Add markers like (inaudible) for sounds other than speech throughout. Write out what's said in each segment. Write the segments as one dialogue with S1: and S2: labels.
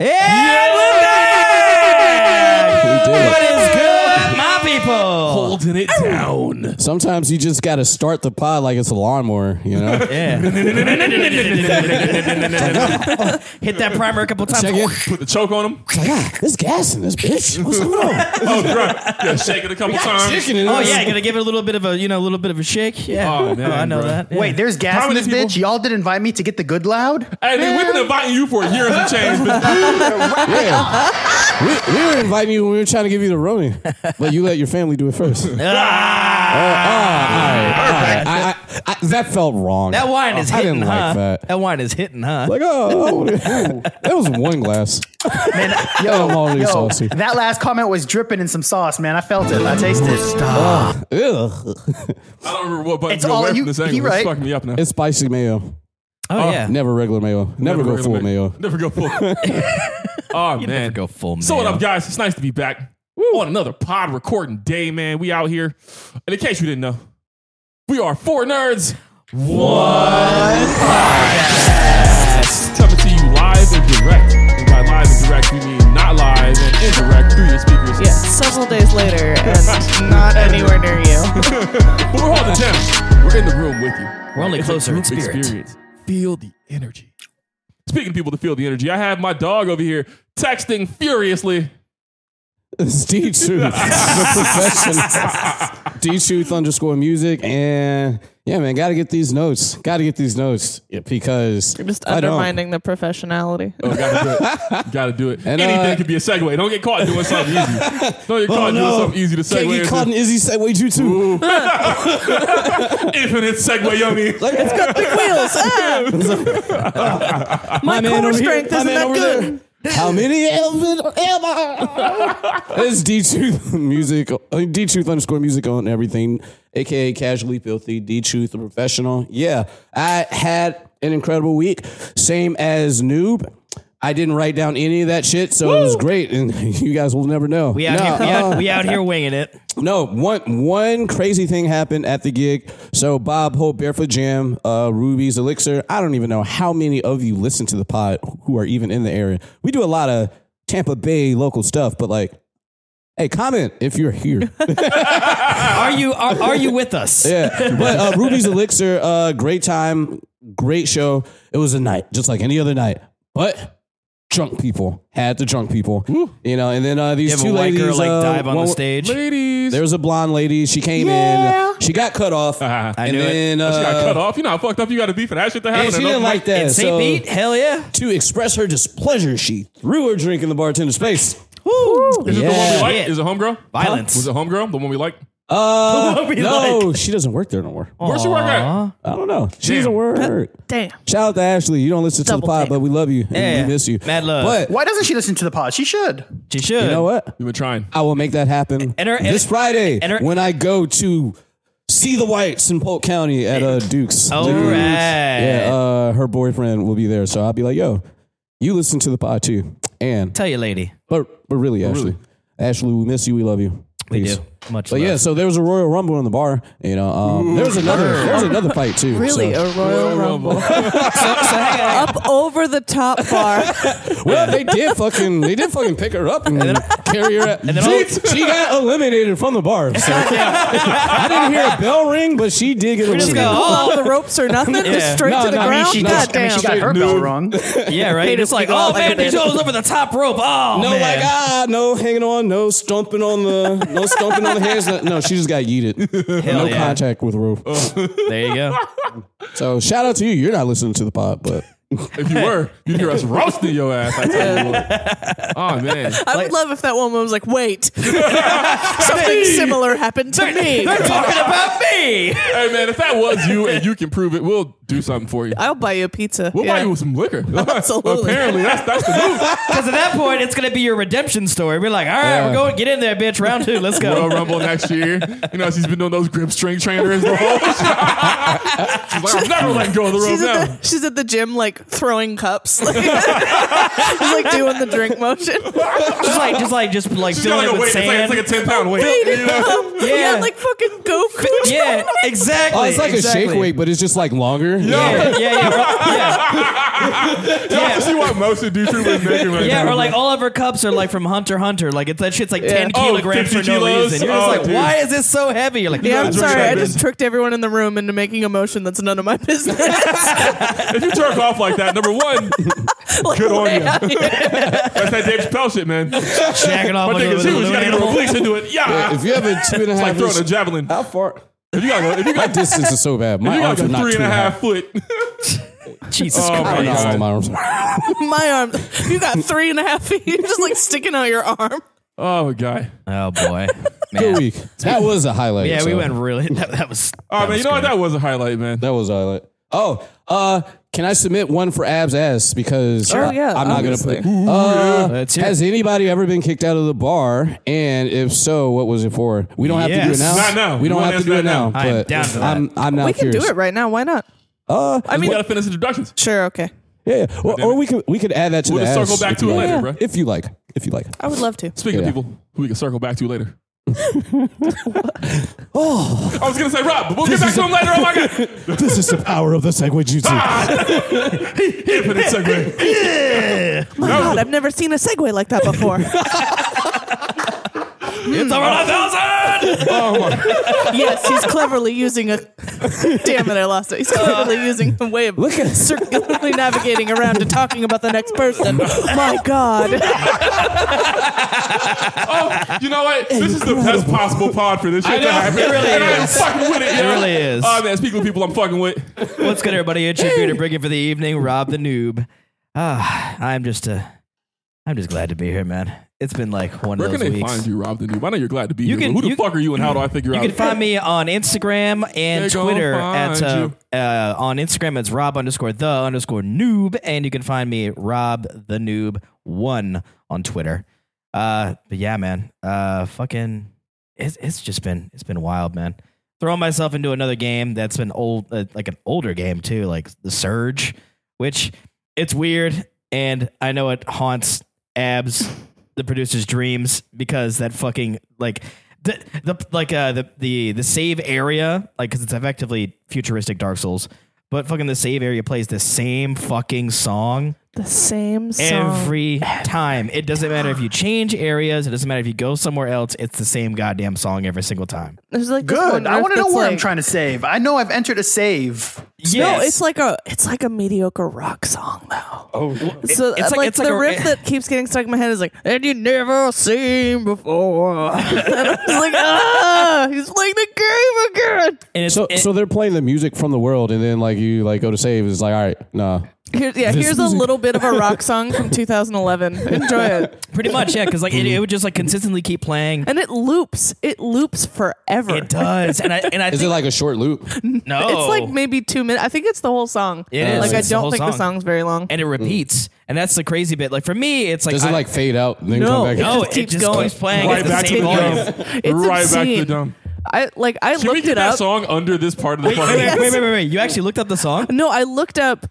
S1: Yeah, we're back!
S2: We do.
S1: What is good, my people?
S3: Holding it down.
S2: Sometimes you just got to start the pod like it's a lawnmower,
S1: (laughs)
S2: you know?
S1: Yeah. Hit that primer a couple times.
S2: Check it.
S3: Put the choke on
S4: (laughs)
S3: him.
S2: It's like, ah, there's gas in this bitch. What's going on?
S1: (laughs)
S3: Oh, right. Yeah, shake it a couple times.
S2: Chicken in
S1: Oh
S2: this.
S1: yeah, gonna give it a little bit of a you know a little bit of a shake. Yeah,
S3: Oh, man,
S1: I know
S3: bro.
S1: that. Yeah.
S4: Wait, there's gas
S3: How
S4: in
S3: many
S4: this bitch.
S3: people-
S4: Y'all didn't invite me to get the good loud.
S3: Hey, man, we've been inviting you for years to change,
S4: (laughs)
S3: bitch.
S2: Yeah. We, we were inviting you when we were trying to give you the Roni, but you let your family do
S1: (laughs)
S2: it first. Oh, oh, all right, Ah! all right. I- I- I- that felt wrong.
S1: Ah, that wine is
S2: I
S1: hitting,
S2: didn't
S1: huh?
S2: like that.
S1: That wine is hitting, huh?
S2: Like, oh, that was one glass. (laughs)
S4: Man,
S2: I'm
S4: yo,
S2: already
S4: yo,
S2: saucy.
S4: that last comment was dripping in some sauce, man. I felt it. I tasted it.
S2: Ugh.
S3: I don't remember what button
S4: It's
S3: to go
S4: all
S3: away
S4: you-
S3: from this
S4: he
S3: angle. It's
S4: right.
S3: fucking me up now.
S2: It's spicy mayo.
S1: oh yeah,
S2: Never regular mayo. Never, go
S3: regular
S2: full mayo.
S3: Never go full. oh, man.
S1: never go full.
S3: So what
S1: mayo.
S3: up, guys? It's nice to be back on another pod recording day, man. We out here. And in case you didn't know, we are four nerds. One podcast. Coming to you live and direct. And by live and direct, we mean not live and indirect through your speakers.
S5: Yeah, several days later,
S4: (laughs)
S5: and not anywhere near you.
S3: But we're holding the gym. We're in the room with you.
S1: We're only
S3: It's a
S1: closer in
S3: group
S1: spirit.
S3: experience. Feel the energy. Speaking of people to feel the energy, I have my dog over here texting furiously.
S2: Steve
S3: (laughs)
S2: Truth, the professional. D Truth underscore music. And yeah, man, got to get these notes. Got to get these notes yeah, because
S5: You're just
S2: if I don't-
S5: undermining the professionality.
S3: Oh, gotta do
S2: (laughs)
S3: it. gotta do it.
S2: And,
S3: Anything
S2: uh, Oh,
S3: could be a segue. Don't get caught doing something easy. Don't get caught doing
S5: Oh,
S3: something easy to segue.
S2: Can't get
S3: into.
S2: caught in Izzy segue too, too.
S3: Infinite segue, yummy.
S2: (laughs)
S5: Wheels,
S2: (laughs) My, man
S5: Ah. core
S2: over
S5: strength
S2: my man
S5: isn't that
S2: over
S5: good.
S2: there. How many elephant am I? (laughs) It's D Truth music. D Truth underscore music on everything, aka casually filthy. D Truth the professional. Yeah, I had an incredible week. Same as noob. I didn't write down any of that shit, so it was great, and (laughs) you guys will never know.
S1: We out
S2: No,
S1: here, we out,
S2: uh,
S1: we out here winging it.
S2: (laughs) no, one one crazy thing happened at the gig. So Bob Hope, Barefoot Jam, uh, Ruby's Elixir. I don't even know how many of you listen to the pod who are even in the area. We do a lot of Tampa Bay local stuff, but like, hey, comment if
S1: (laughs)
S2: you're here.
S1: Are you are, are you with us?
S2: Yeah, but uh, Ruby's Elixir, uh, great time, great show. It was a night just like any other night, but drunk people had the drunk people, you know. And then uh, these
S1: You have
S2: two
S1: a white
S2: ladies
S1: girl like
S2: uh,
S1: dive on
S2: one-
S1: the stage.
S3: Ladies.
S2: There was a blonde lady. She came in. She got cut off.
S3: Ah,
S2: and
S1: knew it.
S2: then
S3: she got
S2: uh,
S3: cut off. You know how fucked up you got to be for that shit to happen.
S2: and she
S3: An
S2: didn't
S3: open
S2: like
S3: mic-
S2: that.
S1: And St.
S2: so
S1: Pete, hell yeah.
S2: to express her displeasure, she threw her drink in the
S3: (laughs)
S2: bartender's face.
S1: Woo.
S3: Is it the one we
S2: Yeah.
S3: like?
S1: Yeah.
S3: Is it homegirl?
S1: Violence.
S3: Was it homegirl? The one we like?
S2: Uh,
S1: What we
S2: no, she doesn't work there no more.
S3: Where's she work at?
S2: I don't know. She doesn't
S3: Damn.
S2: work.
S5: Damn.
S2: Shout out to Ashley. You don't listen to the
S5: Double
S2: pod,
S5: take.
S2: but we love you and
S1: Yeah.
S2: we miss you.
S1: Mad love.
S2: But
S4: Why doesn't she listen to the pod? She should.
S1: She should.
S2: you know what?
S3: We've been trying.
S2: I will make that happen
S1: And her- and-
S2: this Friday
S1: and her-
S2: when I go to see the Whites in Polk County at uh, Duke's.
S1: All
S2: Duke's.
S1: right.
S2: Yeah, uh, her boyfriend will be there, so I'll be like, "Yo, you listen to the pod too." And
S1: Tell you, lady.
S2: but but really, Ashley, Ashley, we miss you. We love you.
S1: We
S2: Peace.
S1: do. Much
S2: But
S1: love.
S2: yeah, so there was a Royal Rumble in the bar. You know, um,
S1: Mm.
S2: there was another
S1: (laughs)
S2: there was another fight too.
S5: Really,
S2: so-
S5: a Royal Rumble. Up over the top bar.
S2: Well, they did fucking they did fucking pick her up and, carry
S1: (laughs)
S2: her. Out.
S1: then
S2: she,
S1: all-
S2: she got eliminated from the bar.
S1: (laughs)
S2: So. I didn't hear a bell ring, but she did get
S1: just
S2: eliminated.
S1: go,
S5: Pull all the ropes or nothing,
S1: Yeah.
S5: just straight
S2: No,
S5: to the
S2: no, I mean,
S5: ground.
S2: she
S5: God
S2: does-
S4: I mean, she
S5: damn.
S4: got her bell wrong.
S1: Yeah, right.
S2: (laughs)
S5: Haters
S1: It's like,
S5: be going
S1: oh
S5: like a
S1: man,
S5: bitch.
S1: Big Joe's over the top rope. Oh
S2: No,
S1: man.
S2: like ah, no hanging on, no stomping on the, no stomping on the hands. No, no, she just got yeeted.
S1: Hell
S2: no
S1: yeah.
S2: contact with roof.
S1: There you go.
S2: So shout out to you. You're not listening to the pod, but
S3: If you were, you'd hear us roasting your ass. I tell you what.
S1: (laughs)
S3: Oh man.
S5: I would love if that woman was like, wait, something similar happened to me.
S1: They're talking about me.
S3: Hey man, if that was you and you can prove it, we'll do something for you.
S5: I'll buy you a pizza.
S3: We'll buy
S5: Yeah.
S3: you some liquor.
S5: (laughs)
S3: (laughs)
S5: Absolutely.
S3: Apparently, that's that's the
S1: (laughs)
S3: move.
S1: Because at that point, it's gonna be your redemption story. We're like, all right, we're going. Get in there, bitch. Round two. Let's go.
S3: Royal Rumble next year. You know, she's been doing those grip string trainers the whole time. (laughs) She's like, I'm never letting go of the rope
S5: She's
S3: now.
S5: at, the, she's at the gym, like throwing cups. (laughs) Like, she's like doing the drink motion.
S1: Just like, just like, just like
S3: She's got
S1: filling
S3: like
S1: it
S3: a
S1: with
S3: weight. It's like,
S1: sand.
S3: it's like a ten pound weight. You know?
S5: yeah. like fucking Goku.
S1: yeah, exactly.
S2: oh, it's like
S1: exactly.
S2: a shake weight, but it's just like longer.
S1: Yeah, yeah, yeah. or- yeah.
S3: (laughs) Y'all can see why most of Dutroux was making right
S1: Yeah,
S3: now.
S1: or like all of her cups are like from Hunter x Hunter. Like it's that shit's like ten
S3: Oh,
S1: kilograms
S3: 50
S1: for no
S3: kilos?
S1: reason. You're just
S3: Oh,
S1: like,
S3: dude.
S1: why is this so heavy? You're like,
S5: Yeah,
S3: Yeah,
S5: (laughs) I'm
S3: jerk
S5: sorry. I
S3: that
S5: just
S3: bitch.
S5: tricked everyone in the room into making a motion that's none of my business.
S3: if you jerk off like that, number one,
S5: (laughs) Like,
S3: Good on
S5: way
S3: you.
S5: out here.
S3: that's that Dave Chappelle shit, man. But
S1: jacking off like
S3: they
S1: a
S3: can see
S1: little
S3: what you gotta get
S1: animal.
S3: release into it. Yeah.
S2: If you have a two and a half,
S3: like throwing
S2: inch-
S3: a javelin.
S2: how far?
S3: If you gotta go, if you
S2: My
S3: got, (laughs) if
S2: distance is so bad.
S3: you
S2: My
S3: got
S2: arms
S3: like
S2: are
S3: a
S2: not
S3: three
S2: two
S3: and a half foot.
S1: Jesus
S3: Oh,
S2: I don't know
S1: Christ.
S2: how long my arms are.
S5: my arm. You got three and a half feet. (laughs) You're just like sticking out your arm.
S3: (laughs) Oh my god.
S1: Oh boy.
S2: Good
S1: Man.
S2: week. That was a highlight.
S1: Yeah, we
S2: so-
S1: went really that, that was
S3: Oh man, you
S1: was
S3: know what?
S1: great.
S3: That was a highlight, man.
S2: That was a highlight. Oh, uh, can I submit one for abs ass because
S5: Sure. Oh, yeah,
S2: I'm not
S5: obviously.
S2: gonna put. Uh,
S1: Let's hear
S2: has anybody ever been kicked out of the bar? And if so, what was it for? We don't have to do
S1: Yes.
S2: it now.
S3: Not now.
S2: We
S3: You
S2: don't
S3: wanna
S2: have to
S3: answer
S2: do it
S3: that
S2: now.
S3: now?
S1: I am
S2: but
S1: down for that.
S2: I'm, I'm not
S5: we can
S2: curious.
S5: do it right now. Why not?
S2: Uh,
S5: I mean,
S3: You gotta finish the introductions.
S5: sure. Okay.
S2: yeah, yeah. Or, or we could we could add that to
S3: We'll
S2: the
S3: just circle
S2: ass
S3: back
S2: if
S3: to
S2: you
S3: it
S2: like.
S3: later, bro.
S2: If you like, if you like.
S5: I would love to.
S3: Speaking
S2: Yeah.
S3: of people who we can circle back to
S2: (laughs)
S3: later. oh. I was gonna say Rob, but we'll get back to him later. Oh my
S2: (laughs)
S3: god.
S2: this is the power of the Segway Jutsu.
S3: Ah. (laughs) Hit for the segue.
S2: (laughs)
S5: My God, I've never seen a segue like that before.
S1: It's over 1,000!
S5: (laughs) yes, he's cleverly using a. (laughs) Damn it, I lost it. He's cleverly using a way of
S2: Look at
S5: (laughs) circularly navigating around to talking about the next person. My God.
S3: Oh, you know what? This is the best possible pod for this shit
S1: I know,
S3: to happen.
S1: it really
S3: and I am
S1: is.
S3: fucking with it. It
S1: really is.
S3: Oh man, speaking of people I'm fucking with.
S1: What's good, everybody? It's your bearded brigade for the evening, Rob the noob. Ah, I'm just uh, I'm just glad to be here, man. It's been like one
S3: Where
S1: of
S3: can
S1: those
S3: they
S1: weeks.
S3: find you, Rob the Noob? I know you're glad to be here.
S1: can-
S3: but who the
S1: you-
S3: fuck are you and how do I figure
S1: You
S3: out?
S1: can find me on Instagram
S3: They
S1: and
S3: gonna
S1: Twitter
S3: find
S1: at uh, uh, on Instagram it's Rob underscore the underscore noob, and you can find me Rob the noob one on Twitter. Uh, but yeah, man, uh, fucking, it's it's just been it's been wild, man. Throwing myself into another game that's been old, uh, like an older game too, like the Surge, which it's weird, and I know it haunts abs, the producer's dreams, because that fucking like the, the like uh the the the save area, like because it's effectively futuristic Dark Souls, but fucking the save area plays the same fucking song
S5: The same song. (laughs)
S1: every time. It doesn't matter if you change areas. It doesn't matter if you go somewhere else. It's the same goddamn song every single time.
S5: There's like this
S4: Good.
S5: one
S4: I
S5: riff
S4: want to know
S5: that's
S4: where I'm
S5: like-
S4: trying to save. I know I've entered a save.
S5: No, it's like a it's like a mediocre rock song though. Oh, so
S1: it's
S5: it's
S1: like-
S5: like,
S1: it's like
S5: the
S1: a- (laughs)
S5: riff that keeps getting stuck in my head is like, and you never seen before. (laughs) and I'm just like, ah, he's playing the game again.
S1: and it's
S2: So,
S1: it-
S2: so they're playing the music from the world, and then like you like go to save. It's like all right, nah.
S5: Here's, yeah,
S2: This
S5: here's a
S2: music-
S5: little bit of a
S2: (laughs)
S5: rock song from 2011. Enjoy it,
S1: pretty much yeah, because like it, it would just like consistently keep playing.
S5: and it loops. It loops forever.
S1: It does, and I and I
S2: Is
S1: think
S2: it like a short loop?
S1: no,
S5: It's like maybe two minutes. I think it's the whole song.
S1: It is.
S5: Like I
S1: It's the
S5: don't
S1: whole
S5: think the
S1: song.
S5: song's very long.
S1: and it repeats, and that's the crazy bit. Like for me, it's like
S2: Does it
S1: I-
S2: like fade out and then
S5: No.
S2: come back?
S1: no,
S5: just
S1: it
S5: keeps
S1: just
S5: going.
S1: keeps playing
S3: Right
S1: at the
S3: back to
S1: same
S3: the
S1: time.
S3: drum.
S5: It's
S3: right back to
S5: obscene.
S3: the dumb.
S5: I like I
S3: Can we
S5: looked
S3: get
S5: it
S3: that
S5: up.
S3: song under this part of the
S1: Wait,
S3: fucking
S1: wait, wait, wait, wait, wait! You actually looked up the song.
S5: (laughs) No, I looked up.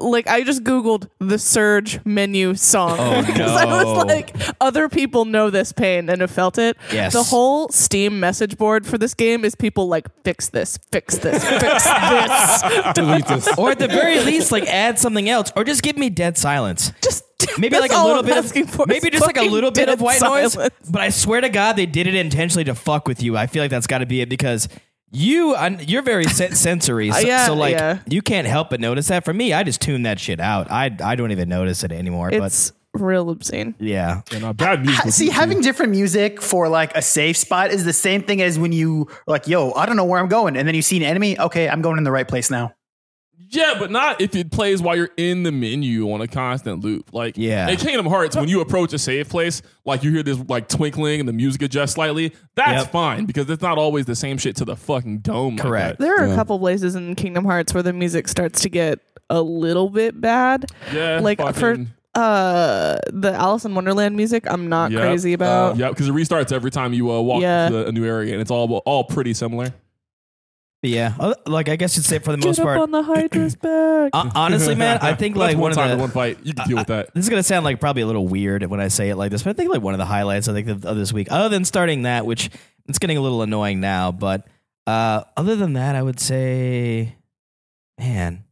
S5: Like I just googled the Surge menu song
S1: Oh,
S5: (laughs) because I was like, other people know this pain and have felt it.
S1: Yes.
S5: The whole Steam message board for this game is people like fix this, fix this, fix
S1: (laughs)
S5: this.
S2: Delete this.
S1: or at the very least, like add something else, or just give me dead silence.
S5: Just
S1: Maybe
S5: that's
S1: like a
S5: all
S1: little
S5: I'm
S1: bit
S5: asking
S1: of
S5: for
S1: maybe
S5: is
S1: just like a
S5: fucking
S1: little bit of
S5: dead
S1: white noise.
S5: silence.
S1: But I swear to God, they did it intentionally to fuck with you. I feel like that's got to be it because you I'm- you're very
S5: (laughs)
S1: sen- sensory, so,
S5: Uh, yeah,
S1: so, like
S5: yeah.
S1: you can't help but notice that. For me, I just tune that shit out. I I don't even notice it anymore.
S5: It's real obscene.
S1: but
S5: (laughs)
S1: yeah,
S3: And, uh, bad music.
S4: See, having different music for like a safe spot is the same thing as when you are like, yo, I don't know where I'm going. And then you see an enemy. Okay, I'm going in the right place now.
S3: Yeah, but not if it plays while you're in the menu on a constant loop. Like
S1: Yeah.
S3: in Kingdom Hearts, when you approach a save place, like you hear this like twinkling and the music adjusts slightly. That's
S1: Yep.
S3: fine because it's not always the same shit to the fucking dome. like
S1: Correct.
S3: that.
S5: There are a couple places in Kingdom Hearts where the music starts to get a little bit bad.
S3: Yeah,
S5: like for
S3: fucking-
S5: uh the Alice in Wonderland music, I'm not
S3: Yep. uh,
S5: crazy about.
S3: Yeah, because it restarts every time you uh, walk
S5: Yeah.
S3: into a new area, and it's all all pretty similar.
S1: But yeah. Uh, Like I guess you'd say for the most
S5: Get up
S1: part.
S5: on
S1: (clears throat)
S5: the hydra's back.
S1: Hon-
S3: (laughs)
S1: honestly, man, I think
S3: That's
S1: like
S3: one,
S1: one,
S3: time
S1: of
S3: to
S1: the
S3: one fight, you can deal with
S1: (laughs)
S3: that.
S1: This is gonna sound like probably a little weird when I say it like this, but I think like one of the highlights I think of of this week, other than starting that, which it's getting a little annoying now, but uh, other than that, I would say man.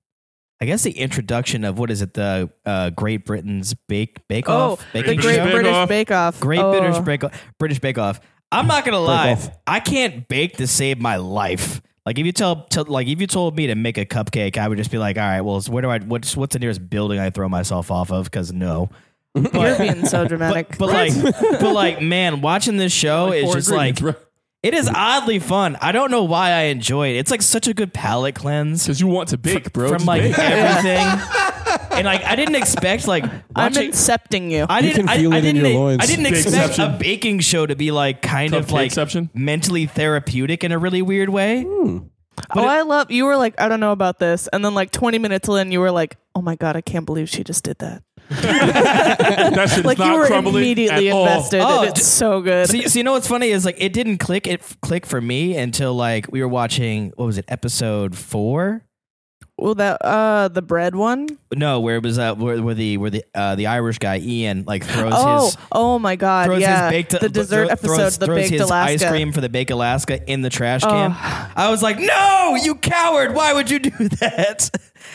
S1: I guess the introduction of what is it the uh, Great Britain's Bake Bake
S5: Oh,
S1: Off
S5: the
S1: Baking
S5: Great
S1: Show?
S5: British
S3: Off.
S5: Bake Off.
S1: Great
S5: oh.
S1: British Bake Off, British Bake Off. I'm not gonna lie,
S2: Off.
S1: I can't bake to save my life. Like if you tell, tell like if you told me to make a cupcake, I would just be like, all right, well, where do I what's what's the nearest building I throw myself off of? Because no,
S5: (laughs) You're being so
S1: (laughs)
S5: dramatic.
S1: but like,
S5: (laughs)
S1: but like, man, watching this show is
S3: Four
S1: just like
S3: ingredients, bro.
S1: it is oddly fun. I don't know why I enjoy it. It's like such a good palate cleanse
S3: Because you want to bake, bro.
S1: from
S3: Just
S1: like (laughs)
S3: bake.
S5: (laughs)
S1: everything. and like I didn't expect like
S5: I'm
S1: watching
S5: accepting you.
S1: I
S2: You
S1: didn't.
S2: can
S1: I-
S2: feel
S1: I,
S2: it in
S1: didn't,
S2: your loins.
S1: I didn't
S3: Big
S1: expect a
S3: exception.
S1: baking show to be like kind of
S3: Cupcake
S1: like
S3: exception.
S1: mentally therapeutic in a really weird way.
S5: oh, I love. You were like, I don't know about this, and then like 20 minutes in, you were like, Oh my god, I can't believe she just did that.
S3: that shit's
S5: Like
S3: not
S5: you were
S3: crumbling
S5: immediately
S3: at all.
S5: invested,
S1: Oh,
S5: and it's
S1: d-
S5: so good.
S1: So, so you know what's funny is like it didn't click. It f- clicked for me until like we were watching what was it episode four?
S5: well, that uh, the bread one.
S1: No, where it was uh, where, where the where the uh, the Irish guy Ian like throws
S5: Oh,
S1: his
S5: oh my god,
S1: throws
S5: yeah.
S1: his baked uh,
S5: the dessert
S1: thro-
S5: episode,
S1: throws,
S5: the
S1: throws
S5: baked
S1: his
S5: Alaska. Oh.
S1: ice cream for the Bake Alaska in the trash can.
S5: (sighs)
S1: I was like, no, you coward! Why would you (laughs) do that?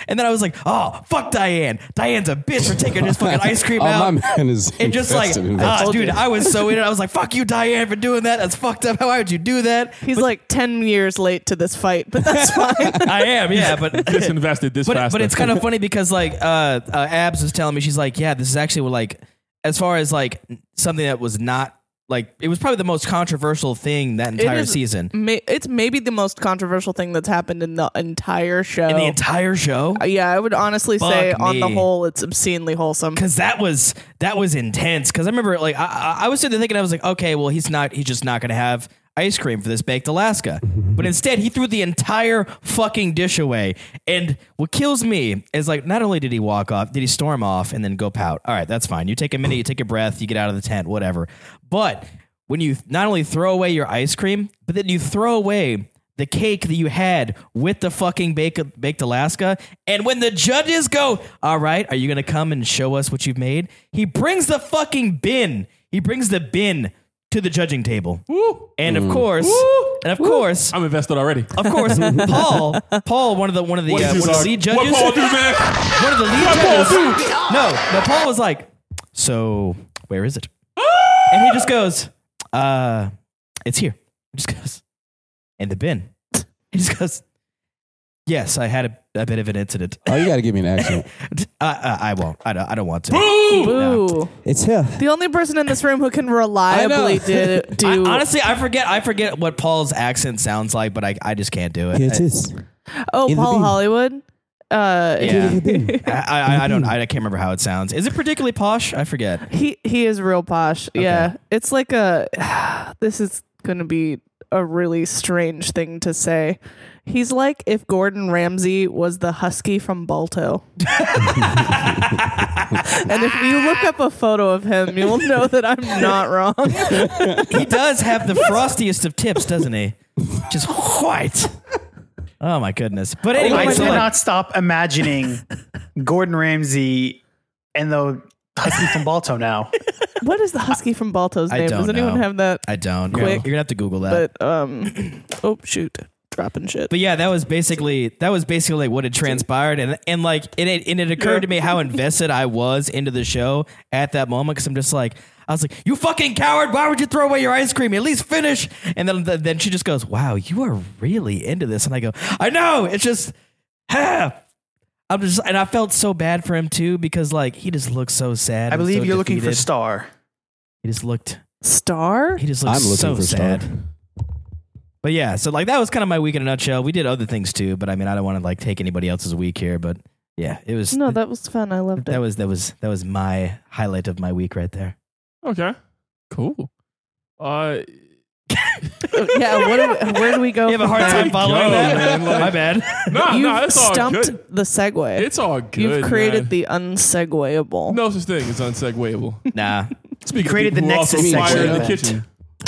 S1: And then I was like, oh fuck, Diane! Diane's a bitch for taking his fucking ice
S2: (laughs)
S1: cream
S2: Oh,
S1: out.
S2: my man is
S1: and just like,
S2: invested in this.
S1: ah,
S5: told
S1: dude,
S5: you.
S1: I was so in it. I was like, fuck you, Diane, for doing that. That's fucked up. Why would you do that?
S5: He's like 10 years late to this fight, but that's
S1: (laughs)
S5: fine.
S1: I am, (laughs) yeah, but
S3: (laughs) Disinvested this
S1: but,
S3: fast.
S1: but it's kind of funny because like uh, uh abs was telling me she's like yeah this is actually what, like as far as like something that was not like it was probably the most controversial thing that entire
S5: is-
S1: season
S5: Ma- it's maybe the most controversial thing that's happened in the entire show.
S1: in the entire show
S5: yeah, Oh. I would honestly say
S1: Fuck
S5: on the
S1: me.
S5: whole, it's obscenely wholesome.
S1: because that was that was intense because i remember like I, I I was sitting there thinking i was like okay well he's not he's just not gonna have ice cream for this baked alaska but instead he threw the entire fucking dish away and what kills me is like not only did he walk off did he storm off and then go pout all right that's fine you take a minute you take a breath you get out of the tent whatever but when you not only throw away your ice cream but then you throw away the cake that you had with the fucking bake, baked Alaska. And when the judges go, all right, are you going to come and show us what you've made? He brings the fucking bin. He brings the bin to the judging table. And of course, and of course,
S3: I'm invested already.
S1: of course, Paul, Paul, one of the one of the,
S3: What
S1: uh,
S3: is this,
S1: one of the
S3: uh,
S1: lead judges,
S3: What Paul do, man?
S1: one of the lead judges. No, no, Paul was like, so where is it? And he just goes, uh, it's here. He just goes, in the bin. He just goes, yes, I had a, a bit of an incident.
S2: oh, you got to give me an accent.
S1: I, I, I won't. I don't, I don't want to.
S5: Boo.
S2: It's him.
S5: The only person in this room who can reliably do, do
S1: I, honestly, I forget. I forget what Paul's accent sounds like, but I, I just can't do it.
S2: It is.
S5: oh,
S2: in the
S5: Paul
S2: bin.
S5: Hollywood. Uh,
S1: Yeah. I, I, I don't. I can't remember how it sounds. Is it particularly posh? I forget.
S5: He he is real posh. Yeah. It's like a (sighs) this is going to be a really strange thing to say. He's like if Gordon Ramsay was the husky from Balto. (laughs) and if you look up a photo of him, you'll know that I'm not wrong.
S1: He does have the frostiest of tips, doesn't he? Just white. Oh my goodness! But anyway,
S4: I
S1: so
S4: cannot
S1: like,
S4: stop imagining Gordon Ramsay and the Husky from Balto now.
S5: (laughs) What is the husky from Balto's
S1: I
S5: name?
S1: don't
S5: Does anyone
S1: know.
S5: have that?
S1: I don't. You're,
S5: Quick.
S1: you're gonna have to Google that. But,
S5: But um (clears throat) oh shoot, dropping shit.
S1: yeah, that was basically that was basically what had transpired, and and like and it and it occurred to me how invested I was into the show at that moment because I'm just like. I was like, "You fucking coward! Why would you throw away your ice cream? At least finish!" And then, then she just goes, "Wow, you are really into this." And I go, "I know. It's just, (sighs) I'm just, and I felt so bad for him too because like he just looked so sad.
S4: I
S1: and
S4: believe
S1: so
S4: you're looking for
S1: defeated.
S4: Star.
S1: He just looked.
S5: Star?
S1: He just looked
S2: I'm looking
S1: so
S2: for Star.
S1: sad. But yeah, so like that was kind of my week in a nutshell. We did other things too, but I mean, I don't want to like take anybody else's week here. But yeah, it was
S5: No, that was fun. I loved
S1: that
S5: it.
S1: was that was that was my highlight of my week right there.
S3: (laughs) Okay. Cool.
S1: (laughs)
S3: Uh,
S5: (laughs) yeah, what do we, where do we go?
S1: You have a
S5: from
S1: hard
S5: Oh, there?
S1: time following
S3: Yo,
S1: that.
S3: man, like-
S1: my
S5: (laughs)
S1: bad.
S3: Oh, no,
S5: You've
S3: no, it's all
S5: stumped
S3: good.
S5: the segue.
S3: It's all good.
S5: You've created
S3: man.
S5: the unsegwayable.
S3: no such thing
S1: (laughs)
S3: as unsegwayable.
S1: nah,
S3: Speaking
S4: created
S3: of people
S4: the
S3: who
S4: nexus
S3: also
S2: section
S3: fire in the
S4: event.
S3: kitchen,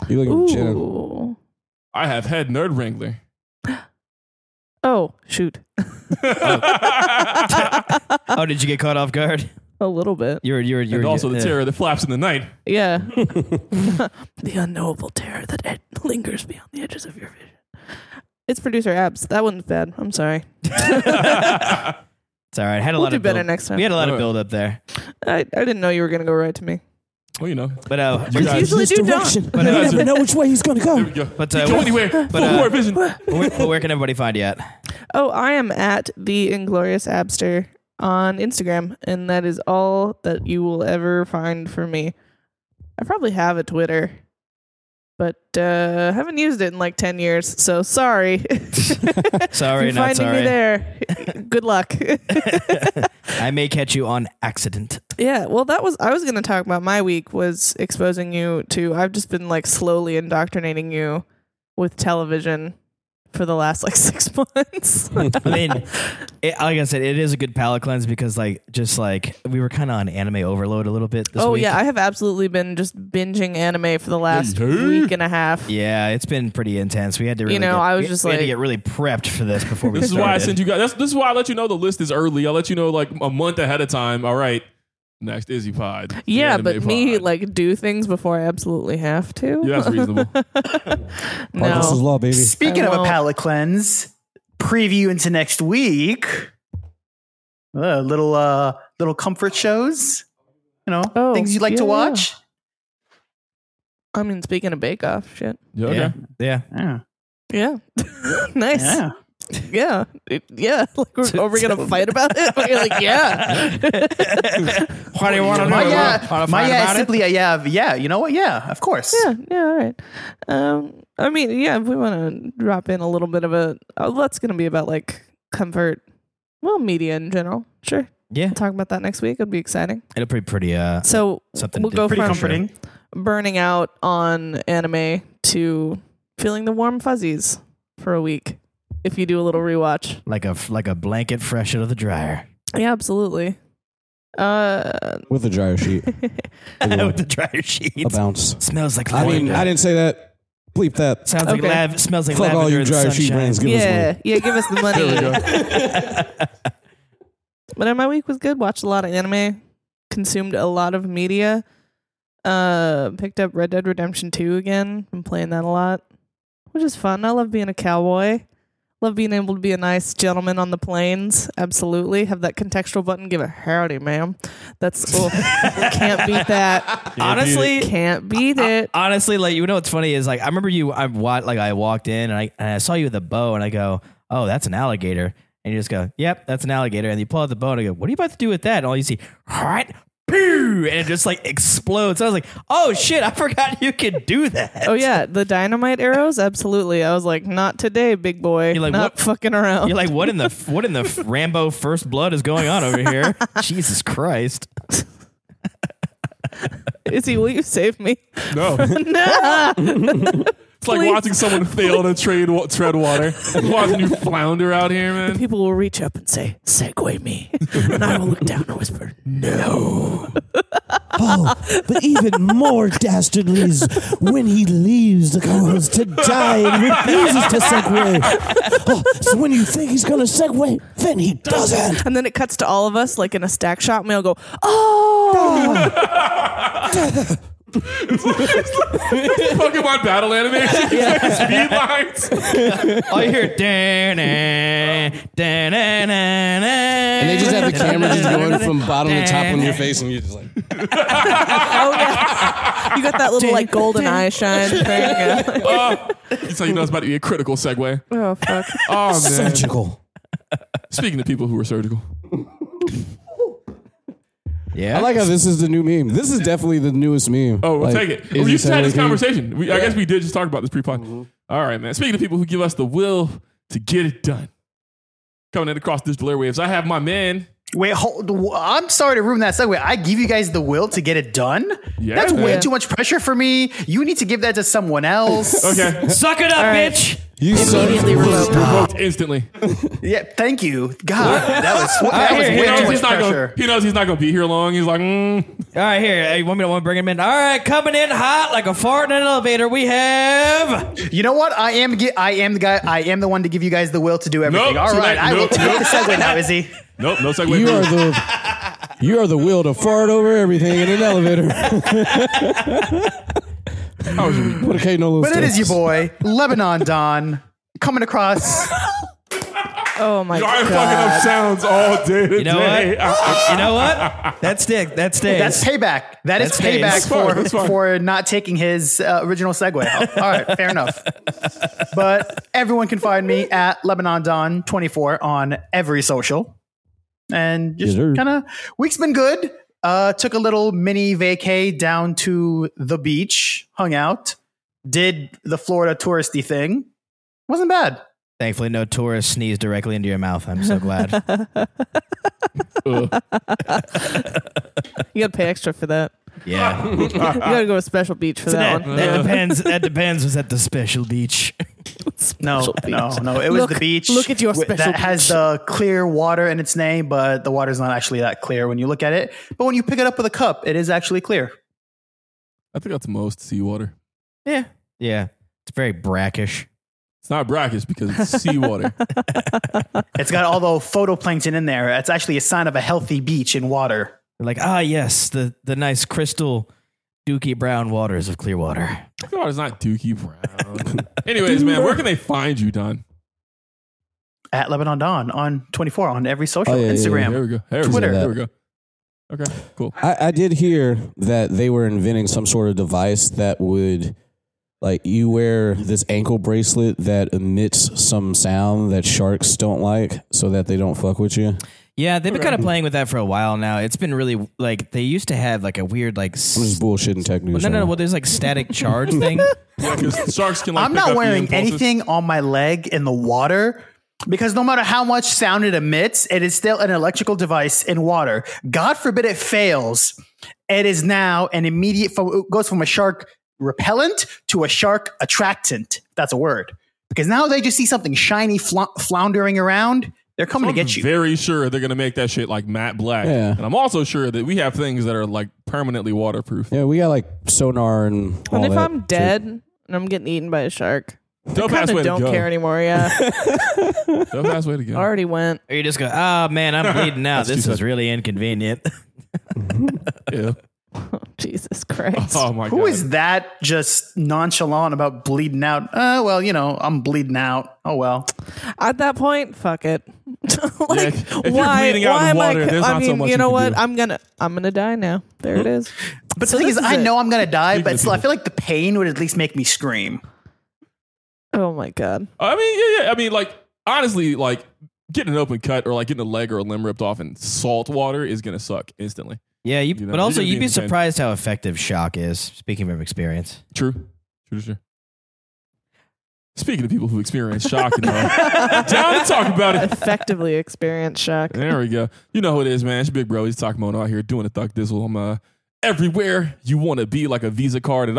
S2: You look legitimate.
S5: Ooh.
S3: I have head nerd wrangler.
S5: Oh,
S3: (laughs)
S5: shoot.
S1: (laughs) Oh, did you get caught off guard?
S5: (laughs) A little bit.
S1: You're you're you're
S3: and also the
S1: yeah.
S3: terror that flaps in the night.
S2: (laughs)
S5: Yeah. (laughs) the unknowable terror that ed- lingers beyond the edges of your vision. It's producer abs. That wasn't bad. I'm sorry.
S1: (laughs)
S3: (laughs)
S1: It's all right. Had a
S5: We'll
S1: lot
S5: do
S1: of
S5: better
S1: build-
S5: next time.
S1: We had a lot
S3: All
S1: of
S3: right.
S1: build up there,
S5: I, I didn't know you were gonna go right to me.
S3: Well, you know.
S1: but uh,
S5: You
S3: guys-
S5: usually do
S2: direction.
S5: don't.
S1: But,
S2: you
S1: uh,
S2: never know which way he's going to
S3: There
S2: go.
S3: we go.
S1: But,
S3: You
S1: uh,
S3: go
S1: we-
S3: anywhere. But,
S1: but, uh,
S3: vision.
S1: where, where can everybody find
S5: (laughs)
S1: you at?
S5: Oh, I am at the Inglorious Abster on Instagram, and that is all that you will ever find for me. I probably have a Twitter, but uh, haven't used it in like ten years. So sorry. (laughs)
S1: Sorry,
S5: If you're
S1: not
S5: finding
S1: sorry. (laughs)
S5: me there. Good luck.
S1: I may catch you on accident.
S5: yeah, well, that was I was going to talk about my week was exposing you to. I've just been like slowly indoctrinating you with television for the last like (laughs) six months.
S1: I mean, it, like I said, it is a good palate cleanse because, like, just like we were kind of on anime overload a little bit this
S5: oh
S1: week.
S5: yeah, I have absolutely been just binging anime for the last week and a half.
S1: Yeah, it's been pretty intense. We had to, really
S5: know,
S1: get-
S5: I was
S1: we-
S5: just
S1: we had to
S5: like-
S1: get really prepped for this before we.
S3: This is why I
S1: started.
S3: sent you guys. That's, this is why I let you know the list is early. I let you know like a month ahead of time. All right, next Izzy Pod. the
S5: Yeah,
S3: anime
S5: but me
S3: pod.
S5: like do things before I absolutely have to.
S3: yeah,
S5: (laughs)
S3: that's reasonable.
S2: Parkinson's
S5: no.
S2: law, baby.
S4: Speaking
S5: I
S4: of a
S5: won't.
S4: palate cleanse, preview into next week. Uh, little uh, little comfort shows. You know,
S5: Oh,
S4: things you'd like to
S5: yeah,
S4: watch.
S5: I mean, speaking of Bake Off, shit.
S3: Yeah, okay.
S1: Yeah, yeah.
S4: Yeah.
S5: Yeah. (laughs) nice.
S4: Yeah.
S5: Yeah, It- yeah. (laughs) Like, we're, are we gonna fight about it? We're like, yeah,
S1: What do you want to
S4: My yeah, my yeah is simply a yeah, of- yeah. You know what? Yeah, of course.
S5: (laughs) yeah, yeah. All right. Um, I mean, yeah. If we want to drop in a little bit of a, oh, that's gonna be about like comfort, well, media in general. Sure,
S1: Yeah,
S5: we'll talk about that next week. It'll be exciting.
S1: it'll be pretty. Uh,
S5: So
S1: Something
S5: we'll go
S1: different.
S4: Pretty comforting.
S5: from burning out on anime to feeling the warm fuzzies for a week. If you do a little rewatch,
S1: like a like a blanket fresh out of the dryer.
S5: yeah, absolutely. Uh,
S2: With a dryer
S5: (laughs)
S2: sheet. a
S1: (laughs) With the dryer sheet.
S2: bounce.
S1: Smells like
S2: I
S1: lavender.
S2: mean, I didn't say that. Bleep that.
S1: Sounds like
S5: Okay.
S1: lav. Smells like
S2: Fuck
S1: lavender
S2: all you
S1: and
S2: dryer sheet
S1: sunshine. (laughs)
S2: brands. Give us
S5: yeah, yeah. Give us the money. but uh, my week was good. Watched a lot of anime, consumed a lot of media. Uh, picked up Red Dead Redemption Two again. Been playing that a lot, which is fun. I love being a cowboy. Love being able to be a nice gentleman on the plains. Absolutely, have that contextual button. Give a howdy, ma'am.
S1: (laughs)
S5: That's oh, can't beat that.
S1: Honestly, (laughs)
S5: Can't beat it.
S1: honestly, like you know what's funny is like I remember you. I wa- like I walked in and I and I saw you with a bow and I go, oh, that's an alligator. And you just go, yep, that's an alligator. And you pull out the bow and I go, what are you about to do with that? And all you see, all right, boo, and it just like explodes. I was like, oh shit, I forgot you could do that.
S5: Oh yeah, the dynamite arrows. Absolutely. I was like, not today, big boy.
S1: You're like,
S5: not
S1: what-
S5: fucking around.
S1: You're like, what in the what in the Rambo First Blood is going on over (laughs) here? Jesus Christ!
S5: (laughs) Izzy, will you save me? (laughs)
S3: No, it's
S5: no.
S3: like
S5: Please.
S3: watching someone fail to trade wa- tread water. watching you flounder out here, man.
S5: (laughs) People will reach up and say, "Segue me," (laughs) and I will look down and whisper,
S2: Oh, but even more dastardly is when he leaves the co-host to die and refuses to segue. Oh, so when you think he's going to segue, then he doesn't.
S5: and then it cuts to all of us like in a stack shot, and we all go, "Oh!"
S3: Pokemon battle animation. (laughs) Speed lines.
S1: All you hear, dan and
S2: And they just have the camera just going from bottom to top on your face, and you're just like,
S5: Oh, yeah. You got that little like golden eye shine thing.
S3: Oh, that's how you know it's about to be a critical segue.
S5: oh fuck!
S3: Oh man.
S2: surgical.
S3: Speaking to people who are surgical.
S1: Yeah,
S2: I like how this is the new meme. This is definitely the newest meme.
S3: Oh, we'll
S2: Like,
S3: take it.
S2: is
S3: We
S2: he
S3: just had this
S2: segueing?
S3: conversation. We, I guess we did just talk about this pre-pod. All right, man. Speaking of people who give us the will to get it done, coming in across digital airwaves, I have my man.
S4: Wait, hold. I'm sorry to ruin that segue. I give you guys the will to get it done.
S3: Yeah,
S4: That's way
S3: man.
S4: too much pressure for me. You need to give that to someone else.
S3: (laughs) Okay,
S1: suck it up, bitch.
S2: You son
S5: Immediately remote.
S3: revoked (laughs) instantly.
S4: Yeah, thank you. God, that was that was
S1: He
S3: He
S4: way
S3: knows,
S4: too much
S3: he's not
S4: pressure.
S3: gonna, he knows he's not going to be here long. He's like, mm.
S1: All right, here. Hey, you want me to want to bring him in? All right, coming in hot like a fart in an elevator. We have
S4: You know what? I am. Ge- I am the guy. I am the one to give you guys the will to do everything.
S3: Nope,
S4: All
S3: too
S4: right,
S3: late.
S4: I will
S3: Nope,
S4: take
S3: nope.
S4: the segue now,
S3: (laughs)
S4: Izzy.
S3: nope, no segue.
S2: You are the you are the will to fart over everything in an elevator.
S3: How was your week?
S2: Put a K no
S4: But it is your boy, Lebanon Don, coming across.
S5: Oh my
S3: I'm fucking
S5: god.
S3: up sounds all day today.
S1: You know what? you know what? That sticks. That stays.
S4: That's payback. That's
S1: That's paid.
S4: payback
S1: That's
S3: fine. That's
S4: for
S3: fine.
S4: for not taking his uh, original segue. All right, fair enough. But everyone can find me at Lebanon Don twenty four on every social, and just
S2: Yes, sir.
S4: kind of week's been good. Uh, took a little mini vacay down to the beach, hung out, did the Florida touristy thing. Wasn't bad.
S1: Thankfully, no tourist sneezed directly into your mouth. I'm so glad.
S5: you gotta pay extra for that.
S1: yeah.
S5: You gotta go to special beach for that
S1: That,
S5: one.
S1: that depends. That depends. Was at the special beach.
S4: No, no, no. It was
S5: Look-
S4: the beach.
S5: look at your
S4: wi-
S5: special
S4: that has
S5: beach.
S4: the clear water in its name, but the water's not actually that clear when you look at it. But when you pick it up with a cup, it is actually clear.
S3: I think that's most seawater.
S5: Yeah.
S1: Yeah. It's very brackish.
S3: It's not brackish because it's
S2: (laughs)
S3: seawater.
S4: It's got all the (laughs) photoplankton in there. It's actually a sign of a healthy beach in water.
S1: They're like, ah, yes, the the nice crystal, dooky brown waters of Clearwater.
S3: God, it's not Dookie (laughs) Brown. Anyways, man, where can they find you, Don?
S4: At Lebanon Dawn on 24 on every social
S2: Oh, yeah, yeah,
S4: Instagram.
S3: There we go. There we go.
S4: Twitter.
S3: There we go. Okay, cool.
S2: I, I did hear that they were inventing some sort of device that would, like, you wear this ankle bracelet that emits some sound that sharks don't like, so that they don't fuck with you.
S1: Yeah, they've been kind of playing with that for a while now. It's been really like they used to have like a weird like s-
S2: I'm just bullshitting tech news.
S1: no no
S2: right
S1: no.
S2: now.
S1: Well, there's like static charge thing.
S3: Yeah, 'cause sharks can like
S4: I'm
S3: pick up
S4: not
S3: the
S4: wearing
S3: impulses.
S4: anything on my leg in the water because no matter how much sound it emits, it is still an electrical device in water. God forbid it fails. It is now an immediate fo- it goes from a shark repellent to a shark attractant. That's a word. Because now they just see something shiny fla- floundering around, they're coming to get you.
S3: Very sure they're gonna make that shit like matte black.
S2: Yeah.
S3: And I'm also sure that we have things that are like permanently waterproof.
S2: Yeah, we got like sonar and. all
S5: And if
S2: that
S5: I'm
S2: shit.
S5: dead and I'm getting eaten by a shark,
S3: Dope
S5: kind
S3: ass way
S5: of
S3: to
S5: don't
S3: go.
S5: care anymore. Yeah,
S3: Dope ass way to go.
S5: already went. (laughs)
S1: or you just go, ah, man, I'm
S3: (laughs)
S1: bleeding out. this
S3: too
S1: is
S3: bad.
S1: really inconvenient. (laughs)
S3: Yeah.
S5: Jesus
S3: (laughs)
S5: Christ.
S3: Oh my god.
S4: Who is that just nonchalant about bleeding out? Uh, well, you know, I'm bleeding out. Oh, well.
S5: At that point, fuck it. (laughs) like,
S3: if you're
S5: why?
S3: bleeding out
S5: why
S3: in
S5: am I?
S3: water, there's
S5: I
S3: not
S5: mean,
S3: so much
S5: you
S3: you
S5: know
S3: can
S5: what?
S3: do.
S5: I'm gonna, I'm gonna die now. There it is.
S4: But the thing is, I know I'm gonna die, but it's,
S3: Speaking
S4: I
S3: of-
S4: feel like the pain would at least make me scream.
S5: Oh
S3: (laughs)
S5: my god.
S3: I mean, yeah, yeah. I mean, like honestly, like getting an open cut or like getting a leg or a limb ripped off in salt water is gonna suck instantly.
S1: Yeah, you,
S3: You know,
S1: but
S3: you're
S1: also
S3: gonna be
S1: you'd be
S3: in pain.
S1: surprised how effective shock is. Speaking from experience,
S3: True. True. True. Speaking of people who experience shock and
S4: (laughs)
S3: all, down to talk about it.
S5: Effectively experience shock.
S3: There we go. You know who it is, man. It's your big bro. He's Talk Mono out here doing a Thuck Dizzle. I'm uh, everywhere you want to be, like a Visa card at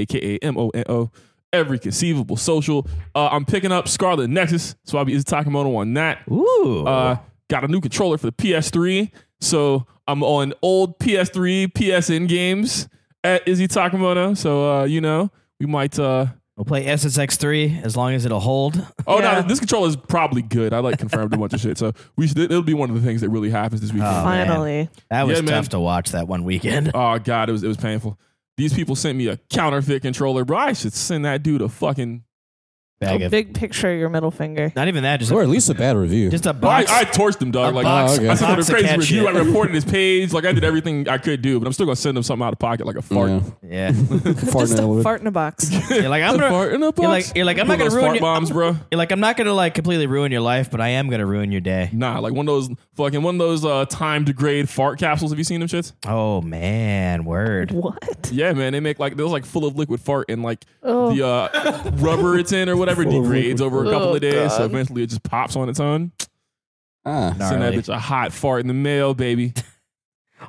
S3: I-Z-Z-Y-T-A-K-A-M-O-N-O. Every conceivable social. Uh, I'm picking up Scarlet Nexus, so I'll be Takamoto on that.
S1: ooh,
S3: Uh, got a new controller for the PS3. So I'm on old PS3 PSN games Uh, at Izzy Takamoto. So, uh, you know, we might. Uh,
S1: we'll play SSX three as long as it'll hold. (laughs)
S3: oh,
S5: Yeah.
S3: no, this controller is probably good. I like confirmed a bunch of shit. So we should, it'll be one of the things that really happens this weekend.
S1: Oh, man.
S5: Finally.
S1: That was
S3: Yeah, man.
S1: tough to watch that one
S3: (laughs)
S1: weekend.
S3: Oh god, it was it was painful. These people sent me a counterfeit controller, bro. I should send that dude a fucking.
S1: Bag of-
S5: Big picture of your middle finger. (laughs)
S1: not even that, just
S2: Or at
S1: a,
S2: least a bad review.
S1: just a
S3: Bro, I,
S1: box.
S3: I torched him, dog.
S1: A
S3: like
S1: box-
S2: Oh, okay.
S3: I sent him
S1: box
S3: a
S1: of
S3: crazy
S1: cat
S3: review.
S1: shit.
S3: I reported his page. Like I did everything I could do, but I'm still gonna send him something out of pocket, like a fart.
S1: yeah, (laughs)
S2: Yeah. Fart in
S5: Just
S2: the
S5: a
S2: elevator.
S5: fart in
S3: (laughs)
S5: a box. (laughs)
S1: you're like I'm
S3: A
S1: gonna,
S3: fart in a box.
S1: You're like, you're like I'm not
S3: One
S1: gonna
S3: of those
S1: ruin
S3: fart
S1: your,
S3: bombs, bro.
S1: You're like I'm not gonna like completely ruin your life, but I am gonna ruin your day.
S3: Nah, like one of those fucking one of those uh, time degrade fart capsules. Have you seen them shits?
S1: Oh man, word.
S5: What?
S3: Yeah, man. They make like those like full of liquid fart and like
S5: Oh.
S3: the uh, rubber it's in or
S1: (laughs)
S3: whatever degrades over a couple
S5: Oh,
S3: of days. So
S5: God.
S3: eventually it just pops on its own.
S2: Ah.
S3: Send that
S1: Gnarly.
S3: bitch a hot fart in the mail, baby.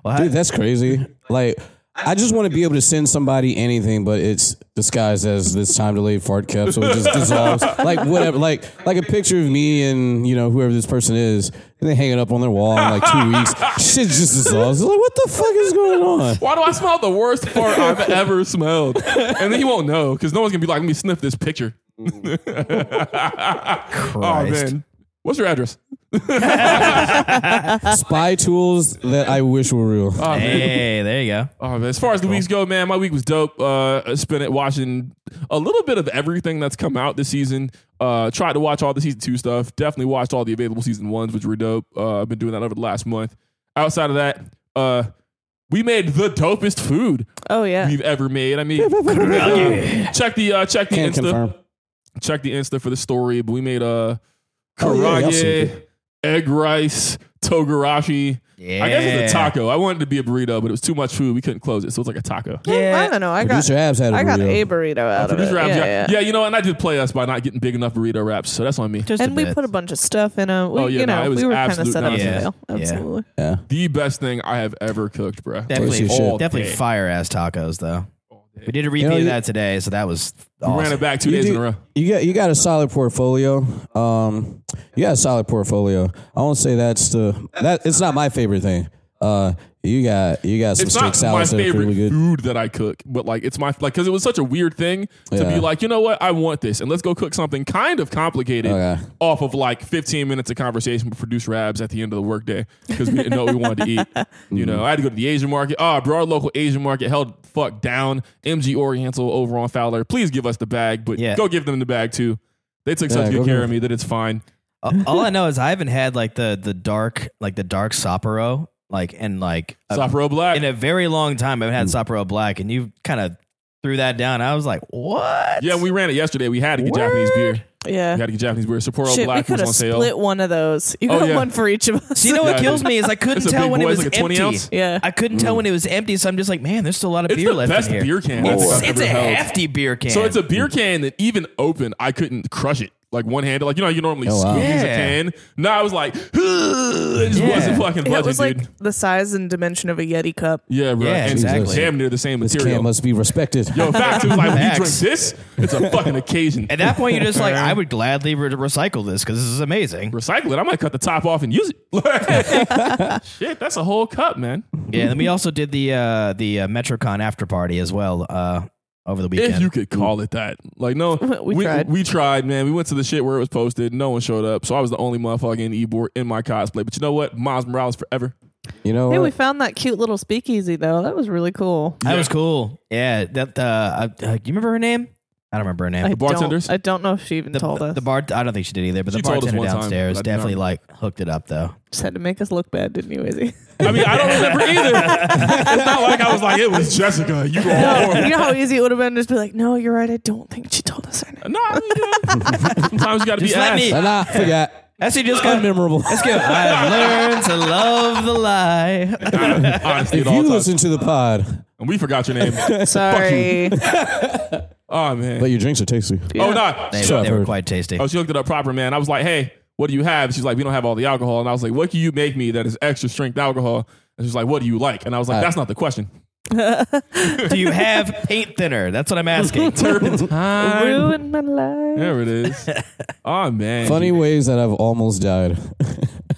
S1: Well, I-
S2: Dude, that's crazy. Like, I just want to be able to send somebody anything, but it's disguised as this time delayed fart capsule. It just dissolves, like whatever, like like a picture of me and you know whoever this person is, and they hang it up on their wall in like two weeks. Shit just dissolves. It's like, what the fuck is going on?
S3: Why do I smell the worst fart I've ever smelled? And then you won't know because no one's gonna be like, let me sniff this picture.
S1: Christ.
S3: Oh man, What's your address?
S2: Spy tools that I wish were real.
S3: Oh, man.
S1: Hey, there you go.
S3: Oh, man. As far as the weeks go, man, my week was dope. Uh, I spent it watching a little bit of everything that's come out this season. Uh, tried to watch all the season two stuff. Definitely watched all the available season ones, which were dope. Uh, I've been doing that over the last month. Outside of that, uh, we made the dopest food
S5: Oh yeah.
S3: we've ever made. I mean, uh, check the uh, check the
S2: Can
S3: Insta.
S2: confirm.
S3: check the Insta for the story, but we made a
S2: Oh, yeah, y'all seen
S3: karage, egg rice, togarashi.
S1: Yeah.
S3: I guess it's a taco. I wanted it to be a burrito, but it was too much food. We couldn't close it, so it's like a taco.
S5: yeah. I don't know. I got
S2: Producer Abs had a
S5: I got
S2: burrito.
S5: a burrito out of it.
S3: Producer Abs,
S5: yeah,
S3: yeah,
S5: yeah.
S3: Yeah, you know, and I did play us by not getting big enough burrito wraps, so that's on me.
S1: Just a
S5: And we
S1: bit.
S5: put a bunch of stuff in a. We,
S3: Oh, yeah,
S5: you
S3: no,
S5: know,
S3: it was
S5: we were kind of
S3: absolute
S5: set up to
S1: nonsense.
S5: fail.
S1: Yeah.
S5: Absolutely.
S2: yeah.
S3: The best thing I have ever cooked, bruh.
S1: Definitely,
S2: Delicious shit.
S1: definitely
S3: day.
S1: fire ass tacos though. We did a repeat
S2: You know,
S1: of
S2: you-
S1: that today, so that was
S3: We ran
S1: awesome.
S3: it back two
S2: You
S3: days
S2: do-
S3: in a row.
S2: You got you got a solid portfolio. Um, you got a solid portfolio. I won't say that's the that it's not my favorite thing. Uh, you got you got some
S3: It's
S2: steak
S3: not my
S2: salads that are
S3: favorite
S2: pretty good.
S3: food that I cook, but like it's my like because it was such a weird thing to
S2: Yeah.
S3: be like, you know what, I want this, and let's go cook something kind of complicated
S2: Okay.
S3: off of like 15 minutes of conversation with producer Abs at the end of the workday because we didn't know what we wanted to
S1: (laughs)
S3: eat. You know, I had to go to the Asian market. Ah, bro, our local Asian market held the fuck down. MG Oriental over on Fowler, please give us the bag, but
S1: Yeah.
S3: go give them the bag too. They took
S2: Yeah,
S3: such
S2: go
S3: good care
S2: give-
S3: of me that it's fine.
S1: Uh, All I know is I haven't had like the the dark like the dark Sapporo like and like a-
S3: Sopro Black.
S1: Uh, in a very long time I haven't had Sapporo Black, and you kind of threw that down. I was like, what?
S3: yeah, we ran it yesterday. We had to get Japanese beer.
S5: Yeah.
S3: We had to get Japanese beer. Sapporo
S5: Shit, we
S3: Black
S5: could
S3: was on
S5: have
S3: sale.
S5: split one of those. You
S3: Oh,
S5: got
S3: yeah.
S5: one for each of us.
S1: So you
S5: (laughs)
S1: know what
S3: Yeah.
S1: kills me is I
S3: It's
S1: couldn't
S3: a
S1: tell
S3: big
S1: when it
S3: boy. It's
S1: was
S3: like a 20
S1: empty.
S3: ounce. Mm.
S5: Yeah.
S1: I couldn't tell when it was empty, so I'm just like, man, there's still a lot of
S3: It's
S1: beer
S3: the
S1: left
S3: best
S1: in here.
S3: beer can.
S1: It's,
S3: I've
S1: it's
S3: ever
S1: a
S3: held.
S1: hefty beer can.
S3: So it's a beer can that even open, I couldn't crush it. Like one handed, like you know, how you normally
S2: Oh, wow.
S3: squeeze a
S1: Yeah.
S3: can. No, I was like, it just
S1: Yeah.
S3: wasn't fucking
S5: Yeah, it
S3: budget,
S5: was like
S3: dude.
S5: the size and dimension of a Yeti cup.
S3: Yeah, right.
S1: Yeah,
S3: And
S1: exactly.
S3: Damn near the same
S2: This can
S3: material.
S2: must be respected.
S3: Yo, facts. It was like, when you drink
S1: Facts.
S3: this, it's a fucking occasion.
S1: At that point, you're just like, I would gladly re- recycle this because this is amazing.
S3: Recycle it. I might cut the top off and use it. (laughs) Shit, that's a whole cup, man.
S1: Yeah, and then we also did the uh, the uh, MetroCon after party as well uh, over the
S3: If
S1: weekend.
S3: you could call it that. Like, no,
S5: We tried.
S3: We tried, man. We went to the shit where it was posted. No one showed up. So I was the only motherfucker in Ebor in my cosplay. But you know what? Miles Morales forever.
S2: You know
S5: Hey, we
S2: what?
S5: found that cute little speakeasy though. That was really cool.
S1: that was cool. Yeah, that uh, uh, you remember her name? I don't remember her name.
S5: I
S3: bartenders?
S5: Don't, I don't know if she even
S1: the,
S5: told us.
S1: the bar. I don't think she did either. But
S3: She
S1: the
S3: told us
S1: bartender
S3: one time,
S1: downstairs
S3: but I do not
S1: definitely
S3: remember.
S1: like hooked it up though.
S5: Just had to make us look bad, didn't you,
S2: (laughs)
S5: Izzy? (laughs)
S3: I mean, I don't remember either. it's not like I was like, it was Jessica. You were horrible.
S5: you know how easy it would have been to just be like, "No, you're right. I don't think she told us her name."
S3: No, I mean, dude, sometimes you gotta
S1: Just
S3: be
S1: let
S3: ass.
S1: me-
S2: And
S3: (laughs)
S2: I forgot.
S1: That's it. Just go.
S2: Unmemorable.
S1: Let's go. I've learned to love the lie.
S3: Honesty at
S2: If
S3: all
S2: you
S3: times.
S2: listen to the pod,
S3: and we forgot
S2: (laughs)
S3: your name.
S5: Sorry.
S3: oh man.
S2: but your drinks are tasty.
S3: Oh no.
S1: They,
S3: She-
S2: Sure, I've
S1: they were
S2: heard.
S1: quite tasty.
S3: Oh, she looked it up proper, man. I was like, hey, what do you have? She's like, we don't have all the alcohol. And I was like, what can you make me that is extra strength alcohol? And she's like, what do you like? And I was like, that's not the question.
S1: Do you have paint thinner? That's what I'm
S3: (laughs)
S1: asking.
S3: Turpentine.
S5: Ruined my life.
S3: There it
S2: (laughs)
S3: is. Oh man.
S2: Funny ways that I've almost died.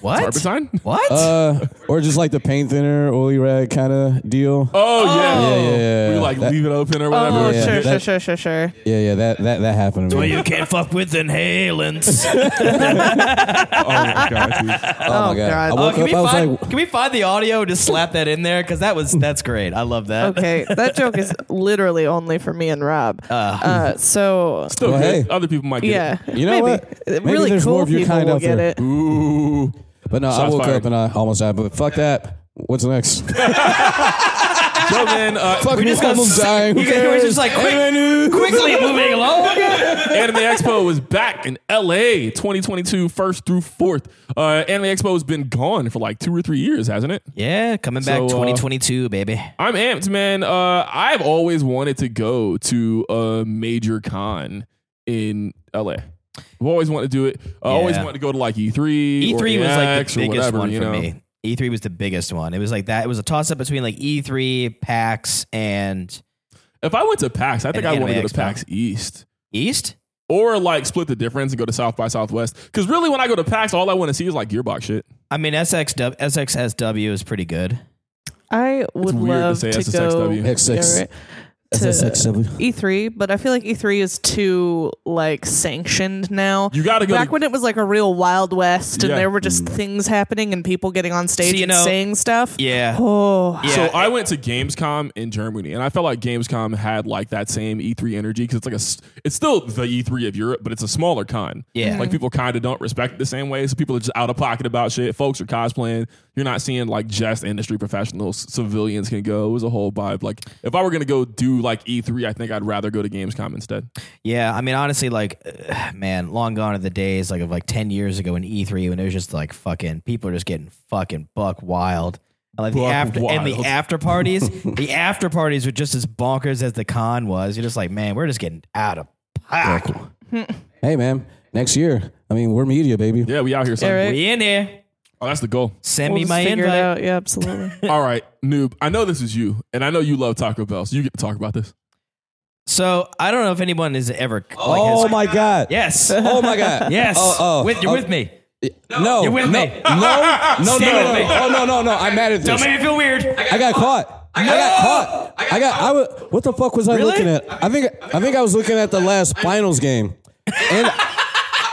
S1: What?
S3: Turpentine?
S1: What?
S2: Uh, or just like the paint thinner, oily rag kind of deal.
S3: Oh, yeah.
S2: Yeah, yeah, yeah.
S3: We like leave it open or whatever.
S5: Oh,
S2: Yeah,
S5: sure, sure,
S2: that-
S5: sure, sure, sure.
S2: Yeah, yeah, that that that happened to me.
S1: you can't fuck with
S3: (laughs)
S1: inhalants.
S3: Oh my god. dude.
S2: Oh my
S5: Oh, God.
S2: god! I
S1: Oh,
S2: woke
S1: can,
S2: up.
S1: we
S2: I was
S1: find,
S2: like,
S1: can we find the audio? and Just slap that in there because that was that's great. I love
S2: (laughs)
S1: that.
S5: Okay, that joke is literally only for me and Rob. Uh, so
S3: Still
S2: Well,
S3: good.
S2: hey.
S3: Other people might get
S5: yeah,
S3: it.
S2: You know
S5: maybe,
S2: what?
S5: Really
S2: Maybe there's
S5: cool
S2: more of your
S5: people
S2: kind
S5: will
S2: out
S5: get
S2: there.
S5: it.
S3: Ooh.
S2: but no, I
S3: Shots
S2: woke
S3: fired.
S2: up and I almost died. But fuck that. What's next?
S3: So
S1: (laughs)
S3: then uh,
S2: fuck,
S1: just
S2: we're
S1: gonna
S2: almost
S1: sit-
S2: dying.
S1: you
S2: Who
S1: guys- we're
S2: cares?
S1: just like, quick-
S2: Anyway, news.
S1: (laughs) Quickly moving
S5: (laughs)
S1: along.
S3: Anime Expo was back in LA 2022, first through fourth. Uh, Anime Expo has been gone for like two or three years, hasn't it?
S1: Yeah, coming back
S3: So, uh,
S1: 2022, baby.
S3: I'm amped, man. Uh, I've always wanted to go to a major con in LA. I've always wanted to do it. I always
S1: Yeah.
S3: wanted to go to like E3.
S1: E3
S3: or
S1: E was like
S3: EX
S1: the
S3: or
S1: biggest
S3: whatever,
S1: one
S3: you
S1: for
S3: know?
S1: me. E3 was the biggest one. It was like that. It was a toss up between like E3, PAX, and
S3: If I went to PAX, I think I
S1: Anime
S3: want to go to
S1: Expo.
S3: PAX East.
S1: East.
S3: Or like split the difference and go to South by Southwest. Because really, when I go to PAX, all I want to see is like gearbox shit.
S1: I mean, SXW, SXSW is pretty good.
S5: I would
S3: weird to
S5: love
S3: say
S5: to,
S3: SSXW.
S5: go.
S2: X6.
S5: Yeah, right. to E3, but I feel like E3 is too like sanctioned now.
S3: You gotta go
S5: Back
S3: to-
S5: when it was like a real Wild West, and
S3: Yeah. Mm.
S5: there were just things happening and people getting on stage
S1: See, you
S5: and
S1: know-
S5: saying stuff.
S1: Yeah.
S5: Oh,
S1: Yeah.
S3: So I went to Gamescom in Germany, and I felt like Gamescom had like that same E3 energy because it's like a, s- it's still the E3 of Europe, but it's a smaller con.
S1: Yeah.
S3: like people kind of don't respect it the same way. So people are just out of pocket about shit. Folks are cosplaying. You're not seeing like just industry professionals. Civilians can go. It was a whole vibe. Like if I were gonna go do like E3, I think I'd rather go to Gamescom instead.
S1: Yeah, I mean, honestly, like, (sighs) man, long gone are the days like of like ten years ago in E three when it was just like fucking people are just getting fucking buck wild. And, Like the
S3: Buck
S1: after and
S3: wild.
S1: the after parties,
S3: (laughs)
S1: the after parties were just as bonkers as the con was. You're just like, man, we're just getting out of pocket.
S2: Hey, man, next year. I mean, we're media, baby.
S3: Yeah, we out here. Son.
S5: Eric.
S1: We in there.
S3: Oh, that's
S1: (laughs)
S3: the goal.
S1: Send
S5: we'll
S1: me
S5: just
S1: my
S5: figure it
S1: invite.
S5: out. Yeah,
S1: (laughs)
S5: absolutely.
S3: All right, noob. I know this is you, and I know you love Taco Bell, so you get to talk about this.
S1: So I don't know if anyone has ever. Like,
S2: Oh
S1: has,
S2: my god.
S1: Yes.
S2: Oh my
S1: (laughs)
S2: god.
S1: Yes.
S2: Oh, oh,
S1: with, you're
S2: oh,
S1: with me.
S2: No.
S1: You're with
S2: no,
S1: me. (laughs)
S2: No. No. No.
S1: Stay
S2: no,
S1: with me.
S2: no. Oh no. No. No. I'm mad at
S1: Don't
S2: this.
S1: make me feel weird.
S2: I got caught. I got caught. I got. I was. What the fuck was I looking at? I think. I think I was looking at the last finals game. And I-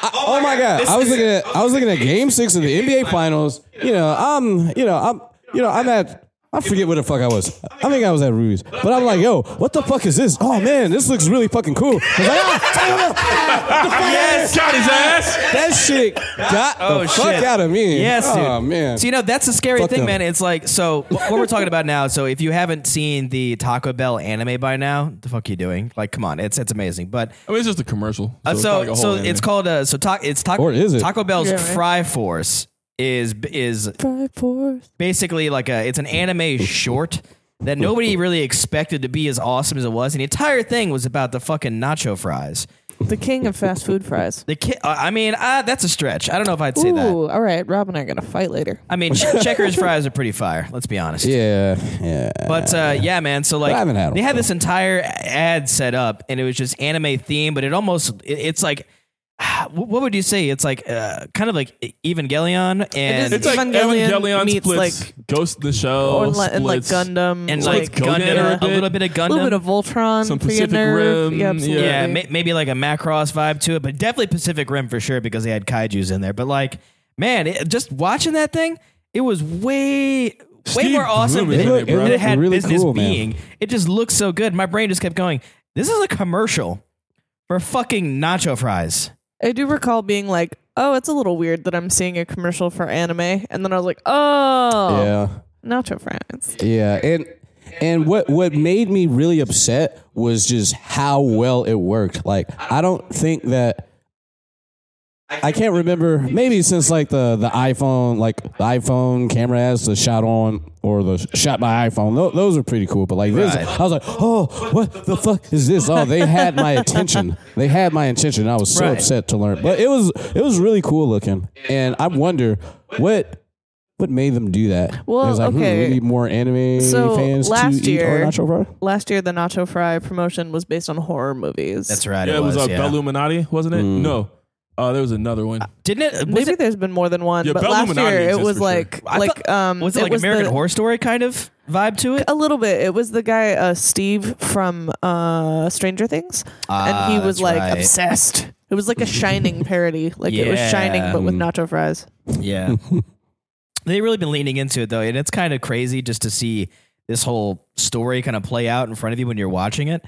S2: (laughs) oh my god, I was looking at. I was looking at Game Six of the NBA Finals. You know, I'm. You know, I'm. You know, I'm at. I forget where the fuck I was. I think I was at Ruby's, but I'm like, yo, what the fuck is this? Oh man, this looks really fucking cool. I was like, "Ah, the fuck is this?"
S3: Got his ass.
S2: That shit got the
S1: Oh,
S2: fuck
S1: shit.
S2: out
S1: (laughs)
S2: of me.
S1: Yes, dude.
S2: Oh man.
S1: So you know that's the scary
S2: Fuck
S1: thing,
S2: them.
S1: man. It's like so wh- what we're talking about now. So if you haven't seen the Taco Bell anime by now, the fuck you doing? Like, come on, it's it's amazing. But
S3: I mean, it's just a commercial.
S1: uh,
S3: it's
S1: so
S3: not like a
S1: so
S3: whole
S1: it's
S3: anime.
S1: called uh, so ta- it's Taco
S2: Or is it?
S1: Taco Bell's
S5: Yeah, right.
S1: Fry Force is is
S5: Five, four.
S1: basically like a it's an anime short that nobody really expected to be as awesome as it was. And the entire thing was about the fucking nacho fries.
S5: The king of fast food fries.
S1: The ki- uh, I mean, uh, that's a stretch. I don't know if I'd say that.
S5: Ooh, all right. Rob and I are gonna fight later.
S1: I mean, Ch- Checkers fries are pretty fire. Let's be honest.
S2: yeah. Yeah.
S1: But uh, yeah, man. So like,
S2: I haven't had
S1: they
S2: one,
S1: had this entire ad set up, and it was just anime themed, but it almost it- it's like. (sighs) wh- What would you say? It's like uh, kind of like Evangelion and
S5: is
S3: It's like
S5: Evangelion
S3: Evangelion,
S5: meets,
S3: splits
S5: like-
S3: Ghost in the Shell,
S5: Or li- and like
S3: Oh, splits
S5: Gundam.
S1: and
S5: like
S1: like Gundam,
S3: Gundam
S5: yeah.
S1: a little bit of
S5: A
S1: Gundam,
S5: little bit of Voltron
S3: Some
S5: for your
S3: Pacific Rim,
S5: nerve. Yeah,
S3: yeah.
S5: absolutely.
S1: yeah, ma- maybe like a Macross vibe to it, but definitely Pacific Rim for sure because they had kaiju's in there. But like, man, it, just watching that thing, it was way way
S3: Steve
S1: more awesome
S3: Bloom
S1: than
S3: is
S1: it,
S3: in it, bro.
S1: than it had
S2: Really
S1: business
S2: cool, man.
S1: being. It just looked so good. My brain just kept going. This is a commercial for fucking nacho fries.
S5: I do recall being like, "Oh, it's a little weird that I'm seeing a commercial for anime," and then I was like, "Oh,
S1: um,
S2: yeah.
S5: nacho fries."
S2: Yeah, and and what what made me really upset was just how well it worked. Like I don't think that I can't remember maybe since like the the iPhone like the iPhone camera as the shot on or the shot by iPhone. Tho- Those are pretty cool, but like this
S1: Right.
S2: I was like, "Oh, what the fuck is this?" Oh, they had my attention. They had my attention. I was so
S1: Right.
S2: upset to learn. But it was it was really cool looking. And I wonder what what made them do that?
S5: Well,
S2: It was like, hmm,
S5: okay.
S2: we need more anime
S5: So,
S2: fans
S5: last
S2: to
S5: year-
S2: eat our nacho fry.
S5: Last year, the nacho fry promotion was based on horror movies.
S1: That's right.
S3: Yeah, it was, uh,
S1: yeah.
S3: Belluminati, wasn't it? No, uh, there was another one.
S1: Didn't it? Was
S5: Maybe
S1: it,
S5: there's been more than one,
S3: Yeah,
S5: but
S3: Bell
S5: last
S3: Luminati
S5: year it
S3: exists
S5: was
S3: for sure.
S5: like,
S1: I
S5: like,
S1: thought-
S5: um,
S1: was it like American
S5: the,
S1: Horror Story kind of vibe to it?
S5: A little bit. It was the guy uh, Steve from uh, Stranger Things,
S1: Ah,
S5: and he was
S1: that's
S5: like
S1: right.
S5: obsessed. It was like
S1: (laughs)
S5: a Shining parody. Like it was Shining,
S1: Yeah.
S5: but with nacho fries.
S1: Yeah.
S2: (laughs)
S1: They've really been leaning into it though, and it's kind of crazy just to see this whole story kind of play out in front of you when you're watching it.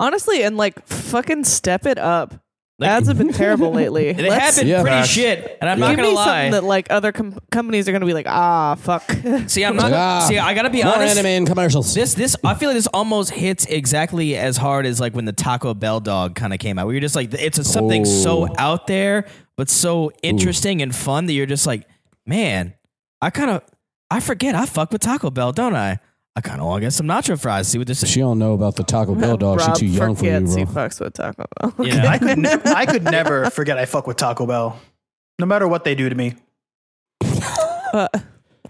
S5: Honestly, and like fucking step it up. Ads have
S1: (laughs)
S5: been terrible lately.
S1: And it
S5: Let's-
S1: had been
S2: Yeah.
S1: pretty
S2: Facts.
S1: shit, and I'm not
S5: Give
S1: gonna
S5: me
S1: lie.
S5: something that like other com- companies are gonna be like, ah, fuck.
S1: see, I'm not.
S2: Like, ah,
S1: see, I gotta be
S2: more
S1: honest.
S2: anime and commercials.
S1: This, this, I feel like this almost hits exactly as hard as like when the Taco Bell dog kind of came out. We were just like, it's a, something
S2: Oh.
S1: so out there, but so interesting and fun that you're just like, man, I kind of, I forget I fuck with Taco Bell, don't I? I kind of want to get some nacho fries, see what
S2: (laughs)
S1: this is.
S2: she don't know about the Taco
S1: Uh,
S2: Bell dog. She
S5: (laughs) Rob
S2: too young for you,
S5: forgets
S2: bro.
S5: he fucks with Taco Bell.
S1: You know?
S4: I could, ne- I could never forget I fuck with Taco Bell, no matter what they do to me.
S5: (laughs)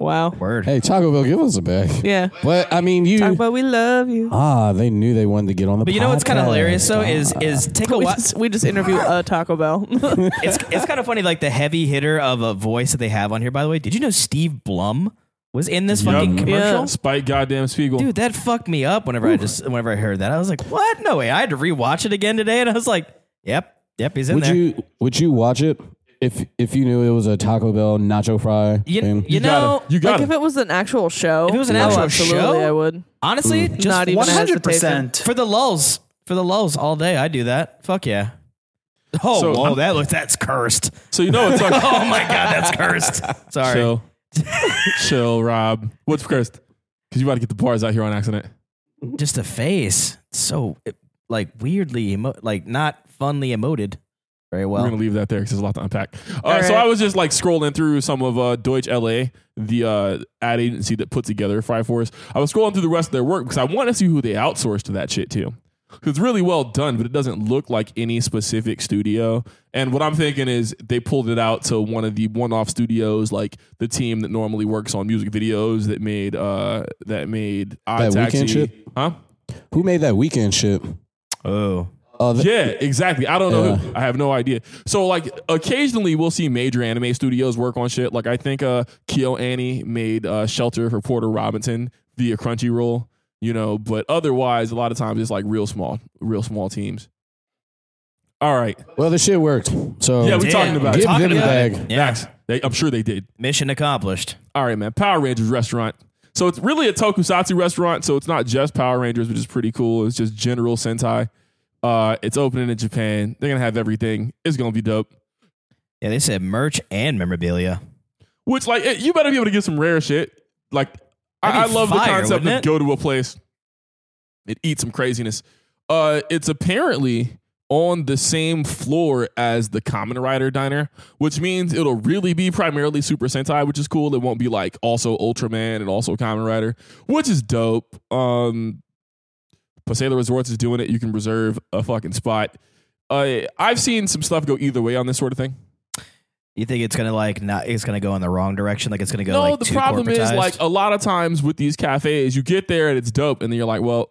S5: wow.
S1: Word.
S2: Hey, Taco Bell, give us a bag.
S5: Yeah.
S2: But I mean,
S5: Taco
S2: you
S5: Bell, we love you.
S2: ah, they knew they wanted to get on the.
S1: But you know what's kind of
S2: podcast.
S1: hilarious though is is take a
S5: We
S1: while.
S5: just, we just interview a Taco Bell. (laughs)
S1: It's it's kind of funny like the heavy hitter of a voice that they have on here. By the way, did you know Steve Blum was in this
S3: Yup.
S1: fucking commercial.
S5: Yeah.
S3: Spike goddamn Spiegel.
S1: Dude, that fucked me up whenever I just whenever I heard that. I was like, "What? No way!" I had to rewatch it again today, and I was like, "Yep, yep, he's in
S2: Would
S1: there."
S2: you would you watch it if if you knew it was a Taco Bell nacho fry
S1: You-
S2: thing?
S1: you
S3: got
S1: know,
S3: it. You got
S5: like
S3: it.
S5: if it was an actual show.
S1: If it was an
S5: oh,
S1: actual
S5: absolutely,
S1: show?
S5: I would.
S1: honestly,
S2: Mm.
S1: just
S5: Not even
S1: watch-
S5: a hesitation.
S1: (laughs)
S4: 100%.
S1: for the lulls, for the lulls all day. I do that. Fuck yeah. Oh,
S3: So-
S1: whoa, that looks that's cursed.
S3: so you know it's like
S1: Oh my god, that's cursed. Sorry.
S3: chill, chill, Rob. What's cursed? Because you about to get the bars out here on accident.
S1: Just a face, so it- like weirdly, emo- like not funly emoted. Very well.
S3: We're gonna leave that there because there's a lot to unpack. Uh,
S5: All
S3: So
S5: right.
S3: I was just like scrolling through some of uh, Deutsch LA, the uh, ad agency that put together Fry Force. I was scrolling through the rest of their work because I want to see who they outsourced to that shit to. 'Cause It's really well done, but it doesn't look like any specific studio. And what I'm thinking is they pulled it out to one of the one-off studios, like the team that normally works on music videos that made uh, that made Eye
S2: That
S3: Taxi,
S2: Weeknd shit?
S3: huh?
S2: Who made that weekend shit?
S1: oh,
S2: Uh, (laughs) th-
S3: Yeah, (laughs) exactly. I don't know. Who. I have no idea. So like occasionally we'll see major anime studios work on shit. Like I think uh Kyo Annie made uh Shelter for Porter Robinson via Crunchyroll, you know, but otherwise a lot of times it's like real small, real small teams. All right.
S2: Well, the shit worked. So
S3: Yeah, we
S1: Damn,
S3: talking about it.
S2: Oh, give
S1: Talking
S2: them a
S1: about
S2: bag.
S1: it. Yeah.
S3: Max, They, I'm sure they did.
S1: Mission accomplished.
S3: All right, man. Power Rangers restaurant. So it's really a tokusatsu restaurant. So it's not just Power Rangers, which is pretty cool. It's just general Sentai. Uh, it's opening in Japan. They're gonna have everything. It's gonna be dope.
S1: Yeah, they said merch and memorabilia.
S3: Which like it- you better be able to get some rare shit. Like I, I
S1: That'd be
S3: love the
S1: fire,
S3: concept
S1: wouldn't
S3: of
S1: it?
S3: go to a place and eat some craziness. Uh, it's apparently on the same floor as the Common Rider Diner, which means it'll really be primarily Super Sentai, which is cool. It won't be like also Ultraman and also Common Rider, which is dope. Um, Pasela Resorts is doing it. You can reserve a fucking spot. Uh, I've seen some stuff go either way on this sort of thing.
S1: You think it's gonna like not? It's gonna go in the wrong direction. Like it's gonna go.
S3: No,
S1: like,
S3: the
S1: too
S3: problem is
S1: corporatized?
S3: like a lot of times with these cafes, you get there and it's dope, and then you're like, well,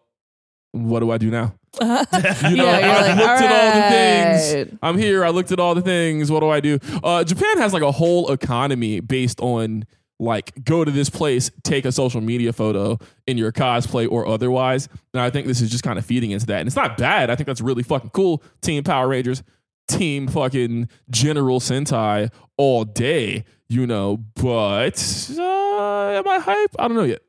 S3: what do I do now? You know,
S5: Yeah,
S3: I
S5: you're like,
S3: looked at all the
S5: "Alright."
S3: things. I'm here. I looked at all the things. What do I do? Uh, Japan has like a whole economy based on like go to this place, take a social media photo in your cosplay or otherwise. And I think this is just kind of feeding into that. And it's not bad. I think that's really fucking cool. Team Power Rangers, team fucking General Sentai all day, you know. But uh, am I hype? I don't know yet.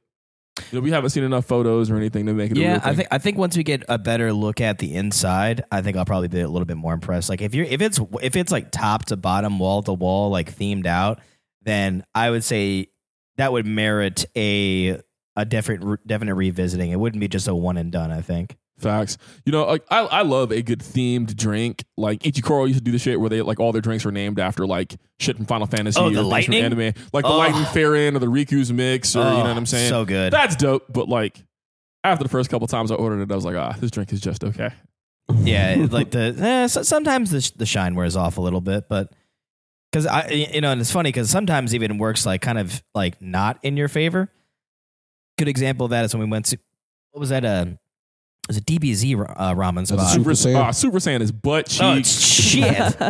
S3: You know, we haven't seen enough photos or anything to make it. a real
S1: Yeah, I
S3: thing.
S1: think I think once we get a better look at the inside, I think I'll probably be a little bit more impressed. Like if you're if it's if it's like top to bottom, wall to wall, like themed out, then I would say that would merit a a definite definite revisiting. It wouldn't be just a one and done. I think.
S3: Facts. You know, like I, I love a good themed drink. Like Ichikoro used to do the shit where they like all their drinks are named after like shit from Final Fantasy
S1: Oh,
S3: or
S1: the
S3: things from
S1: lightning?
S3: anime. Like the
S1: Oh.
S3: lightning Farron or the Riku's mix or you know what I'm saying?
S1: So good.
S3: That's dope. But like after the first couple times I ordered it, I was like, ah, this drink is just okay.
S1: yeah,
S2: (laughs)
S1: it- like the eh, so, sometimes the, sh- the shine wears off a little bit, but because I you know, and it's funny because sometimes even works like kind of like not in your favor. Good example of that is when we went to what was that? Uh, it was a DBZ ra- uh, ramen
S2: a
S1: spot.
S2: super-
S3: Super,
S2: Saiyan.
S3: ah, Super Saiyan is butt
S1: Oh,
S3: cheeks.
S1: it's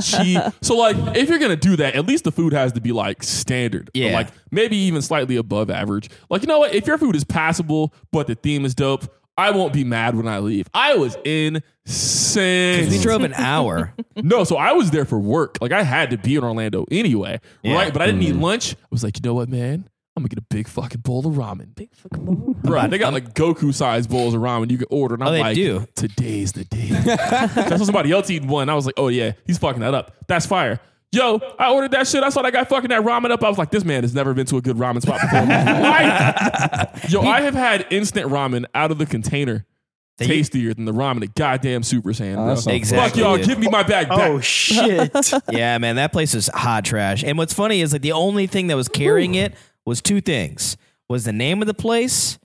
S1: shit.
S2: (laughs)
S3: cheap. So like, if you're gonna do that, at least the food has to be like standard. Or,
S1: Yeah.
S3: like maybe even slightly above average. Like you know what? If your food is passable, but the theme is dope, I won't be mad when I leave. I was insane.
S1: we drove
S2: (laughs)
S1: an hour.
S3: No, so I was there for work. Like I had to be in Orlando anyway,
S1: Yeah. Mm.
S3: right? But I didn't eat lunch. I was like, you know what, man? I'm gonna get a big fucking bowl of ramen. Big fucking bowl. Bro, they got like Goku sized bowls of ramen you can order. And I'm
S1: Oh, they
S3: like,
S1: do.
S3: today's
S1: (laughs)
S3: the day. I saw somebody else eating one. I was like, oh yeah, he's fucking that up. That's fire. Yo, I ordered that shit. I saw that guy fucking that ramen up. I was like, this man has never been to a good ramen spot before. in
S1: (laughs)
S3: his life. Yo, I have had instant ramen out of the container.
S1: They-
S3: Tastier than the ramen at goddamn Super Saiyan, bro.
S2: that's not-
S3: Fuck
S1: Exactly.
S3: y'all,
S1: dude.
S3: give me my bag back.
S4: Oh shit!
S1: (laughs) yeah, man, that place is hot trash. And what's funny is like the only thing that was carrying it was two things: was the name of the place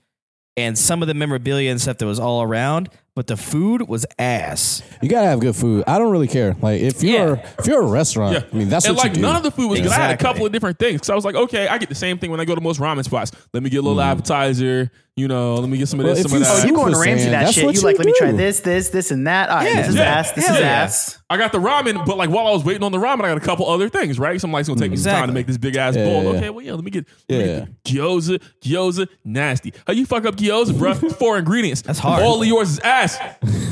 S1: and some of the memorabilia and stuff that was all around. But the food was ass.
S2: You gotta have good food. I don't really care. Like if you're if you're a restaurant,
S3: Yeah.
S2: I mean that's
S3: and
S2: what
S3: like
S2: you do.
S3: none of the food was good. I had a
S1: Exactly.
S2: Mm-hmm.
S3: couple of different things. So I was like, okay, I get the same thing when I go to most ramen spots. Let me get a little appetizer, You know, let me get some of
S2: Well,
S3: this,
S2: if
S3: some of
S2: you
S3: that.
S4: Oh, you
S2: Super
S4: going Ramsey
S2: Saiyan,
S4: that
S2: that's
S4: shit?
S2: what
S4: You
S2: you
S4: like? Let me try
S2: do.
S4: this, this, this, and that. All right,
S1: Yeah.
S4: this is
S1: Yeah.
S4: ass. This
S1: Hell
S4: is
S1: yeah.
S4: ass.
S3: I got the ramen, but like while I was waiting on the ramen, I got a couple other things, right? So I'm like, it's gonna take me some time to
S1: Exactly.
S3: make this big ass
S2: Yeah,
S3: bowl.
S2: yeah, yeah.
S3: Okay, well, yeah, let me get,
S2: Yeah,
S3: let me get the gyoza, gyoza, nasty. How you fuck up gyoza, bro? It's Four ingredients.
S1: That's hard.
S3: All of yours is ass.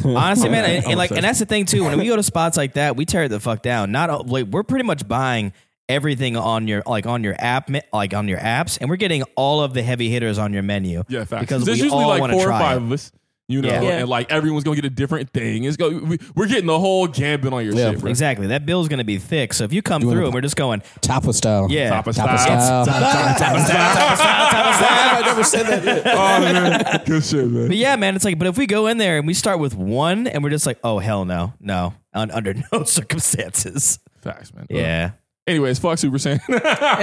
S1: Honestly, man, and,
S3: I'm
S1: and like,
S3: obsessed.
S1: and that's the thing too. When we go to spots like that, we tear it the fuck down. Not o- like we're pretty much buying everything on your like on your app, me- like on your apps, and we're getting all of the heavy hitters on your menu.
S3: Yeah, facts.
S1: Because
S3: there's
S1: we
S3: usually
S1: all
S3: like
S1: wanna
S3: four or
S1: try
S3: five
S1: it.
S3: of us, you know,
S1: Yeah.
S5: Yeah.
S3: and like everyone's gonna get a different thing. It's go, we, we're getting the whole gambit on your
S2: Yeah.
S3: shit, bro.
S1: Exactly. That bill's gonna be thick. So if you come
S2: wanna-
S1: through and we're just going,
S2: Tapa style.
S1: yeah,
S3: Top of
S2: Tapa
S3: style.
S2: style. Tapa style. I never said that. yet.
S3: Oh man, (laughs)
S1: (laughs)
S3: good shit, man.
S1: But yeah, man, it's like, but if we go in there and we start with one and we're just like, oh, hell no, no, un- under (laughs) no circumstances.
S3: Facts, man.
S1: Yeah.
S3: Anyways, fuck Super Saiyan. (laughs)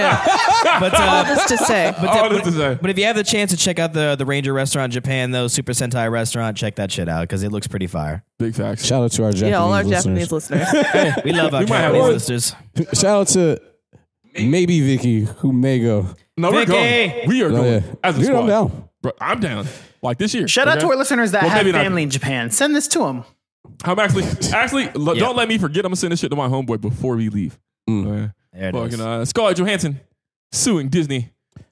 S1: But,
S5: All
S1: uh,
S5: this to say,
S1: but,
S3: All
S1: the-
S3: this to say.
S1: but if you have the chance to check out the, the Ranger restaurant in Japan, though, Super Sentai restaurant, check that shit out because it looks pretty fire.
S3: Big facts.
S2: (laughs) Shout out to our Japanese
S5: yeah, all our
S2: listeners.
S5: Japanese listeners.
S1: We love our
S3: We might have
S1: Japanese
S3: one.
S1: listeners.
S2: Shout out to maybe Vicky, who may go.
S3: No, we're
S1: Vicky!
S3: going. We are
S2: Oh,
S3: going
S2: yeah.
S3: as a
S2: Dude,
S3: squad.
S2: I'm down.
S3: Bro, I'm down. Like this year.
S4: Shout out
S3: okay?
S4: to our listeners that
S3: Well,
S4: have
S3: maybe not.
S4: family in Japan. Send this to them.
S1: (laughs)
S3: I'm actually, actually, l-
S1: Yeah. Mm.
S3: don't let me forget. I'm gonna send this shit to my homeboy before we leave. Okay?
S1: There it
S3: Fucking
S1: is.
S3: uh, Scarlett Johansson suing Disney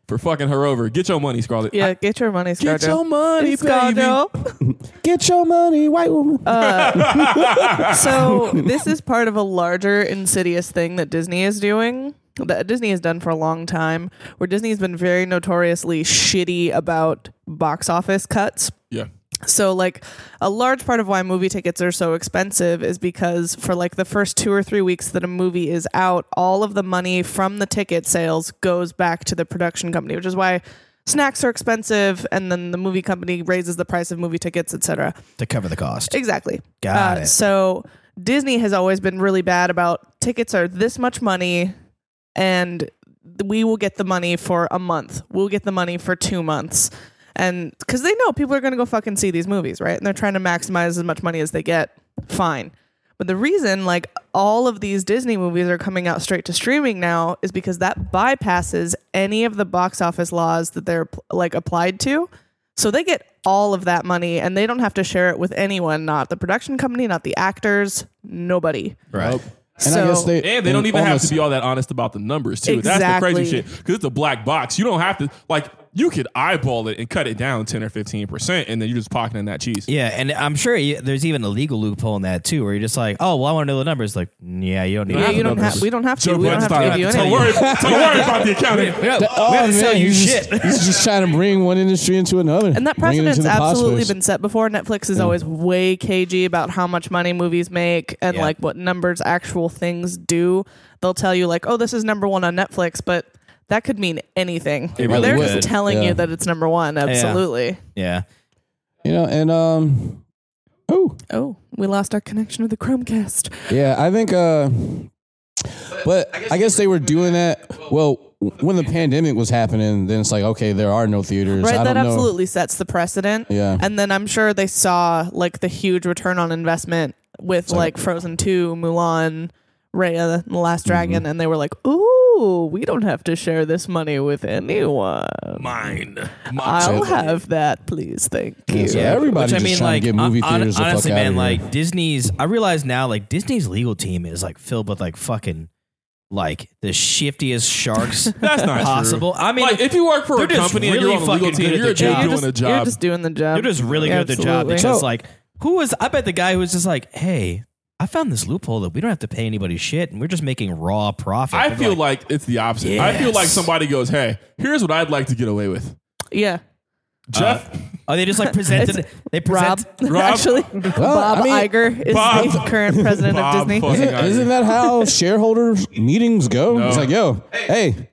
S3: for fucking her over. Get your money, Scarlett.
S5: yeah, get your money, Scarjo.
S3: Get your money, baby.
S5: Scarjo.
S2: Get your money, white woman.
S5: Uh, so this is part of a larger insidious thing that Disney is doing that Disney has done for a long time where Disney's been very notoriously shitty about box office cuts.
S3: Yeah.
S5: So like a large part of why movie tickets are so expensive is because for like the first 2 or 3 weeks that a movie is out, all of the money from the ticket sales goes back to the production company, which is why snacks are expensive and then the movie company raises the price of movie tickets, etc.
S1: to cover the cost.
S5: Exactly.
S1: Got
S5: uh,
S1: it.
S5: So Disney has always been really bad about tickets are this much money, and th- we will get the money for a month. We'll get the money for two months, and because they know people are going to go fucking see these movies, right? And they're trying to maximize as much money as they get. Fine. But the reason, like, all of these Disney movies are coming out straight to streaming now is because that bypasses any of the box office laws that they're, like, applied to. So they get all of that money and they don't have to share it with anyone, not the production company, not the actors, nobody.
S1: Right.
S2: And
S5: So-
S2: I guess they
S3: And they don't even have to
S2: honest-
S3: be all that honest about the numbers too. That's the
S5: Exactly.
S3: crazy shit. Because it's a black box. You don't have to like you could eyeball it and cut it down ten or fifteen percent, and then you're just pocketing that cheese.
S1: Yeah, and I'm sure you, there's even a legal loophole in that too, where you're just like, oh, well, I want to know the numbers. Like, yeah, you don't need.
S5: Yeah,
S1: to
S5: you
S1: know
S3: (laughs)
S5: don't
S1: the numbers.
S5: have. We don't have to.
S3: Joe
S5: We don't
S3: Budden
S5: have to
S3: style.
S5: give you
S3: don't
S5: anything.
S3: worry, don't worry about the accounting.
S5: (laughs)
S1: We don't-
S2: Oh,
S1: we don't sell
S2: man,
S1: you
S2: he's
S1: shit.
S2: (laughs) Just, he's just trying to bring one industry into another.
S5: And
S2: (laughs)
S5: that
S2: Bring it
S5: precedent's
S2: into the pod
S5: absolutely
S2: space.
S5: been set before. Netflix is always way cagey about how much money movies make and
S1: Yeah.
S5: like what numbers actual things do. They'll tell you like, "Oh, this is number 1 on Netflix," but that could mean anything.
S1: really
S5: They're
S1: could.
S5: just telling
S2: Yeah.
S5: you that it's number 1. Absolutely.
S1: (laughs) Yeah.
S2: You know, and um, oh
S5: Oh, we lost our connection with the Chromecast.
S2: yeah, I think. uh But I guess they were doing that. Well, when the pandemic was happening, then it's like, okay, there are no theaters.
S5: Right,
S2: I
S5: that
S2: don't know.
S5: absolutely sets the precedent.
S2: Yeah.
S5: And then I'm sure they saw like the huge return on investment with like, Frozen 2, Mulan, Raya and the Last Dragon and they were like, "Ooh, we don't have to share this money with anyone.
S3: Mine.
S5: I'll have that, please. Thank you."
S2: So everybody's just trying to get movie
S1: hon-
S2: theaters. the fuck
S1: honestly,
S2: out
S1: man,
S2: of here.
S1: like Disney's. I realize now, like Disney's legal team is like filled with like fucking, like the shiftiest sharks
S3: That's not true.
S1: possible. I mean,
S3: like if you work for
S1: they're
S3: a
S1: just
S3: company and
S1: really
S3: you're on the legal
S1: fucking
S3: team,
S1: good at
S3: you're
S1: their
S3: just
S1: job.
S3: doing
S5: You're just,
S3: a job.
S5: you're just doing the job.
S1: they're just really good at their job
S5: Absolutely.
S1: because
S2: So-
S1: like who was? I bet the guy who was just like, hey. I found this loophole that we don't have to pay anybody shit, and we're just making raw profit.
S3: I
S1: They're
S3: feel like, it's the opposite. I feel like
S1: Yes.
S3: somebody goes, "Hey, here's what I'd like to get away with." Uh,
S5: yeah.
S3: Jeff,
S1: oh, they just
S5: (laughs)
S1: like presented. they
S5: Rob,
S1: present.
S5: (laughs)
S1: (laughs)
S3: Rob-
S5: actually, Bob
S2: I mean,
S5: Iger is
S3: Bob-
S5: the current president
S3: Bob
S5: of Disney.
S3: fucking
S5: (laughs)
S2: Isn't, isn't that how shareholder meetings go? It's like, yo, hey,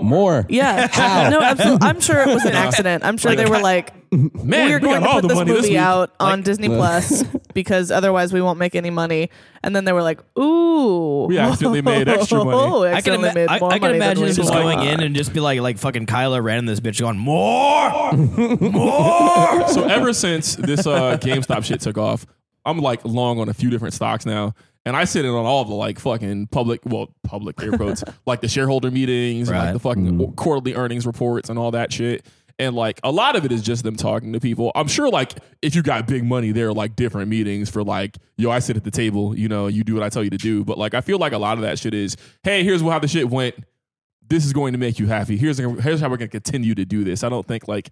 S2: more.
S5: Yeah. no, absolutely. I'm sure it was an accident. I'm sure they were like,
S3: man,
S5: we are going
S3: got
S5: to
S3: all
S5: put
S3: the
S5: this
S3: money this
S5: movie
S3: week.
S5: out
S3: (laughs)
S5: on Disney
S2: No.
S5: Plus because otherwise we won't make any money. And then they were like, ooh.
S3: We accidentally
S5: (laughs)
S3: made extra money.
S5: Oh,
S1: I can,
S5: accidentally
S1: ima-
S5: made
S1: I, I
S5: more
S1: can
S5: money than
S1: imagine
S5: we
S1: him just
S5: thought.
S1: going in and just be like, like fucking Kylo Ren, and this bitch going
S5: (laughs)
S1: more, more.
S3: so ever since this uh, GameStop shit took off, I'm like long on a few different stocks now, and I sit in on all the like fucking public, well, public air quotes, like the shareholder meetings, and,
S1: Right.
S3: like the fucking quarterly earnings reports and all that shit. And like a lot of it is just them talking to people. I'm sure like if you got big money, there are like different meetings for like, yo, I sit at the table, you know, you do what I tell you to do. But like I feel like a lot of that shit is, hey, here's how the shit went. This is going to make you happy. Here's here's how we're gonna continue to do this. I don't think like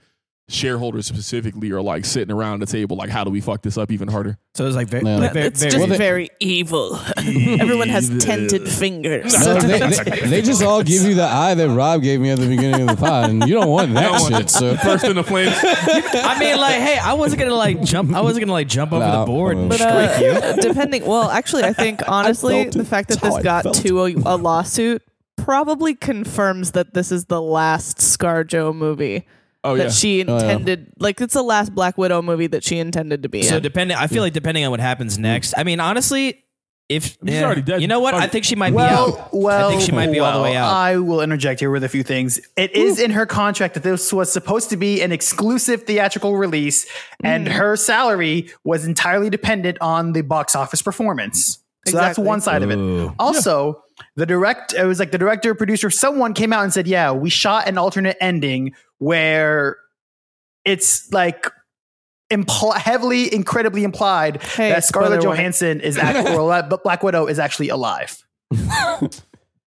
S3: shareholders specifically are like sitting around the table like, how do we fuck this up even harder?
S1: So it's like very,
S2: No.
S1: like very,
S5: it's
S1: very-
S5: just
S2: Well, they-
S5: very
S3: (laughs)
S5: evil. Everyone has tented fingers.
S2: No, they, they, they just all give you the eye that Rob gave me at the beginning of the pod, and you don't want that
S3: don't want
S2: shit.
S3: it.
S2: So
S3: First in the
S5: (laughs)
S3: flames.
S1: I mean, like, hey, I wasn't gonna like jump. I wasn't gonna like jump over
S2: No.
S1: the board and
S2: But,
S1: strike you.
S5: Uh, (laughs) depending, well, actually,
S3: (laughs)
S5: I think honestly,
S2: felt it.
S5: the fact that
S2: That's how
S5: this
S2: I
S5: got
S2: felt.
S5: to a, a lawsuit probably confirms that this is the last ScarJo movie
S3: Oh
S5: that
S3: yeah.
S5: she intended. Like, it's the last Black Widow movie that she intended to be
S1: So
S5: in.
S1: depending, I feel like depending on what happens next. I mean, honestly, if
S3: She's
S1: yeah.
S3: already dead.
S1: You know what?
S3: Fuck.
S1: I think she might be
S4: Well,
S1: out.
S4: well,
S1: I think she might be all the way
S4: well, uh,
S1: out.
S4: I will interject here with a few things. It is in her contract that this was supposed to be an exclusive theatrical release,
S1: Mm.
S4: and her salary was entirely dependent on the box office performance. So that's
S5: Exactly.
S4: one side of it.
S1: Ooh.
S4: Also, the direct it was like the director, producer, someone came out and said, "Yeah, we shot an alternate ending where it's like." Impl- heavily, incredibly implied
S5: Hey,
S4: that Scarlett
S5: spoiler warning.
S4: Johansson
S1: (laughs)
S4: is act- or but Black Widow is actually alive.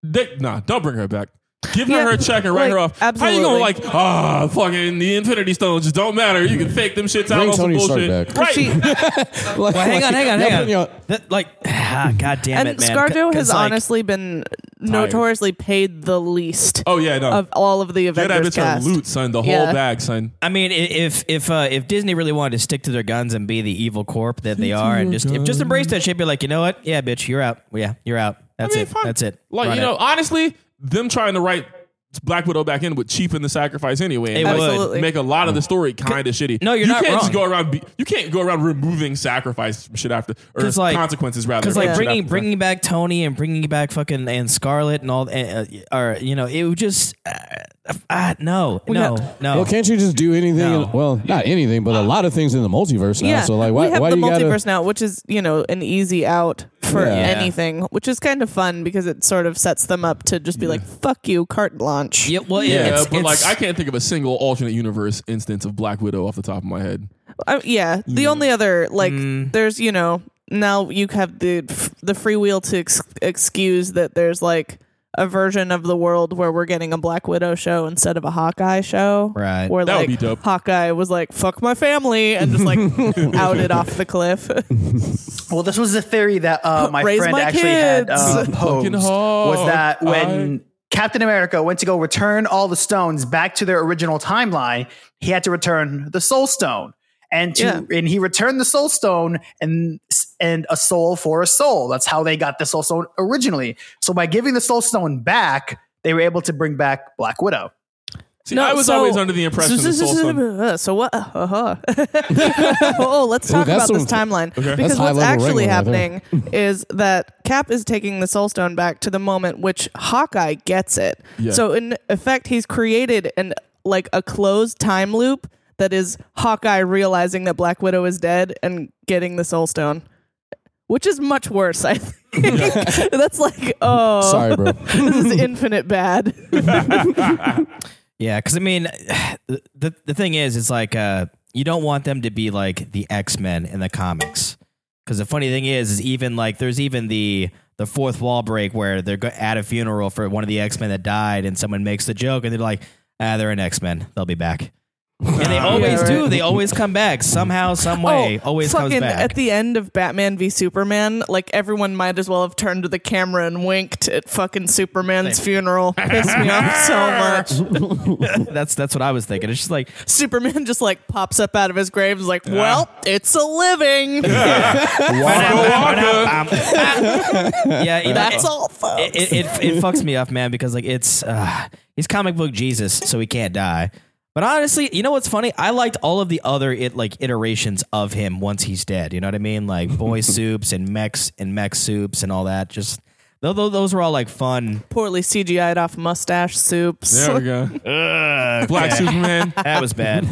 S3: They, nah, don't bring her back. Give her
S5: Yeah,
S3: her check and write her
S5: like,
S3: off. How you gonna
S5: absolutely.
S3: like ah fucking the Infinity Stones just don't matter. You can fake them shits out
S2: Bring
S3: on some
S2: Tony Stark
S3: bullshit.
S2: back.
S3: Right.
S5: She-
S2: (laughs) like,
S1: Well, hang on, hang on,
S2: y'all
S1: hang on.
S2: putting y'all-
S1: That, like, (sighs) ah, god damn
S5: and
S1: it, man.
S5: ScarJo
S1: 'Cause,
S5: has
S1: like,
S5: honestly been notoriously paid the least
S3: oh yeah, no.
S5: of all of the
S3: Get that
S5: Avengers
S3: bitch her
S5: cast.
S3: loot, son. The
S5: Yeah.
S3: whole bag, son.
S1: I mean, i- if if uh, if Disney really wanted to stick to their guns and be the evil corp that they are, and just if, just embrace that shit, be like, you know what? Yeah, bitch, you're out. Yeah, you're out. That's
S3: mean,
S1: it.
S3: fuck.
S1: That's it.
S3: Like
S1: Run
S3: you
S1: it.
S3: know, honestly, them trying to write Black Widow back in would cheapen the sacrifice anyway.
S1: It
S3: and, like,
S1: would.
S5: Absolutely.
S3: make a lot of the story kind of shitty.
S1: No, you're
S3: you
S1: not
S3: can't
S1: wrong.
S3: Just go around. Be, you can't go around removing sacrifice from shit after or
S1: 'Cause, like-
S3: consequences rather.
S1: Because like
S3: from shit
S1: bringing
S3: after-
S1: bringing back Tony and bringing back fucking and Scarlet and all, and, uh, or you know, it would just uh, uh, no, no, no.
S2: Well, can't you just do anything?
S1: No.
S2: Well, not anything, but a lot of things in the multiverse now.
S5: Yeah,
S2: So like, why,
S5: we have
S2: why
S5: the
S2: do you gotta?
S5: multiverse now, which is you know an easy out for
S2: Yeah.
S5: anything, which is kind of fun because it sort of sets them up to just be like, "Fuck you, carte blanche."
S1: Yeah, well,
S3: Yeah,
S1: it's,
S3: but like
S1: it's-
S3: I can't think of a single alternate universe instance of Black Widow off the top of my head.
S5: Uh, yeah. The only other like there's you know now you have the the free will to ex- excuse that there's like a version of the world where we're getting a Black Widow show instead of a Hawkeye show.
S1: Right.
S5: Where
S3: That would
S5: like
S3: be dope.
S5: Hawkeye was like fuck my family and just like outed off the cliff. (laughs)
S4: Well, this was a theory that
S5: (gasps)
S4: uh, my
S5: Raise
S4: friend
S5: my
S4: actually had (laughs)
S5: kids.
S4: uh, posed.
S3: Fucking hard.
S4: Was that when Captain America went to go return all the stones back to their original timeline, he had to return the Soul Stone, and to,
S5: Yeah.
S4: and he returned the Soul Stone and and a soul for a soul. That's how they got the Soul Stone originally. So by giving the Soul Stone back, they were able to bring back Black Widow.
S3: See, I was always under the impression the Soul Stone.
S5: So what? Uh-huh.
S2: (laughs)
S5: (laughs) oh, let's talk
S2: that's
S5: about this
S2: some-
S5: timeline
S2: That's
S5: because what's
S2: high-level
S5: actually
S2: wrangling
S5: happening
S2: right (laughs)
S5: is that Cap is taking the Soul Stone back to the moment which Hawkeye gets it.
S3: Yeah.
S5: So in effect, he's created an like a closed time loop that is Hawkeye realizing that Black Widow is dead and getting the Soul Stone, which is much worse. I
S2: (laughs)
S5: think (laughs) that's like oh,
S2: Sorry,
S5: (laughs)
S2: bro.
S5: this is infinite bad.
S1: Yeah, because I mean, the, the the thing is, it's like uh, you don't want them to be like the X Men in the comics. Because the funny thing is, is even like there's even the the fourth wall break where they're go- at a funeral for one of the X Men that died, and someone makes the joke, and they're like, "Ah, they're an X Men. They'll be back." And they
S3: Ah,
S1: always
S5: right.
S1: do. They always come back somehow, some
S3: Oh,
S1: way. always
S5: Oh, fucking
S1: comes back.
S5: At the end of Batman v Superman, like everyone might as well have turned to the camera and winked at fucking Superman's
S1: (laughs)
S5: funeral. Pissed me off so much.
S1: that's that's what I was thinking. It's just
S3: (laughs)
S1: like
S5: Superman just like pops up out of his grave and is like, well, it's
S1: (laughs)
S5: a living.
S3: Waka
S1: yeah, you know,
S5: That's
S1: it-
S5: all, folks.
S1: it, it, it,
S2: (laughs)
S1: it fucks me up, man, because like it's uh, he's comic book Jesus, so he can't die. But honestly, you know what's funny? I liked all of the other it like iterations of him once he's dead. You know what I mean? Like
S2: (laughs)
S1: boy soups and mechs and mech soups and all that. Just tho- tho- those were all like fun.
S5: Poorly CGI'd off mustache soups.
S3: There we go.
S1: (laughs)
S3: Black Superman.
S1: That was
S2: (laughs)
S1: bad.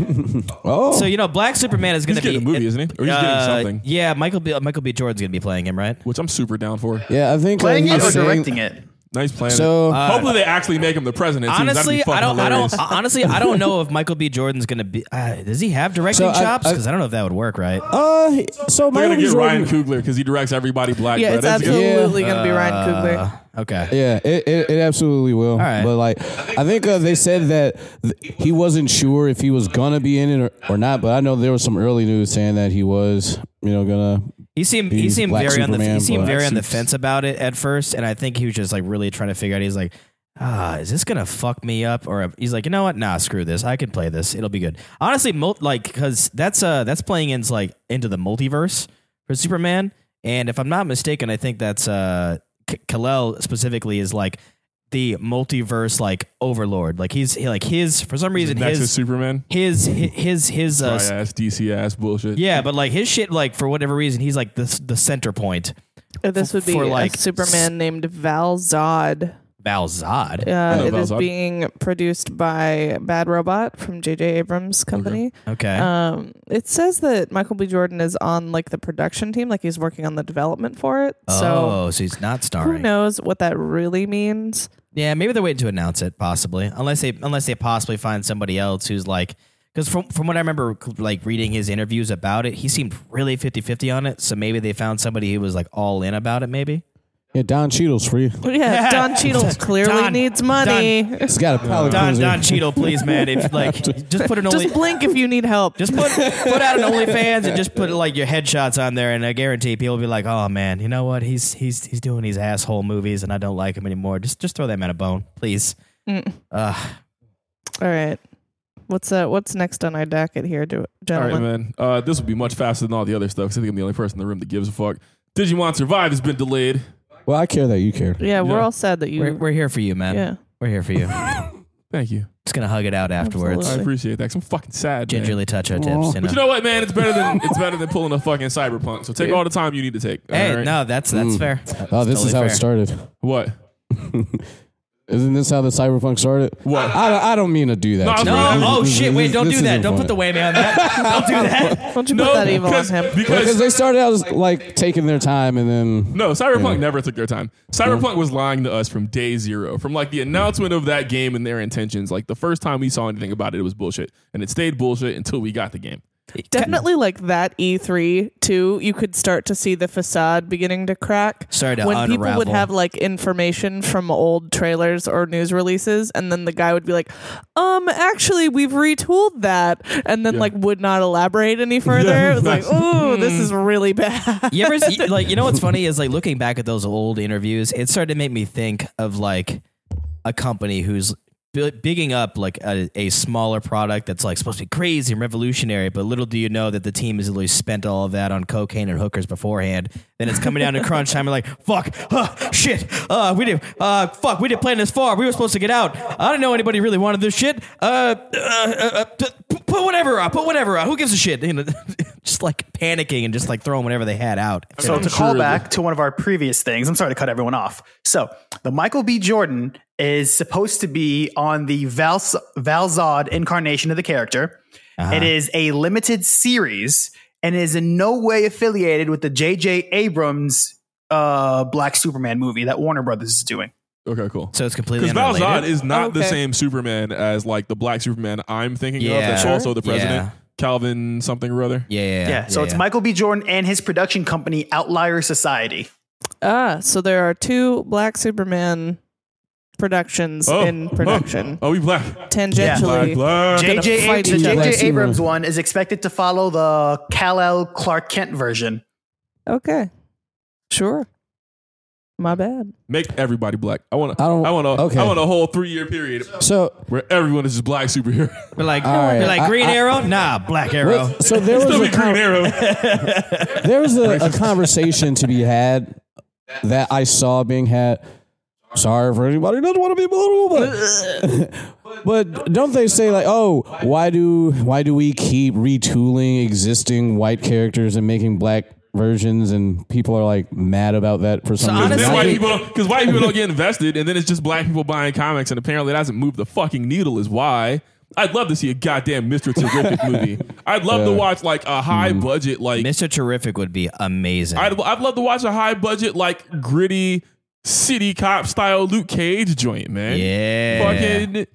S2: Oh,
S1: so you know, Black Superman is going
S3: He's
S1: to be
S3: getting a movie, isn't he? Or he's
S1: uh,
S3: getting something,
S1: Yeah, Michael B. Michael B. Jordan's going to be playing him, right? (laughs)
S3: which I'm super down for.
S2: yeah. I think uh, like,
S4: Playing
S2: he's
S4: it or
S2: saying,
S4: directing it?
S3: Nice planet.
S2: So- Uh,
S3: hopefully they actually make him the president. too. That'd
S1: Honestly, I
S3: be fucking
S1: don't. I
S3: hilarious.
S1: don't. Honestly, I don't know if Michael B. Jordan's gonna be. Uh, does he have directing
S2: So I-
S1: chops?
S2: I-
S1: Because I, don't know if that would work, right?
S2: Uh, so
S3: They're
S2: my
S3: gonna get Ryan Coogler because he directs everybody black.
S5: Yeah,
S3: bro.
S5: it's
S3: That's good.
S5: absolutely gonna be Ryan Coogler.
S1: Okay.
S2: Yeah, it, it, it absolutely will.
S1: right.
S2: But like, I think uh, they said that th- he wasn't sure if he was gonna be in it or, or not. But I know there was some early news saying that he was, you know, gonna.
S1: He seemed he
S2: He's
S1: seemed
S2: Black
S1: very on the
S2: Superman,
S1: he seemed
S2: Black
S1: very on the
S2: Supes-
S1: fence about it at first, and I think he was just like really trying to figure out. He's like, ah, is this gonna fuck me up? Or he's like, you know what? Nah, screw this. I can play this. It'll be good. Honestly, mul- like because that's uh that's playing into like into the multiverse for Superman, and if I'm not mistaken, I think that's uh K- Kal-El specifically is like the multiverse like overlord. Like he's he, like his for some reason
S3: Next is
S1: his
S3: Superman. Oh,
S1: his his his, his uh,
S3: Dry ass DC ass bullshit.
S1: yeah, but like his shit, like for whatever reason, he's like the the center point.
S5: Uh, This would be
S1: for, like,
S5: a Superman named Val Zod.
S1: Balzad.
S5: Uh, it
S3: Val
S5: is
S3: Zod.
S5: being produced by Bad Robot from J.J. Abrams' company.
S1: Okay.
S5: Um, it says that Michael B. Jordan is on like the production team, like he's working on the development for it. So
S1: oh, so he's not
S5: who
S1: starring.
S5: knows what that really means? (laughs)
S1: Yeah, maybe they're waiting to announce it, possibly. Unless they unless they possibly find somebody else who's like, because from from what I remember, like reading his interviews about it, he seemed really 50-50 on it. So maybe they found somebody who was like all in about it. Maybe.
S2: Yeah, Don Cheadle's free.
S5: Yeah, Don Cheadle clearly
S1: Don.
S5: needs money.
S2: He's got a palate
S1: Don
S2: cleanser.
S1: Don Cheadle, please, man. If like, just put an only.
S5: Just blink if you need help.
S1: Just put put out an OnlyFans and just put like your headshots on there, and I guarantee people will be like, "Oh man, you know what? He's he's he's doing these asshole movies, and I don't like him anymore." Just just throw that man a bone, please.
S5: Mm.
S1: Ugh.
S5: All right. What's uh what's next on our docket here, do-
S3: All right,
S5: gentlemen?
S3: man. Uh, this will be much faster than all the other stuff. 'cause I think I'm the only person in the room that gives a fuck. Digimon Survive has been delayed.
S2: Well, I care that you care.
S5: yeah, we're
S3: Yeah.
S5: all sad that you.
S1: We're, we're here for you, man.
S5: Yeah.
S1: We're here for
S5: (laughs)
S1: you.
S3: Thank you.
S1: just gonna hug it out afterwards.
S5: Absolutely.
S3: I appreciate that. 'cause I'm fucking sad. man.
S1: Gingerly touch our tips. You know?
S3: But you know what, man? It's better than it's better than pulling a fucking cyberpunk. So take all the time you need to take. all
S1: hey,
S3: right?
S1: no, that's that's fair.
S2: Oh, this
S1: totally
S2: is how
S1: fair.
S2: it started.
S3: What?
S2: Isn't this how the cyberpunk started?
S3: What?
S2: I, don't- I don't mean to do that.
S3: No,
S2: to
S1: No,
S3: no,
S2: you.
S3: This-
S1: oh
S2: This-
S1: shit!
S2: this-
S1: Wait, don't
S2: this
S1: do that.
S2: isn't
S1: Don't put
S2: funny.
S1: the whammy on
S5: (laughs)
S1: that. don't do that.
S5: Don't you put
S3: No,
S5: that evil on
S3: because,
S5: him?
S2: Because
S3: because
S2: they started out as, like taking their time and then
S3: No, Cyberpunk never took their time. Cyberpunk was lying to us from day zero, from like the announcement of that game and their intentions. Like the first time we saw anything about it, it was bullshit, and it stayed bullshit until we got the game.
S5: Definitely like that E3 too. You could start to see the facade beginning to crack.
S1: Sorry to
S5: when people would
S1: unravel.
S5: have like information from old trailers or news releases, and then the guy would be like, "Um, actually, we've retooled that," and then like would not elaborate any further. it
S3: (laughs)
S5: was like,
S3: Mm.
S5: "Ooh, this is really bad."
S1: you ever see, like you know what's funny is like looking back at those old interviews it started to make me think of like a company who's bi- bigging up like a, a smaller product that's like supposed to be crazy and revolutionary but little do you know that the team has literally spent all of that on cocaine and hookers beforehand then it's coming down to crunch time and like fuck huh, shit uh we did uh fuck we didn't plan this far we were supposed to get out i don't know anybody really wanted this shit uh, uh, uh, uh p- put whatever out put whatever out who gives a shit you know (laughs) just like panicking and just like throwing whatever they had out
S4: So
S3: I'm
S4: to
S3: sure
S4: call
S3: that-
S4: back to one of our previous things, I'm sorry to cut everyone off. So the Michael B. Jordan is supposed to be on the Val Valzad incarnation of the character.
S1: Uh-huh.
S4: It is a limited series and is in no way affiliated with the J.J. Abrams uh, Black Superman movie that Warner Brothers is doing.
S3: Okay, cool.
S1: So it's completely
S3: Because Val
S1: unrelated.
S3: Zod is not the
S5: Okay.
S3: same Superman as like the black Superman I'm thinking of.
S1: Yeah.
S3: That's also the
S1: Sure.
S3: president,
S1: Yeah.
S3: Calvin something or other.
S1: yeah, yeah,
S4: Yeah. so it's
S1: yeah.
S4: Michael B. Jordan and his production company, Outlier Society.
S5: (laughs) ah, so there are two Black Superman productions
S3: Oh,
S5: in production
S3: Oh, we black. Black,
S5: tangentially.
S3: black.
S4: J.J.
S5: fight
S4: Ab- the
S5: each
S2: other.
S4: J.J. Abrams one is expected to follow the Kal-El Clark Kent version.
S5: Okay, sure. My bad.
S3: Make everybody black. I want to.
S2: I
S3: I
S2: don't-
S3: want to.
S2: okay.
S3: I want a whole three year period
S2: so
S3: where everyone is just black superhero. (laughs)
S1: But like,
S2: All right,
S1: but like
S2: I-
S1: Green
S2: I-
S1: Arrow, nah, Black Arrow.
S2: so there was
S3: Still be
S2: a
S3: Green
S2: con-
S3: Arrow.
S2: there was a, a conversation to be had that I saw being had. Sorry for anybody who doesn't want to be vulnerable, but, (laughs) but don't they say like, oh, why do why do we keep retooling existing white characters and making black versions, and people are like mad about that for some reason?
S1: honestly-
S3: Then
S2: I
S3: white
S2: think-
S3: people because white people don't get invested, and then it's just black people buying comics, and apparently that doesn't move the fucking needle. Is why I'd love to see a goddamn Mister Terrific movie. I'd love to watch like a high budget like
S1: Mr. Terrific would be amazing.
S3: I'd I'd love to watch a high budget like gritty city cop style Luke Cage joint, man.
S1: Yeah.
S3: Fucking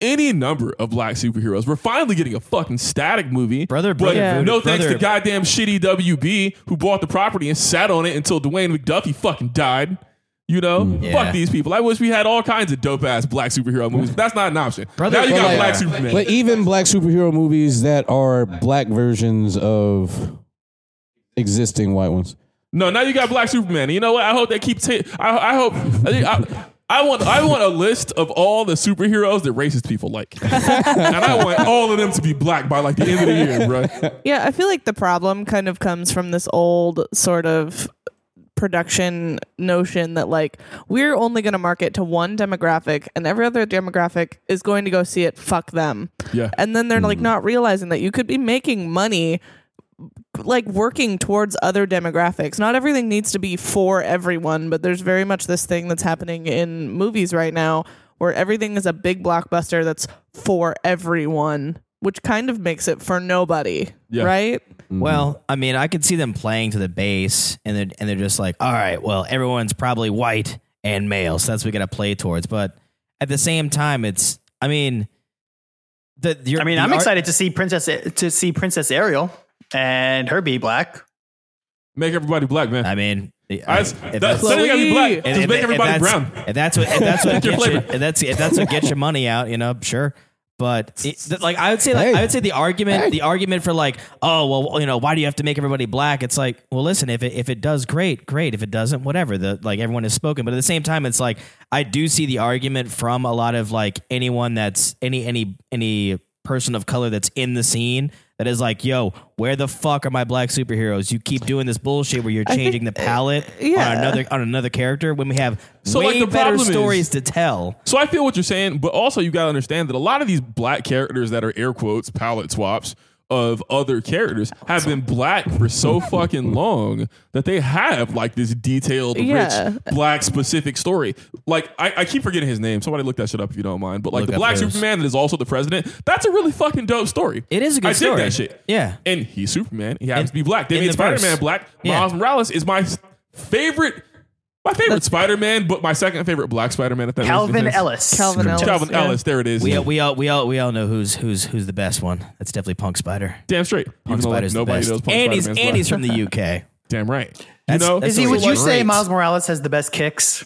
S3: any number of black superheroes. We're finally getting a fucking static movie.
S1: Brother,
S3: but
S1: brother,
S5: Yeah.
S3: no thanks to
S1: brother.
S3: goddamn shitty WB who bought the property and sat on it until Dwayne McDuffie fucking died. You know,
S1: Mm, Yeah.
S3: fuck these people. I wish we had all kinds of dope ass black superhero movies. But that's not an option.
S1: Brother,
S3: now you
S1: but
S3: got
S1: like-
S3: black Superman.
S2: But even black superhero movies that are black versions of existing white ones.
S3: No, now you got Black Superman. And You know what? I hope they keep. Ta- I, I hope. I, think- I, I want. I want a list of all the superheroes that racist people like, (laughs) and I want all of them to be black by like the end of the year, bro.
S5: Yeah, I feel like the problem kind of comes from this old sort of production notion that like we're only going to market to one demographic and every other demographic is going to go see it fuck them.
S3: Yeah. Mm-hmm.
S5: And then they're like not realizing that you could be making money like working towards other demographics. Not everything needs to be for everyone, but there's very much this thing that's happening in movies right now where everything is a big blockbuster that's for everyone, which kind of makes it for nobody,
S3: Yeah.
S5: right?
S2: Mm-hmm.
S1: Well, I mean, I could see them playing to the base, and they're and they're just like, all right, well, everyone's probably white and male, so that's what we got to play towards. But at the same time, it's, I mean, the your,
S4: I mean,
S1: the
S4: I'm
S1: art-
S4: excited to see Princess to see Princess Ariel and her be black.
S3: Make everybody black, man.
S1: I mean, the-
S3: I, that's,
S1: if
S3: that's, that ain't gotta be black.
S1: if-
S3: Just
S1: if-
S3: make
S1: if
S3: everybody
S1: that's-
S3: brown.
S1: If that's what if
S3: (laughs)
S1: that's what
S3: Pick your
S1: gets you,
S3: flavor.
S1: if that's if that's what gets your money out, you know, sure. But it, th- like I would say, like
S2: Hey.
S1: I would say the argument, the argument for like, oh well, you know, why do you have to make everybody black? It's like, well, listen, if it if it does, great, great. If it doesn't, whatever. The like everyone has spoken, but at the same time, it's like I do see the argument from a lot of like anyone that's any any any person of color that's in the scene that is like, yo, where the fuck are my black superheroes? You keep doing this bullshit where you're
S5: think-
S1: changing the palette
S5: yeah.
S1: on another on another character when we have
S3: So,
S1: way
S3: like, the
S1: better
S3: problem is-
S1: stories to tell.
S3: So I feel what you're saying, but also you gotta understand that a lot of these black characters that are air quotes palette swaps of other characters have been black
S1: (laughs)
S3: for so fucking long that they have like this detailed,
S5: Yeah.
S3: rich, black specific story. Like I, I keep forgetting his name. Somebody look that shit up if you don't mind. But like
S1: Look
S3: the
S1: up
S3: black
S1: his.
S3: Superman that is also the president, that's a really fucking dope story.
S1: It is a good
S3: I
S1: story.
S3: dig that shit.
S1: Yeah.
S3: and he's Superman. He happens
S1: In-
S3: to be black. They
S1: in
S3: made
S1: the
S3: Spider
S1: verse.
S3: Man black.
S1: Yeah.
S3: Miles Morales is my s- favorite. My favorite Spider Man, but my second favorite black Spider Man. If that makes any
S4: Calvin
S3: sense.
S4: Ellis.
S5: Calvin Ellis.
S3: Calvin
S5: yeah.
S3: Ellis. There it is.
S1: We all, we all we all we all know who's who's who's the best one. That's definitely Punk Spider.
S3: Damn straight.
S1: Punk
S3: Even though, like,
S1: Spider's the
S3: nobody
S1: best.
S3: knows Punk
S1: and he's
S3: Spider-Man's
S1: and he's
S3: black.
S1: from
S3: (laughs)
S1: the UK.
S3: Damn right.
S1: That's-
S3: you know,
S1: that's
S4: Is he?
S1: So
S4: Would
S1: he's
S4: you say
S1: great.
S4: Miles Morales has the best kicks?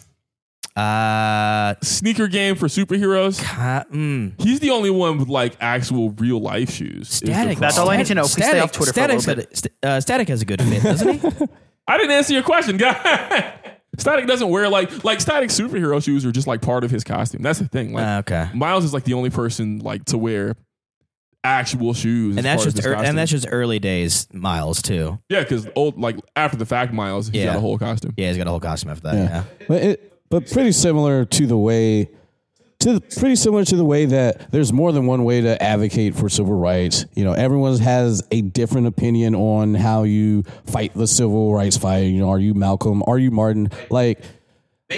S1: Uh,
S3: sneaker game for superheroes.
S1: ca- mm.
S3: He's the only one with like actual real life shoes. is the
S1: Static.
S4: That's all I need to know. Please stay
S1: Static,
S4: off Twitter for a
S1: Static's
S4: little
S1: got a- st- uh, Static has a good fit,
S3: (laughs)
S1: doesn't he?
S3: I didn't answer your question, guy. (laughs) Static doesn't wear like like static superhero shoes are just like part of his costume. That's the thing. Like
S1: Uh, okay.
S3: Miles is like the only person like to wear actual shoes. as
S1: And that's
S3: part of
S1: just
S3: his
S1: ear
S3: costume.
S1: and that's just early days Miles too.
S3: yeah, because old like after the fact, Miles he's
S1: Yeah.
S3: got a whole costume.
S1: Yeah, he's got a whole costume after that.
S2: Yeah.
S1: Yeah.
S2: But it, but pretty similar to the way to the, pretty similar to the way that there's more than one way to advocate for civil rights. You know, everyone has a different opinion on how you fight the civil rights fight. You know, are you Malcolm? Are you Martin? Like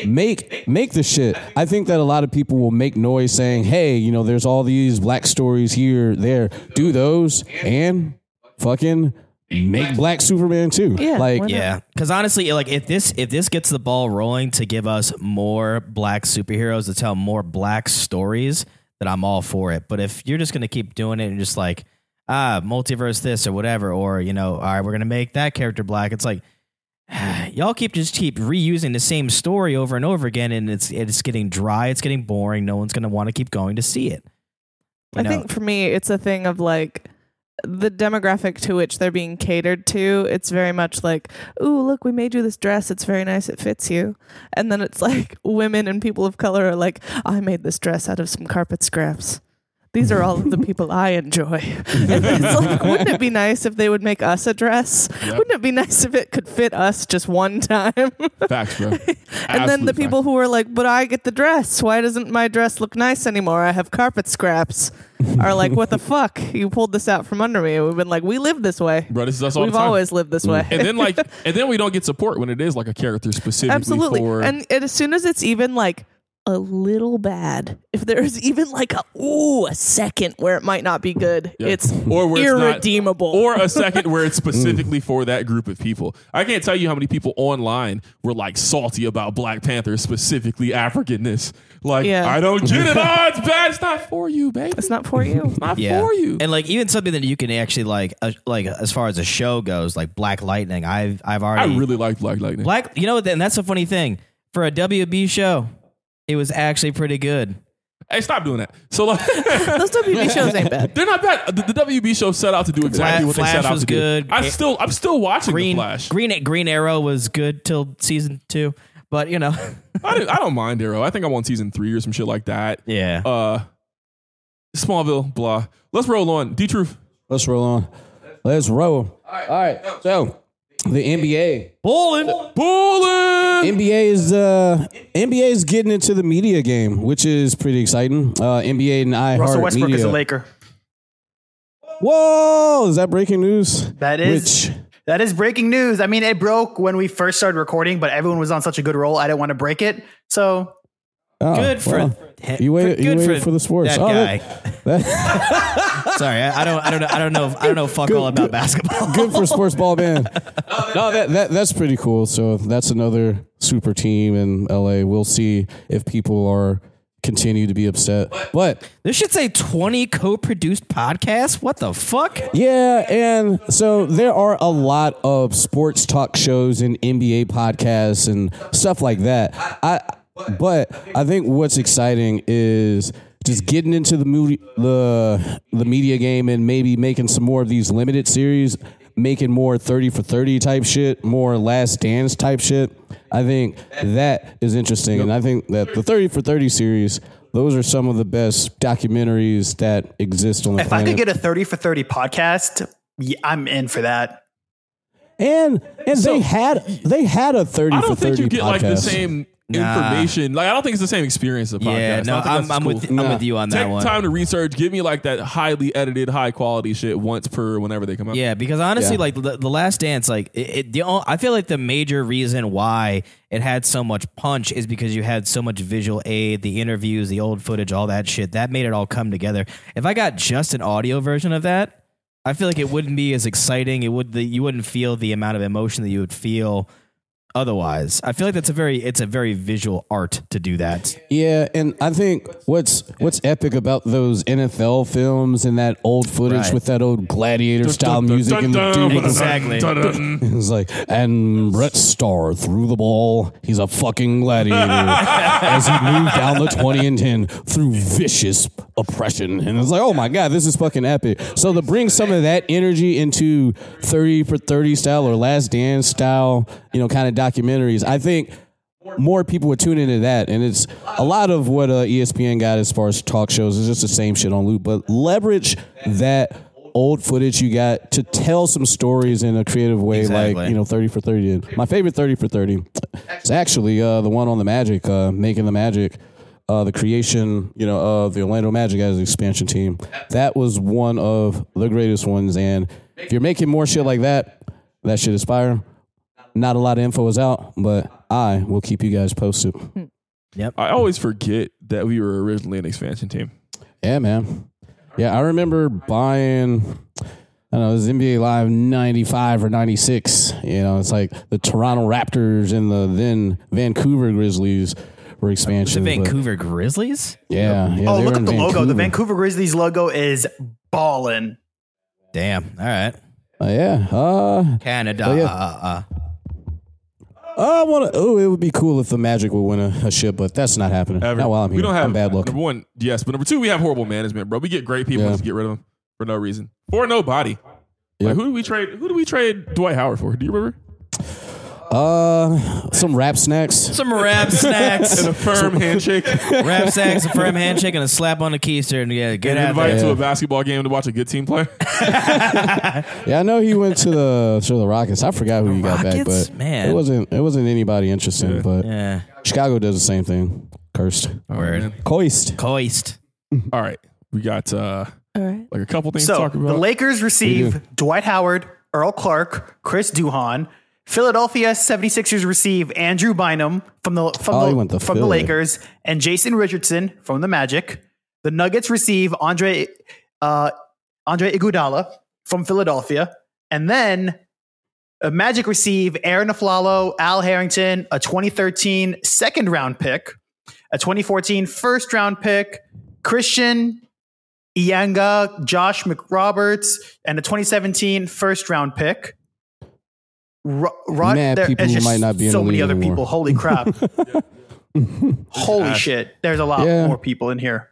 S2: make make the shit. I think that a lot of people will make noise saying, "Hey, you know, there's all these black stories here, there. Do those and fucking make black Superman too."
S5: Yeah,
S2: like
S5: why not?
S1: Yeah, because honestly, like if this if this gets the ball rolling to give us more black superheroes to tell more black stories, then I'm all for it. But if you're just gonna keep doing it and just like ah multiverse this or whatever, or you know, all right, we're gonna make that character black, it's like (sighs) y'all keep just keep reusing the same story over and over again, and it's it's getting dry, it's getting boring. No one's gonna want to keep going to see it. You
S5: I
S1: know?
S5: think for me, it's a thing of like the demographic to which they're being catered to. It's very much like, ooh, look, we made you this dress. It's very nice. It fits you. And then it's (laughs) like women and people of color are like, I made this dress out of some carpet scraps. These are all
S3: (laughs)
S5: of the people I enjoy. (laughs) And it's like, wouldn't it be nice if they would make us a dress? Wouldn't it be nice if it could fit us just one (laughs) time?
S1: (laughs)
S3: Facts, bro.
S5: and then the people who are like, but I get the dress. Why doesn't my dress look nice anymore? I have
S3: (laughs)
S5: carpet scraps. Are like, what the fuck? You pulled this out from under me. We've been like, we live this way.
S3: bro, this is us all the
S5: We've
S3: time. Mm.
S5: always lived this way. (laughs)
S3: and
S1: (laughs)
S3: then like and then we don't get support when it is like a character specifically
S5: Absolutely.
S3: for
S5: And it, as soon as it's even like a little bad. If there's even like a ooh a second where it might not
S3: (laughs)
S5: be good, it's
S3: or where it's not-
S5: irredeemable. Mm.
S3: or a second where
S5: (laughs)
S3: it's specifically for that group of people. I can't tell you how many people online were like salty about Black Panther, specifically Africanness. Like,
S5: Yeah.
S3: I don't get
S5: (laughs)
S3: it. Ah, it's bad. It's not for you, baby. It's
S5: it's not for you.
S3: (laughs) not for you.
S1: And like even something that you can actually like uh, like as far as a show goes, like Black Lightning. I've I've
S3: I
S1: already
S3: really like Black Lightning.
S1: Black. You know what? And that's a funny thing for a WB show. It was actually pretty good.
S3: hey, stop doing that. So like, (laughs)
S5: Those WB shows ain't bad.
S3: they're not bad. The, the WB show set out to do exactly what
S1: Flash
S3: they set out
S1: was
S3: to
S1: good.
S3: do. I still, I'm still watching
S1: Green
S3: the Flash.
S1: Green Green Arrow was good till season two, but you know, (laughs)
S3: I, don't- I don't mind Arrow. I think I'm on season three or some shit like that.
S1: yeah.
S3: Uh, Smallville, blah. Let's roll on. D Truth.
S2: Let's roll on. Let's roll. All right. So the NBA.
S1: Bowling.
S3: Bowling.
S2: NBA is uh NBA is getting into the media game, which is pretty exciting. Uh NBA and I
S4: Russell
S2: Heart
S4: Westbrook
S2: media.
S4: is a Laker.
S2: Whoa, is that breaking news?
S4: That is-
S2: Which,
S4: That is breaking news. I mean, it broke when we first started recording, but everyone was on such a good roll. I didn't want to break it. So
S2: oh,
S1: Good for
S2: well,
S1: him.
S2: you waited- you
S1: good
S2: waited for the sports.
S1: That
S2: Oh,
S1: guy.
S2: (laughs) that-
S1: (laughs) Sorry, I, I don't. I don't know. I don't know. I don't know. Fuck all about basketball.
S2: good for sports ball man. no, that, that that's pretty cool. So that's another super team in LA. We'll see if people are continue to be upset. But
S1: (laughs) This should say twenty co-produced podcasts. What the fuck?
S2: Yeah, and so there are a lot of sports talk shows and NBA podcasts and stuff like that. I but I think what's exciting is just getting into the movie, the the media game and maybe making some more of these limited series, making more 30 for 30 type shit, more last dance type shit. I think that is interesting and I think that the 30 for 30 series those are some of the best documentaries that exist on the
S4: if I
S2: planet.
S4: could get a 30 for 30 podcast, yeah, I'm in for that.
S2: And and they had they had a thirty
S3: I
S2: for
S3: don't think
S2: thirty
S3: you get
S2: podcast.
S3: like the same information. Like I don't think it's the same experience of podcast.
S1: Yeah, no,
S3: I don't think
S1: I'm,
S3: that's
S1: I'm
S3: cool.
S1: with I'm with you on that
S3: Take
S1: one.
S3: time to research. Give me like that highly edited, high quality shit once per whenever they come out.
S1: Yeah, because honestly,
S2: Yeah.
S1: like the, the Last Dance, like it, it, the o- I feel like the major reason why it had so much punch is because you had so much visual aid, the interviews, the old footage, all that shit. That made it all come together. If I got just an audio version of that, I feel like it wouldn't be as exciting. It would the, you wouldn't feel the amount of emotion that you would feel otherwise. I feel like that's a very it's a very visual art to do that.
S2: Yeah, and I think what's what's epic about those NFL films and that old footage
S1: Right.
S2: with that old gladiator style
S3: Dun, dun,
S2: music
S3: dun,
S2: and the
S3: dun,
S2: dude
S3: dun,
S1: Exactly.
S3: dun, dun, dun.
S2: It's like, and Brett Starr threw the ball. He's a fucking
S3: (laughs)
S2: gladiator (laughs) as he moved down the 20 and 10 through vicious oppression. And it's like, oh my God, this is fucking epic. So to bring some of that energy into 30 for 30 style or Last Dance style, you know, kind of documentaries, I think more people would tune into that. And it's a lot of what uh, ESPN got as far as talk shows is just the same shit on loop, but leverage that old footage you got to tell some stories in a creative way,
S1: Exactly.
S2: like, you know, 30 for 30 did. My favorite 30 for 30 is actually uh, the one on the Magic, uh, making the Magic. Uh, the creation, you know, of the Orlando Magic as an expansion team. That was one of the greatest ones. And if you're making more shit like that, that should inspire. Not a lot of info is out, but I will keep you guys posted.
S3: I always forget that we were originally an expansion team.
S2: Yeah, man. Yeah, I remember buying. I don't know, it was NBA Live 95 or 96. You know, it's like the Toronto Raptors and the then Vancouver Grizzlies were
S1: The
S2: expansion.
S1: Vancouver Grizzlies.
S2: Yeah, yeah.
S4: oh,
S2: they were
S4: look at
S2: in
S4: the logo. The
S2: Vancouver.
S4: Vancouver Grizzlies logo is ballin'.
S1: Damn. All right.
S2: Uh, yeah. Uh,
S1: Canada.
S2: Oh, yeah.
S1: Uh, uh, uh.
S2: I want to. Oh, it would be cool if the Magic would win a, a ship, but that's not happening.
S3: Ever.
S2: Not while I'm here.
S3: we don't have
S2: I'm bad luck.
S3: Number one, yes, but number two, we have horrible management, bro. We get great people
S2: Yeah.
S3: just get rid of them for no reason, for nobody. Like,
S2: Yep.
S3: who do we trade? Who do we trade Dwight Howard for? Do you remember?
S2: Uh, some rap snacks.
S1: Some rap
S3: (laughs)
S2: (laughs)
S1: snacks.
S3: In a firm handshake, and
S1: Rap sacks, a firm handshake, and a slap on the keister, and yeah, get out
S3: invite
S1: there.
S3: to a basketball game to watch a good team
S2: (laughs)
S3: play.
S2: Yeah, I know he went to the to the Rockets. I forgot who you got back,
S1: Rockets?
S2: but
S1: Man.
S2: it wasn't it wasn't anybody interesting. But
S1: Yeah,
S2: Chicago does the same thing. Cursed.
S1: word.
S2: Coist.
S1: Coist.
S3: All right, we got uh,
S5: All right.
S3: like a couple things to
S4: So
S3: talk
S4: the
S3: about.
S4: Lakers receive Dwight Howard, Earl Clark, Chris Duhon. Philadelphia 76ers receive Andrew Bynum from the from,
S2: Oh, he
S4: the,
S2: went to
S4: from the
S2: Philly.
S4: Lakers and Jason Richardson from the Magic. The Nuggets receive Andre uh, Andre Iguodala from Philadelphia, and then uh, Magic receive Aaron Aflalo, Al Harrington, a 2013 second round pick, a 2014 first round pick, Christian Ianga, Josh McRoberts, and a 2017 first round pick. Ro- Rod-
S2: Mad
S4: there-
S2: people
S4: it's
S2: who
S4: just
S2: might not be in
S4: so
S2: the
S4: many
S2: league
S4: other
S2: anymore.
S4: people.
S2: (laughs)
S4: Holy crap! Holy shit! There's a lot
S2: Yeah.
S4: more people in here.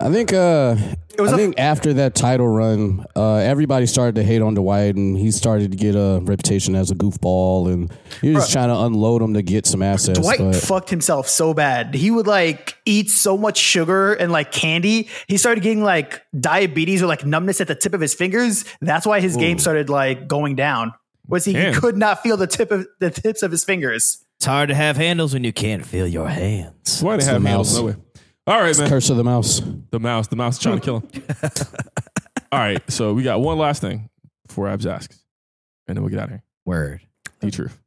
S2: I think uh,
S4: was
S2: I
S4: a-
S2: think after that title run, uh, everybody started to hate on Dwight, and he started to get a reputation as a goofball, and you're just trying to unload him to get some assets.
S4: Dwight
S2: but-
S4: fucked himself so bad. He would like eat so much sugar and like candy. He started getting like diabetes or like numbness at the tip of his fingers. That's why his game started like going down. Was he, he
S3: Damn.
S4: could not feel the tip of the tips of his fingers.
S1: It's hard to have handles when you can't feel your hands.
S3: Why they
S2: the
S3: have handles?
S2: mouse.
S3: No way. All right, man.
S2: Curse of the mouse.
S3: The mouse. The mouse is trying to kill
S2: (laughs)
S3: him. All right. So we got one last thing before Abs asks, and then we'll get out of here.
S1: Word.
S3: The truth.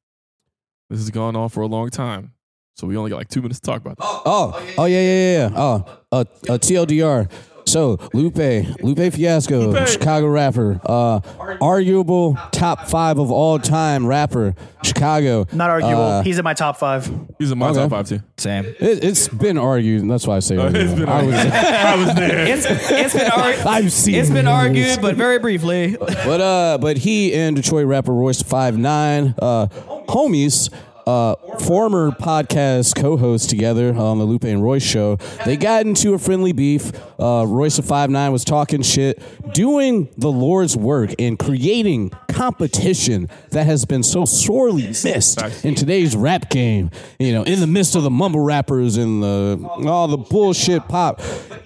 S3: This has gone on for a long time, so we only got like two minutes to talk about. This.
S2: Oh, oh yeah, yeah, yeah. yeah. Oh, uh, uh, TLDR. So Lupe, Lupe Fiasco,
S3: Lupe.
S2: Chicago rapper, uh, arguable top five of all time rapper, Chicago.
S4: Not arguable.
S2: Uh,
S4: He's in my top five.
S3: He's in my
S2: Okay.
S3: top five too.
S1: Sam.
S2: It, it's been argued, and that's why I say
S3: It's
S2: arguable.
S3: been
S2: I was,
S3: I was there.
S1: It's, it's been argued.
S2: I've seen.
S1: It's been
S2: it.
S1: argued, but (laughs) very briefly.
S2: But uh, but he and Detroit rapper Royce Five Nine, uh, homies, uh, former podcast co-hosts together on the Lupe and Royce show. They got into a friendly beef. Uh, Royce of Five Nine was talking shit, doing the Lord's work and creating competition that has been so sorely missed in today's rap game. You know, in the midst of the mumble rappers and the all the bullshit pop,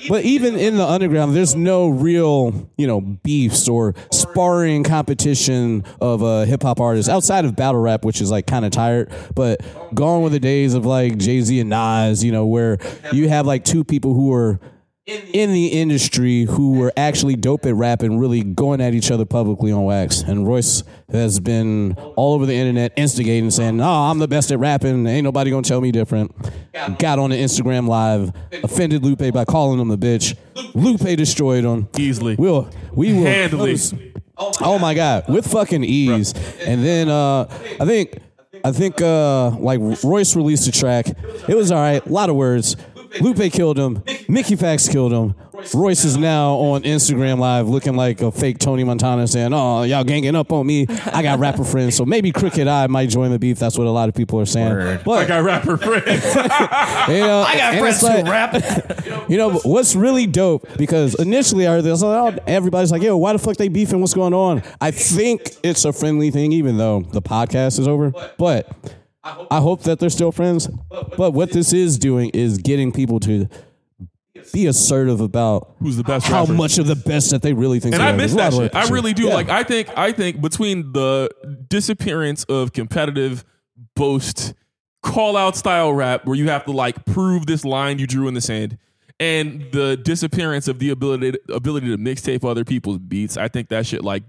S2: but even in the underground, there's no real you know beefs or sparring competition of uh, hip hop artists outside of battle rap, which is like kind of tired. But gone were the days of like Jay Z and Nas, you know, where you have like two people who are in the industry who were actually dope at rap and really going at each other publicly on wax. And Royce has been all over the internet instigating, saying, "Oh, I'm the best at rapping. Ain't nobody gonna tell me different." Got on the Instagram live, offended Lupe by calling him a bitch. Lupe destroyed him.
S3: Easily.
S2: We'll we will
S3: Handily.
S2: close- (laughs) Oh my god, with fucking ease. And then uh, I think I think uh, like Royce released a track. It was all right. A lot of words. Lupe killed him. Mickey Fax killed him. Royce is now on Instagram Live looking like a fake Tony Montana saying, Oh, y'all ganging up on me. I got rapper friends. So maybe Crooked Eye might join the beef. That's what a lot of people are saying.
S3: I
S2: But,
S3: got rapper
S2: (laughs)
S3: friends.
S2: you know,
S3: (laughs)
S2: I got
S1: friends who
S2: rap. You know, but what's really dope because initially I heard this, I was like, oh, everybody's like, yo, why the fuck they beefing? What's going on? I think it's a friendly thing, even though the podcast is over. But I hope that they're still friends. But what this is doing is getting people to be assertive about
S3: Who's the best
S2: how
S3: rapper?
S2: much of the best that they really think.
S3: And
S2: they
S3: I
S2: are.
S3: miss
S2: There's a lot
S3: that shit.
S2: of rap
S3: I really do.
S2: Yeah.
S3: Like I think I think between the disappearance of competitive boast call out style rap where you have to like prove this line you drew in the sand and the disappearance of the ability ability to mixtape other people's beats, I think that shit like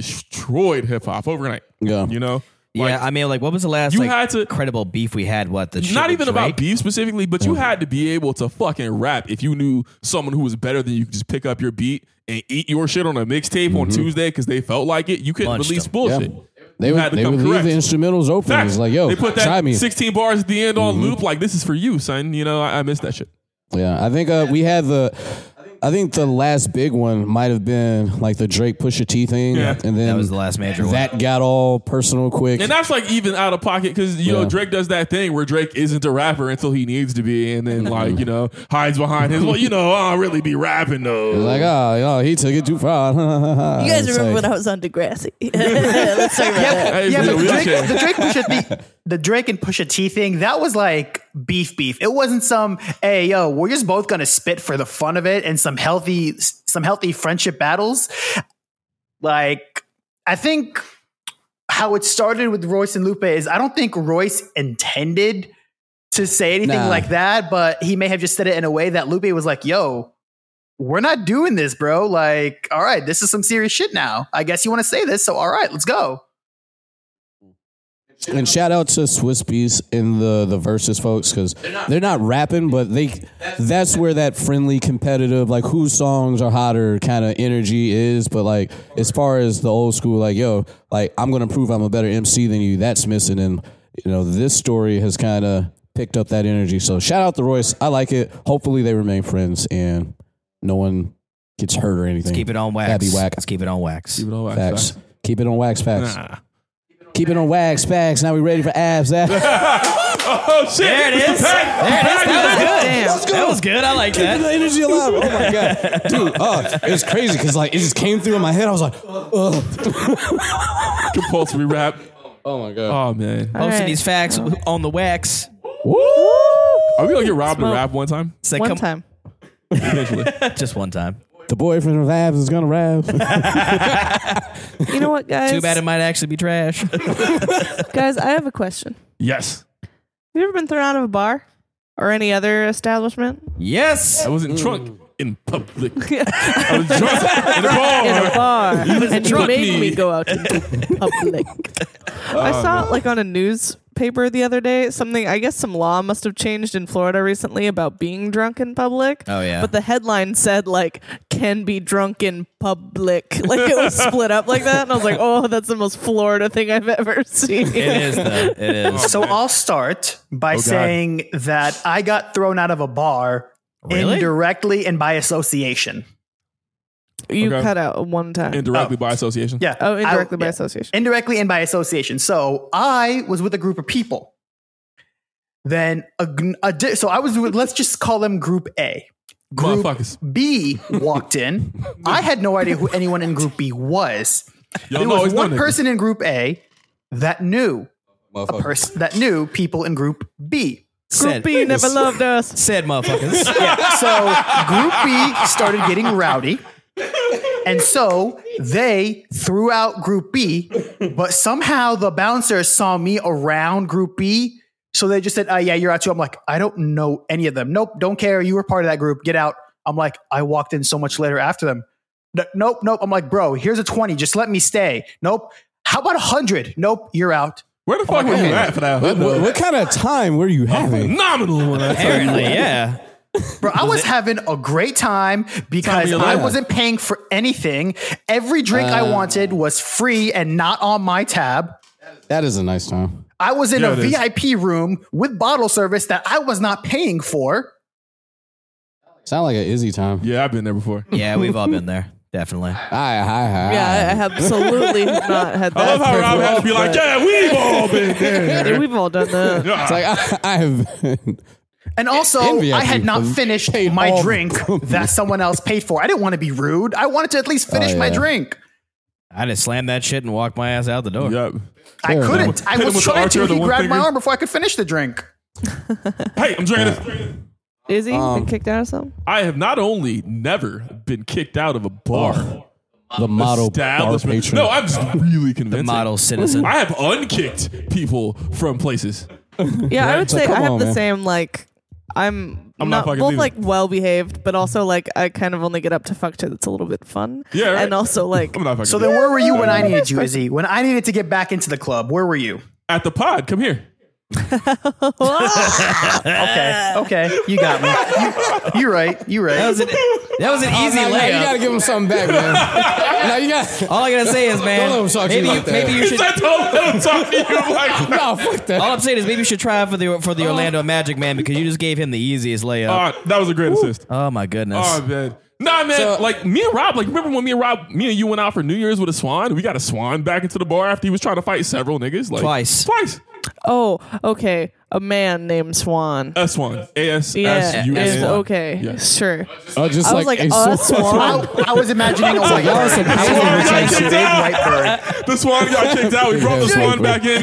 S3: destroyed hip hop overnight.
S2: Yeah.
S3: You know? Like,
S1: Yeah, I mean, like, what was the last
S3: You
S1: like,
S3: had to-
S1: credible beef we had? What the shit
S3: not
S1: with
S3: even about
S1: Drake?
S3: beef specifically, but you had to be able to fucking rap if you knew someone who was better than you could just pick up your beat and eat your shit on a mixtape on
S2: Mm-hmm.
S3: Tuesday because they felt like it. You couldn't
S1: Punched
S3: release
S1: them.
S3: bullshit.
S2: they
S3: You
S2: would,
S3: had to
S2: they
S3: come
S2: would leave
S3: correct.
S2: the instrumentals open.
S3: Facts.
S2: It's like, yo,
S3: they put that
S2: try me. Mm-hmm.
S3: 16 bars at the end on loop. Like, this is for you, son. You know, I, I miss that shit.
S2: Yeah, I think uh, we had the. I think the last big one might have been like the Drake Pusha T thing,
S3: Yeah.
S2: and then
S1: That was the last major one.
S2: that got all personal quick.
S3: And that's like even out of pocket because, you know,
S2: Yeah.
S3: Drake does that thing where Drake isn't a rapper until he needs to be and
S2: (laughs)
S3: then, like, you know, hides behind his, well, you know, I don't really be rapping though.
S2: like, oh, you know, he took it too far. (laughs)
S6: You guys remember when I was on
S5: (laughs)
S6: Degrassi? (laughs) Let's talk about that.
S3: Hey,
S4: Yeah,
S3: it's
S4: but
S3: a
S4: the Drake,
S3: wheelchair.
S4: the Drake Pusha T, the Drake and Pusha T thing, that was like beef, beef. It wasn't some, hey, yo, we're just both gonna spit for the fun of it and some healthy, some healthy friendship battles. Like, I think how it started with Royce and Lupe is I don't think Royce intended to say anything
S2: Nah.
S4: like that, but he may have just said it in a way that Lupe was like, yo. We're not doing this, bro. Like, all right, this is some serious shit now. I guess you want to say this, so all right, let's go.
S2: And shout out to Swiss Beats in the the versus folks because they're not, rapping, but they that's where that friendly competitive like whose songs are hotter kind of energy is. But like as far as the old school, like yo, like I'm gonna prove I'm a better MC than you. That's missing, and you know this story has kind of picked up that energy. So shout out to Royce. I like it. Hopefully they remain friends and no one gets hurt or anything.
S1: Keep it on wax.
S2: That'd be whack.
S1: Let's keep it on wax.
S3: Keep it all back,
S2: Facts.
S3: facts.
S2: Keep it on wax. Facts.
S3: Nah.
S2: Keep it on wax. Facts. Now we ready for abs. (laughs) That.
S3: Oh shit!
S1: There it is. There it is. That was good.
S5: Damn.
S1: That was good. I like
S2: Keeping
S1: that.
S2: the energy alive. Oh
S3: (laughs)
S2: my god, dude! Oh, it was crazy because like it just came through in my head. I was like,
S3: (laughs) Compulsory rap.
S2: oh my god.
S3: Oh man.
S5: All
S1: Posting
S5: right.
S1: these facts on the wax.
S3: Are we gonna get robbed to
S5: Smoke.
S3: rap one time?
S1: It's like,
S5: One
S1: come-
S5: time.
S3: Eventually.
S1: Just one time.
S2: The boyfriend of abs is
S3: (laughs)
S2: gonna rap.
S5: You know what, guys?
S1: Too bad it might actually be trash.
S5: guys, I have a question.
S3: yes.
S5: Have you ever been thrown out of a bar or any other establishment?
S1: yes.
S3: I wasn't
S5: Mm.
S3: drunk in public.
S5: (laughs)
S3: I was drunk in a bar.
S5: in a bar and you
S3: drug
S5: made
S3: me.
S5: me go out in public.
S1: Oh,
S5: I saw like on a newspaper the other day something. I guess some law must have changed in Florida recently about being drunk in public.
S1: Oh, yeah.
S5: but the headline said like "can be drunk in public," (laughs) like it was split up like that, and I was like, "Oh, that's the most Florida thing I've ever seen."
S1: (laughs) It is though. It
S4: (laughs)
S1: is.
S4: So I'll start
S3: Oh,
S4: by saying that I got thrown out of a bar
S1: Really?
S4: indirectly and by association.
S5: You
S3: Okay.
S5: cut out one time.
S3: Indirectly by association.
S4: Yeah.
S5: oh, indirectly
S4: I-
S5: by
S4: yeah.
S5: association.
S4: Indirectly and by association. So I was with a group of people. Then a, gn- a di- so I was with, let's just call them group A. Group
S3: Motherfuckers.
S4: B walked in. I had no idea who anyone in group B was.
S3: Y'all
S4: There
S3: know
S4: was
S3: it's
S4: one
S3: none
S4: person in group A that knew a person that knew people in group B.
S1: Said-
S5: Group B never loved us.
S1: Said motherfuckers.
S4: Yeah. So Group B started getting rowdy. And so they threw out Group B, but somehow the bouncers saw me around Group B. So they just said, uh, Yeah, you're out too. I'm like, I don't know any of them. Nope, don't care. You were part of that group. Get out. I'm like, I walked in so much later after them. N- Nope, nope. I'm like, Bro, here's a 20. Just let me stay. Nope. How about 100? Nope, you're out.
S3: Where the fuck were you at for that?
S2: What, what- what kind of time were you having?
S3: Phenomenal one. I tell you.
S1: Apparently, yeah.
S4: Bro, I was having a great time because
S3: Tell me Uh.
S4: I
S3: about it.
S4: wasn't paying for anything. Every drink I wanted was free and not on my tab.
S2: That is a nice time.
S4: I was in
S3: Yeah,
S4: a
S3: it is.
S4: VIP room with bottle service that I was not paying for.
S2: Sound like an Izzy time.
S3: Yeah, I've been there before.
S1: Yeah, we've all been there. Definitely.
S2: Hi, hi, hi.
S5: Yeah, I I absolutely have not had that.
S3: I love how Rob had to be like,
S5: privilege, but-
S3: yeah, we've all been
S5: (laughs)
S3: there.
S5: Yeah, we've all done that.
S2: It's like (laughs) I, I have. Been.
S4: And also,
S2: In VIP
S4: I had not
S2: room,
S4: finished
S2: paid all
S4: my
S2: the
S4: drink
S3: (laughs)
S4: that someone else paid for. I didn't want to be rude. I wanted to at least
S3: Oh,
S4: finish my
S2: yeah.
S4: drink.
S1: I just slammed that shit and walked my ass out the door.
S3: Yep.
S4: I
S2: Fair
S4: couldn't. I
S3: Hit him with
S4: was
S3: the
S4: trying
S3: archer
S4: to.
S3: of the
S4: He
S3: one
S4: grabbed my
S3: finger.
S4: arm before I could finish the drink.
S3: Hey, I'm drinking this.
S5: Is he
S2: Um,
S5: been kicked out of something?
S3: I have not only never been kicked out of a bar
S2: The model bar
S3: establishment.
S2: patron.
S3: No, I'm just really convincing.
S1: Model citizen.
S3: I have unkicked people from places.
S5: Yeah, I would
S2: So
S5: say I
S2: come
S5: have
S2: on,
S5: the
S2: man.
S5: same like I'm
S3: I'm not
S5: not,
S3: fucking
S5: both
S3: leaving.
S5: like well behaved, but also like I kind of only get up to fuck shit that's a little bit fun.
S3: Yeah, right.
S5: and also like
S3: I'm not fucking.
S4: So then, where were you when I needed you, Izzy? When I needed to get back into the club, where were you?
S3: at the pod. Come (laughs) here.
S5: (laughs)
S4: Okay, okay, you got me. You, you're right. You're right.
S1: That was an, e- that was an easy
S2: Nah, nah, Oh, you
S1: layup.
S2: gotta give him something back, (laughs) man. now you (laughs) got.
S1: all I gotta say is, man,
S2: let him talk to you
S1: maybe
S2: like that.
S1: maybe you
S3: Is
S1: should.
S3: that the whole I'm talking to you? I'm (laughs) Like,
S2: No, fuck that.
S1: All I'm saying is, maybe you should try for the for the Orlando Magic, man, because you just gave him the easiest layup.
S3: Ah, that was a great assist.
S1: oh my goodness.
S3: Oh man. Nah, man.
S2: So-
S3: like me and Rob. Like remember when me and Rob, me and you went out for New Year's with a swan? We got a swan back into the bar after he was trying to fight several niggas. Like
S1: Twice.
S3: Twice.
S5: oh okay, a man named Swan.
S3: A swan. A S
S5: yeah,
S3: S U
S5: it's
S3: N.
S5: okay,
S3: Yes.
S5: sure.
S2: Oh, just
S5: I was like,
S2: a
S5: a
S2: swan.
S4: (laughs)
S5: swan.
S4: I, I was imagining a white bird. I was
S3: Yeah,
S4: imagining a
S3: kicked
S4: big
S3: out.
S4: white bird.
S3: The swan got kicked out. We brought the
S2: Yeah.
S3: swan back in.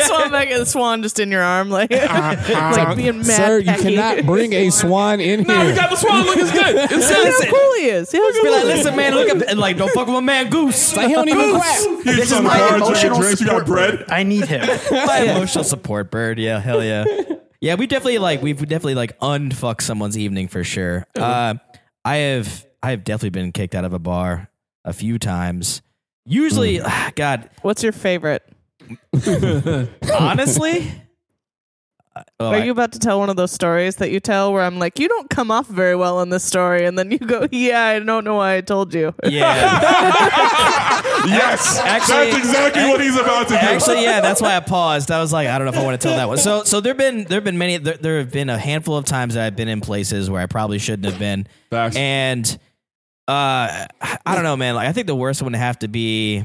S5: (laughs) swan back at the swan just in your arm, like like being mad.
S2: Sir, you
S5: pecky.
S2: cannot bring a swan in here.
S3: Nah, we got the swan. Look, it's good. It's
S5: See
S3: good.
S5: how cool he is. See how
S1: Be
S5: cool
S1: like,
S5: he is.
S1: listen, man, look up, and like, don't fuck with my man Goose.
S2: Like, he don't even clap.
S3: You
S4: This is
S3: son of a
S4: my
S3: bitch,
S4: emotional
S3: you got drinks, you got
S4: support
S3: bread.
S4: bird. I need
S5: (laughs)
S4: him.
S1: My emotional support bird. Yeah, hell yeah. Yeah, we definitely like we've definitely like unfuck someone's evening for sure. Uh, I have I have definitely been kicked out of a bar a few times. Usually, (sighs) God,
S5: Mm. What's your favorite?
S1: Honestly, oh,
S5: (laughs) Are
S1: I-
S5: you about to tell one of those stories that you tell where I'm like, you don't come off very well in this story, and then you go, (laughs) yeah, I don't know why I told you.
S1: uh,
S5: (laughs)
S1: yeah.
S3: yes,
S1: Actually-
S3: that's exactly what he's about to do.
S1: Actually, yeah, that's why I paused. I was like, I don't know if I want to tell that one. So, so there've been there've been many there, there have been a handful of times that I've been in places where I probably shouldn't have been,
S3: Facts.
S1: and uh, I don't know, man. Like, I think the worst one would have to be.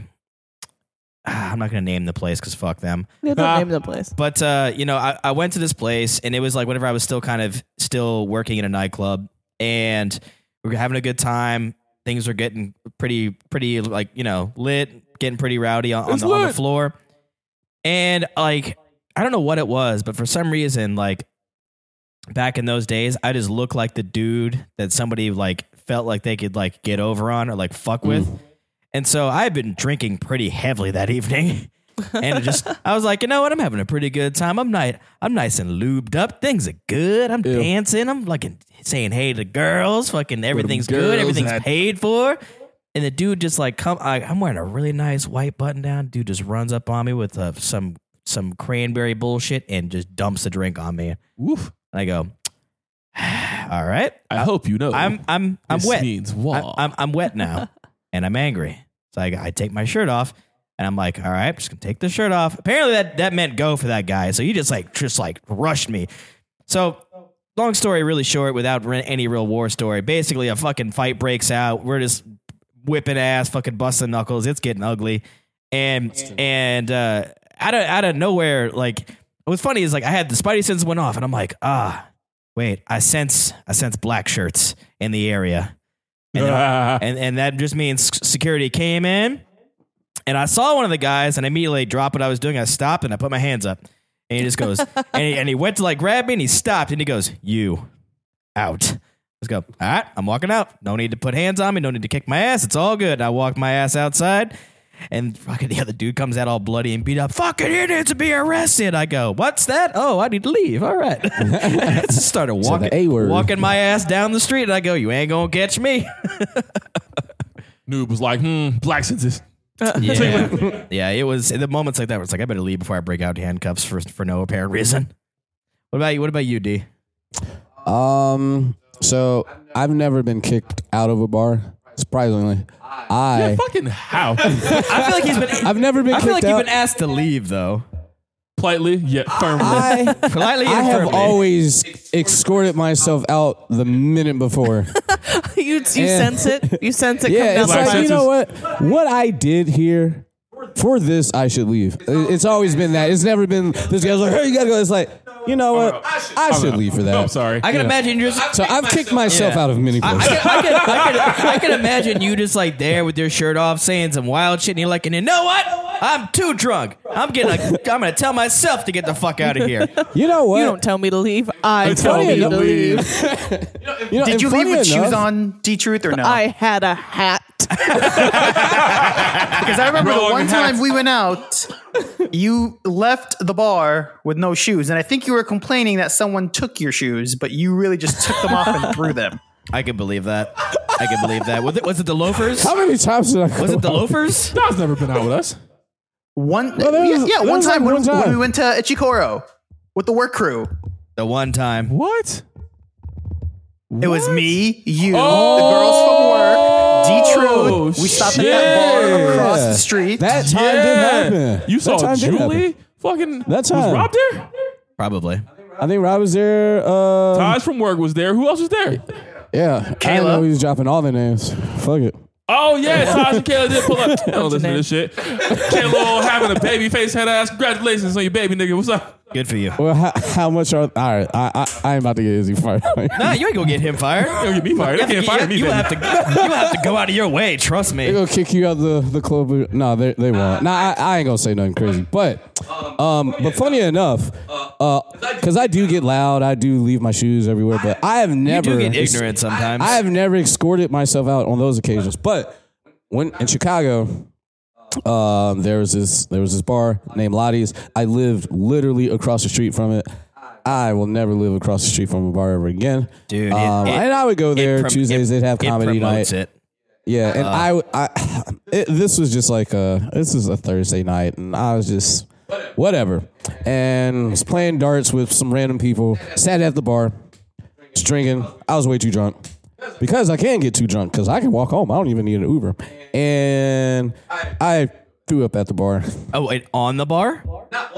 S1: ah, I'm not gonna name the place because fuck them.
S5: (laughs) Yeah, don't name the place.
S1: But uh, you know, I, I went to this place and it was like whenever I was still kind of still working in a nightclub and we were having a good time. Things were getting pretty pretty like, you know, lit, getting pretty rowdy on, on,
S3: It's
S1: the, on the
S3: lit.
S1: floor. And like I don't know what it was, but for some reason, like back in those days, I just looked like the dude that somebody like felt like they could like get over on or like fuck with.
S3: Mm.
S1: And so I had been drinking pretty heavily that evening. And it just I was like, you know what, I'm having a pretty good time. I'm nice I'm nice and lubed up. Things are good. I'm dancing. I'm like saying hey to girls. Fucking everything's good.
S3: girls
S1: Everything's
S3: had-
S1: paid for. And the dude just like come I, I'm wearing a really nice white button down. Dude just runs up on me with uh, some some cranberry bullshit and just dumps the drink on me.
S3: Woof.
S1: And I go, (sighs) all right.
S3: I hope you know.
S1: I'm I'm I'm
S3: this
S1: wet.
S3: means
S1: I'm,
S3: (laughs) wall.
S1: I'm I'm wet now, and I'm angry. So I, I take my shirt off, and I'm like, all right, I'm just gonna take the shirt off. Apparently that that meant go for that guy. So you just like just like rushed me. So long story really short, without re- any real war story, basically a fucking fight breaks out. We're just whipping ass, fucking busting knuckles. It's getting ugly, and and uh, out of out of nowhere, like what's funny is like I had the spidey sense went off, and I'm like, ah, wait, I sense I sense black shirts in the area, and then I-
S2: Uh-huh.
S1: and and that just means s- security came in, and I saw one of the guys, and I immediately dropped what I was doing. I stopped and I put my hands up, and he just goes,
S2: (laughs)
S1: and he, and he went to like grab me, and he stopped, and he goes, "You out." Let's go. All right, I'm walking out. No need to put hands on me. No need to kick my ass. It's all good. And I walked my ass outside, and fucking the other dude comes out all bloody and beat up. Fucking idiots to be arrested. I go, what's that? Oh, I need to leave. All right. (laughs) I just started walking,
S2: A word.
S1: walking my ass down the street, and I go, you ain't gonna catch me.
S3: Noob was like, hmm, black senses.
S1: Yeah. yeah, it was the moments like that where it's like I better leave before I break out handcuffs for for no apparent reason. What about you? What about you, D?
S2: Um. So I've never been kicked out of a bar. Surprisingly, I
S3: Fucking how? (laughs)
S1: I feel like he's been
S2: I've never been
S1: I
S2: kicked
S1: feel like you've
S2: out.
S1: been asked to leave though.
S3: Politely yet firmly.
S2: I
S1: Politely
S2: I
S1: and
S2: have
S1: firmly.
S2: always escorted myself out the minute before.
S5: you you sense it. You sense
S2: (laughs)
S5: it.
S2: Yeah,
S5: come
S2: it's
S5: down the
S2: like
S5: pipe.
S2: you know what? What I did here for this, I should leave. It's always been that. It's never been this guy's like, hey, you gotta go. It's like, you know what? I should leave for
S3: I'm
S2: that.
S3: sorry. (laughs)
S1: I can
S3: Yeah.
S1: imagine you're just
S2: So I've kicked myself
S1: Yeah.
S2: out of many
S1: (laughs) I can,
S2: places.
S1: I, can, I, can, I can imagine you just like there with your shirt off saying some wild shit and you're like, and you know what? I'm too drunk. I'm getting a, I'm gonna tell myself to get the fuck out of here.
S2: You know what?
S5: You don't tell me to leave. I
S3: Tell
S5: told
S3: me
S5: you
S2: to
S5: to leave.
S2: You know,
S4: Did
S2: and
S4: you leave
S2: funny
S4: with shoes
S2: enough-
S4: on, D Truth, or no?
S5: I had a hat.
S2: (laughs)
S4: Because I remember the
S3: Wrong
S4: one time
S3: hats.
S4: we went out, you left the bar with no shoes, and I think you were complaining that someone took your shoes, but you really just took them off and threw them.
S1: I can believe that. I can believe that. Was it was it the loafers?
S2: How many times did I?
S1: Was it the loafers?
S3: Nas never been out with us.
S4: One,
S2: Well, that
S4: yeah,
S2: was-
S4: yeah,
S2: that
S4: one
S2: was
S4: time,
S2: like
S4: when,
S2: one time.
S4: when we went to Ichikoro with the work crew.
S1: The one time.
S3: What?
S4: It was me, you,
S3: Oh,
S4: the girls from work, D Truth. We stopped at that
S3: shit.
S4: bar across the street.
S2: That time did happen.
S3: You
S2: That
S3: saw
S2: time did happen.
S3: Julie fucking
S2: That
S3: was
S2: time.
S3: Rob there?
S1: Probably.
S2: I think Rob was there. Uh,
S3: Taj from work was there. Who else was there?
S2: yeah, I
S4: Kayla.
S2: don't know. He was dropping all the names. Fuck it.
S3: Oh
S2: (laughs)
S3: yeah, Taj and Kayla did pull up. I don't listen to
S5: name?
S3: this shit. Kayla Lowell having a baby face head ass. Congratulations on your baby nigga. What's up?
S1: Good for you.
S2: Well, how, how much are? All right, I I, I ain't about to get Izzy fired.
S1: Nah, you ain't gonna get him fired.
S3: Don't get me fired. They can't fire me.
S1: You
S3: baby.
S1: have to. You have to go out of your way. Trust
S2: (laughs) They
S1: me.
S2: gonna kick you out the the club. No, they they won't. Nah, I, I ain't gonna say nothing crazy. But um, but funny enough, uh, because I do get loud, I do leave my shoes everywhere. But I have
S1: You
S2: never
S1: do get ignorant sometimes.
S2: I have never escorted myself out on those occasions. But when in Chicago, um, there was this there was this bar named Lottie's. I lived literally across the street from it. I will never live across the street from a bar ever again,
S1: Dude, it-
S2: Um,
S1: it-
S2: and I would go there
S1: It prom-
S2: Tuesdays.
S1: it-
S2: they'd have
S1: it
S2: comedy night.
S1: promotes It.
S2: Yeah,
S1: Uh.
S2: (sighs) and I, I it, this was just like a this was a Thursday night, and I was just whatever. And was playing darts with some random people. Sat at the bar, just drinking. I was way too drunk because I can get too drunk because I can walk home. I don't even need an Uber. And I threw up at the bar,
S1: Oh, wait, on the bar?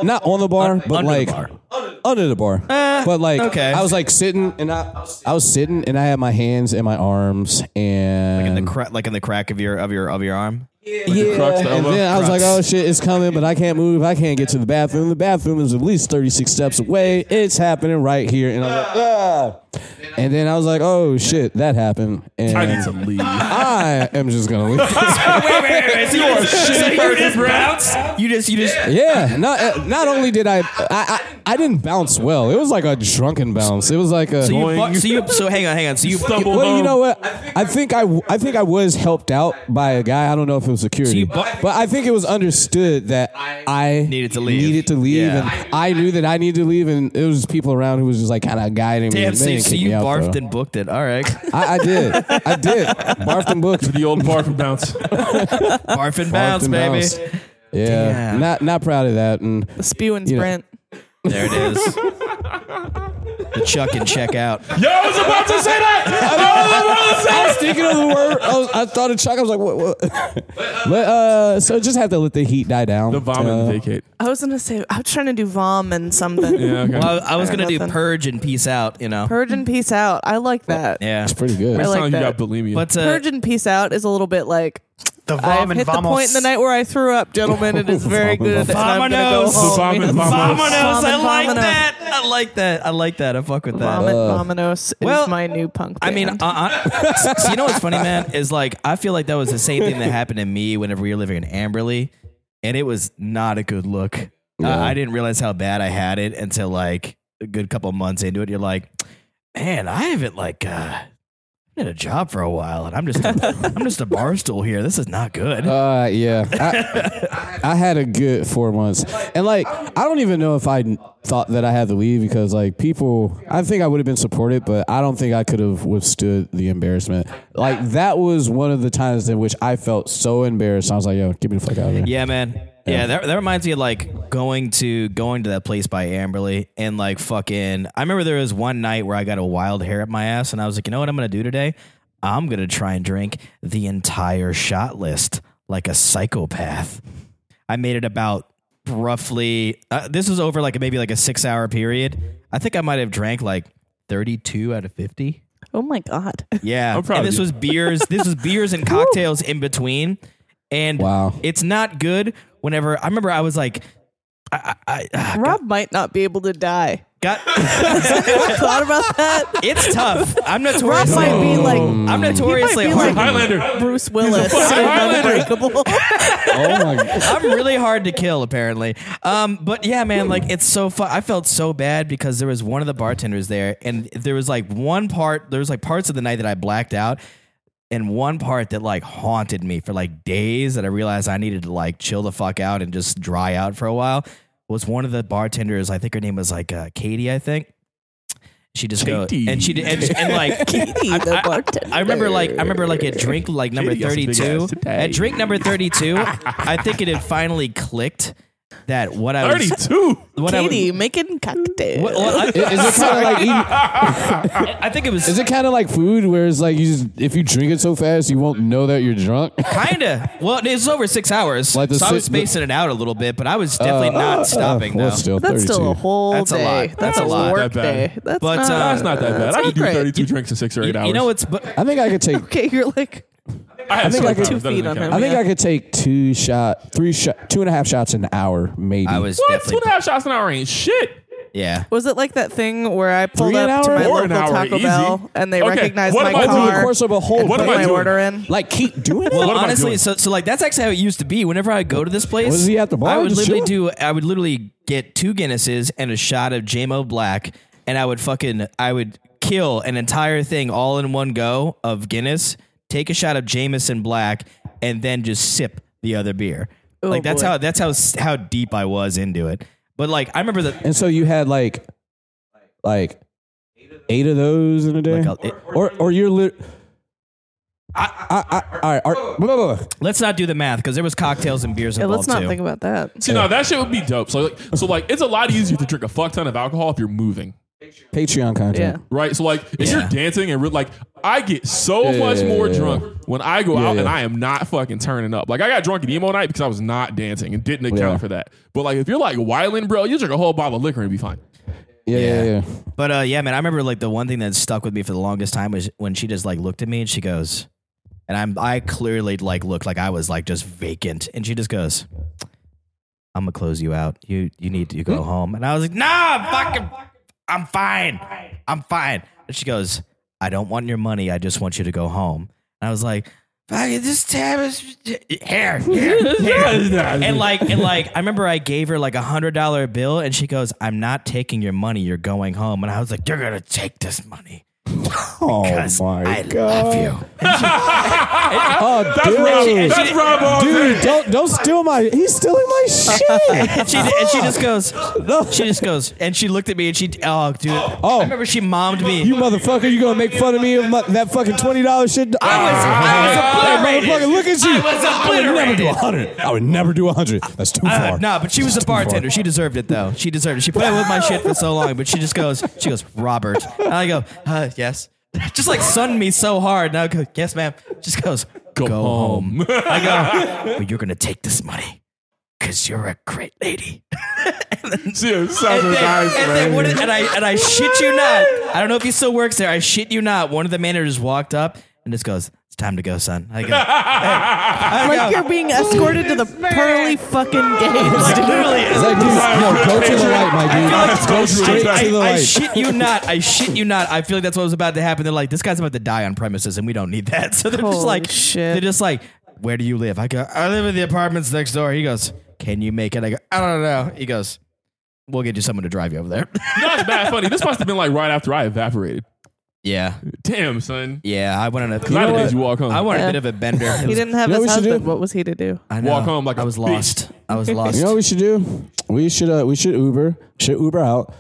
S2: not on the bar, but
S1: Under
S2: like
S1: the bar. Eh,
S2: under the bar. but like,
S1: okay.
S2: I was like sitting and I, I was sitting and I had my hands in my arms and
S1: In the cra- like in the crack of your of your of your arm.
S2: yeah.
S3: crux, the
S2: and
S3: elbow. (laughs)
S2: then I was like, oh shit, it's coming, but I can't move. I can't get to the bathroom. The bathroom is at least 36 steps away. It's happening right here. And I was like, ah. And then I was like, oh shit, that happened. And
S3: I need to leave.
S2: I am just gonna leave.
S1: you just bounce. You just you just
S2: yeah. Not uh, not only did I, I I I didn't bounce well. It was like a drunken bounce. It was like a
S1: so you,
S3: Boing.
S1: bu- so you so hang on hang on so you so
S3: Stumble
S2: Well, you
S3: home.
S2: know
S1: um,
S2: what? I think I, w- I think I was helped out by a guy. I don't know if it was security,
S1: you bu-
S2: but I think it was understood that I
S1: Needed to leave.
S2: Needed to leave,
S1: Yeah.
S2: and I knew that I needed to leave, and it was just people around who was just like kind of guiding me.
S1: damn
S2: They
S1: so,
S2: didn't
S1: so
S2: kick
S1: you
S2: me out,
S1: barfed
S2: though.
S1: and booked it. All right,
S2: I, I did. I
S1: (laughs)
S2: did. Barfed and booked.
S3: the old bar from bounce.
S1: barf and
S2: (laughs) Barfed
S1: bounce,
S2: and
S1: baby.
S2: bounced. Yeah,
S1: Damn.
S2: not not proud of
S1: (laughs)
S2: that. And
S5: Spew and
S2: You know.
S5: sprint.
S1: There it is. the chuck and check out.
S3: Yo, I was about to say that.
S2: I (laughs) was thinking of the word. I, was, I thought of Chuck. I was like, what? what? (laughs) but uh, so just have to let the heat die down.
S3: The vomit and
S2: Uh,
S3: vacate.
S5: I was gonna say I was trying to do vom
S2: (laughs)
S5: and something.
S3: Yeah, okay.
S1: Well, I, I was
S5: Fair
S1: gonna do
S5: nothing.
S1: purge and peace out. You know.
S5: Purge and peace out. I like that.
S1: Yeah,
S2: It's pretty good.
S5: I
S3: Sound
S5: like
S3: you got
S5: that.
S3: bulimia.
S1: but uh,
S5: Purge and peace out is a little bit like
S4: The
S5: I've
S4: vom and
S5: hit the point in
S4: vamos.
S5: the night where I threw up, gentlemen. It is (laughs) very
S2: Vom and
S5: good. and I'm gonna go
S1: Vominos.
S5: home.
S3: Vom and
S5: Yes.
S3: vamos.
S1: Vominos, I
S5: Vomit,
S1: like
S5: vominos.
S1: that. I like that. I like that. I fuck with that.
S5: Vomit Vominos
S1: well,
S5: is my new punk.
S1: I
S5: Band.
S1: mean, uh, (laughs) uh, so you know what's funny, man, is like I feel like that was the same thing that happened to me whenever we were living in Amberley, and it was not a good look. Uh, I didn't realize how bad I had it until like a good couple months into it. You're like, man, I haven't like uh, had a job for a while, and I'm just a, I'm just a bar stool here. This is not good.
S2: Uh,
S1: (laughs)
S2: yeah. I, I had a good four months, and like I don't even know if I thought that I had to leave because like people, I think I would have been supported, but I don't think I could have withstood the embarrassment. Like that was one of the times in which I felt so embarrassed. I was like, "Yo, get me the fuck out of here."
S1: Yeah, man. Yeah, that, that reminds me of like going to going to that place by Amberley and like fucking. I remember there was one night where I got a wild hair up my ass, and I was like, you know what I'm gonna do today? I'm gonna try and drink the entire shot list like a psychopath. I made it about roughly. Uh, this was over like maybe like a six hour period. I think I might have drank like 32 out of 50.
S5: oh my god,
S1: Yeah, and
S3: proud of
S1: this
S3: you.
S1: was beers. This was beers and cocktails in between, and
S2: Wow.
S1: it's not good. Whenever I remember, I was like, I, I, I
S5: Rob might not be able to (laughs) die.
S1: got (laughs)
S5: Thought about that. (laughs)
S1: it's tough. I'm
S5: Rob
S1: notoriously,
S5: might be like
S1: I'm notoriously
S5: be
S1: hard.
S5: like-
S3: Highlander.
S5: Bruce Willis.
S3: fucking
S5: in
S3: Highlander.
S5: Unbreakable.
S2: Oh my god.
S1: I'm really hard to kill, apparently. Um, but yeah, man, like it's so fun. I felt so bad because there was one of the bartenders there, and there was like one part. There was like parts of the night that I blacked out, and one part that like haunted me for like days. That I realized I needed to like chill the fuck out and just dry out for a while. Was one of the bartenders. I think her name was like uh, Katie. I think. She just goes
S3: Katie.
S1: and she did- and, and like
S5: (laughs) Katie, the
S1: I remember like I remember like at drink like number
S3: Katie got some
S1: thirty
S3: big
S1: two.
S3: ass today.
S1: At drink number thirty two, I think it had finally clicked that what I was
S3: 32.
S1: what
S5: Katie
S1: I
S5: making cocktails.
S1: was. Well, I,
S2: Is it kind of like eating,
S1: I think it was
S2: is it kind of like food where it's like you just if you drink it so fast you won't know that you're drunk?
S1: kinda. Well, it was over six hours,
S2: Like the
S1: so I was
S2: si- the- Uh,
S1: spacing it out a little bit, but I was definitely not stopping
S2: Well,
S1: though.
S2: still
S5: that's
S2: 32.
S5: still a whole
S1: That's a
S5: day.
S1: lot. That's a lot.
S3: That
S5: work
S3: bad.
S5: day. That's
S1: But,
S5: not,
S1: uh,
S3: That's not that bad.
S5: that's
S3: I could
S5: not
S3: do
S5: great.
S3: 32 drinks in six or eight hours.
S1: you know it's but
S2: I think I could take
S5: Okay, you're like
S3: I had six
S2: think like
S3: hours.
S5: two
S3: That doesn't
S5: feet on
S3: count.
S5: him.
S2: I think
S5: Yeah.
S2: I could take two shot, three shot, two and a half shots an hour, maybe.
S1: I was
S3: What? Two
S1: definitely
S3: and a half shots an hour ain't shit.
S1: yeah.
S5: Was it like that thing where I pulled
S2: Three an
S5: up to
S2: hour?
S5: my
S2: Four
S5: local
S3: an hour,
S5: Taco
S3: easy.
S5: Bell and they
S3: Okay,
S5: recognized
S3: what
S5: my
S3: am I
S5: car
S3: doing?
S2: over the course of a whole
S3: What
S5: put
S3: am I
S5: my
S3: doing?
S5: order in?
S2: like keep doing it.
S1: Well,
S3: What am I
S1: honestly,
S3: doing?
S1: so so like that's actually how it used to be. Whenever I go to this place,
S2: Was he at the bar
S1: I would
S2: just
S1: literally
S2: chilling?
S1: do. I would literally get two Guinnesses and a shot of JMO Black, and I would fucking I would kill an entire thing all in one go of Guinness. Take a shot of Jameson Black, and then just sip the other beer. like that's
S5: Oh, boy.
S1: how that's how s- how deep I was into it. But like I remember that
S2: and so you had like, like eight of those in a day,
S1: Like a-
S2: or or you're lit. I, I, all right, all right. Blah, blah, blah.
S1: Let's not do the math because there was cocktails and beers
S5: Yeah,
S1: involved
S5: let's not
S1: too.
S5: think about that.
S3: See, no, that shit would be dope. So, like, so like, it's a lot easier to drink a fuck ton of alcohol if you're moving,
S2: Patreon
S5: Yeah.
S2: content.
S3: right? So, like, if you're
S1: Yeah.
S3: dancing and re- like, I get so
S2: yeah,
S3: much
S2: yeah,
S3: more
S2: yeah.
S3: drunk when I go out and
S2: yeah.
S3: I am not fucking turning up. Like, I got drunk at emo night because I was not dancing and didn't account
S2: Yeah.
S3: for that. But like, if you're like wilding, bro, you drink a whole bottle of liquor and be fine.
S2: Yeah, yeah, yeah.
S1: But uh, yeah, man, I remember like the one thing that stuck with me for the longest time was when she just like looked at me and she goes, and I'm I clearly like looked like I was like just vacant, and she just goes, "I'm gonna close you out. You you need to go home." And I was like, "Nah, I'm fucking, I'm fine, I'm fine." And she goes, "I don't want your money. I just want you to go home." And I was like. Fucking this tab is here, here, here. and like, and like, I remember I gave her like a hundred dollar bill, and she goes, "I'm not taking your money. You're going home." And I was like, "You're gonna take this money
S2: Oh
S1: because
S2: my
S1: I
S2: god.
S1: love you."
S2: Oh, dude.
S1: Rob.
S3: That's Rob.
S2: Dude, don't don't steal my. He's stealing my shit.
S1: and she and she
S2: (laughs)
S1: just goes, she just goes, and she looked at me and she, oh
S2: (gasps)
S1: dude,
S2: Oh.
S1: I remember she mommed me.
S2: You motherfucker, you gonna make fun of me of my, that fucking twenty dollars shit? I (laughs) was,
S1: obliterated.
S2: motherfucker, look at you.
S1: I was
S2: would never do a
S1: obliterated.
S2: hundred. I would never do a hundred. That's too
S1: Uh,
S2: far.
S1: no, but she was a
S2: That's too far.
S1: bartender. She deserved it though. She deserved it. She put up with my shit for so long, but she just goes, she goes, Robert. And I go, uh, yes. Just like sunned me so hard. And I go, yes, ma'am. Just goes, go, home. I go, but you're gonna take this money. Cause you're a great
S5: (laughs)
S1: lady.
S3: (laughs) See, it sounds
S1: And, they-
S3: nice,
S1: and they
S3: man.
S1: wouldn't- and I and I shit you not. (laughs) I don't know if he still works there. I shit you not. One of the managers walked up and just goes, "It's time to go, son." (laughs) I go, I
S6: Like
S1: go,
S6: you're being escorted to the pearly
S2: (laughs)
S6: fucking gates. dude.
S1: literally.
S2: It's like, dude, no, go to the light, my dude. go straight
S1: I,
S2: to the
S1: I
S2: light.
S1: shit (laughs) you not. I shit you not. I feel like that's what was about to happen. They're like, this guy's about to die on premises, and we don't need that. (laughs) So they're just
S5: Holy
S1: like,
S5: shit.
S1: they're just like, where do you live? I go, I live in the apartments next door. He goes, can you make it? I go, I don't know. He goes, we'll get you someone to drive you over there. (laughs)
S3: You know, it's bad funny. This must have been like right after I evaporated.
S1: yeah,
S3: Damn, son.
S1: yeah. I went on a.
S3: Because I didn't you walk home.
S1: I wanted
S5: Yeah.
S1: a bit of a bender. It
S5: He
S1: was-
S5: didn't have
S2: You know
S5: his
S2: what we should
S5: husband.
S2: do?
S5: What was he to do?
S1: I
S3: walk home like
S1: I
S3: a
S1: was
S3: bitch.
S1: lost. I was lost.
S2: You know what we should do? We should uh, we should Uber, should Uber out,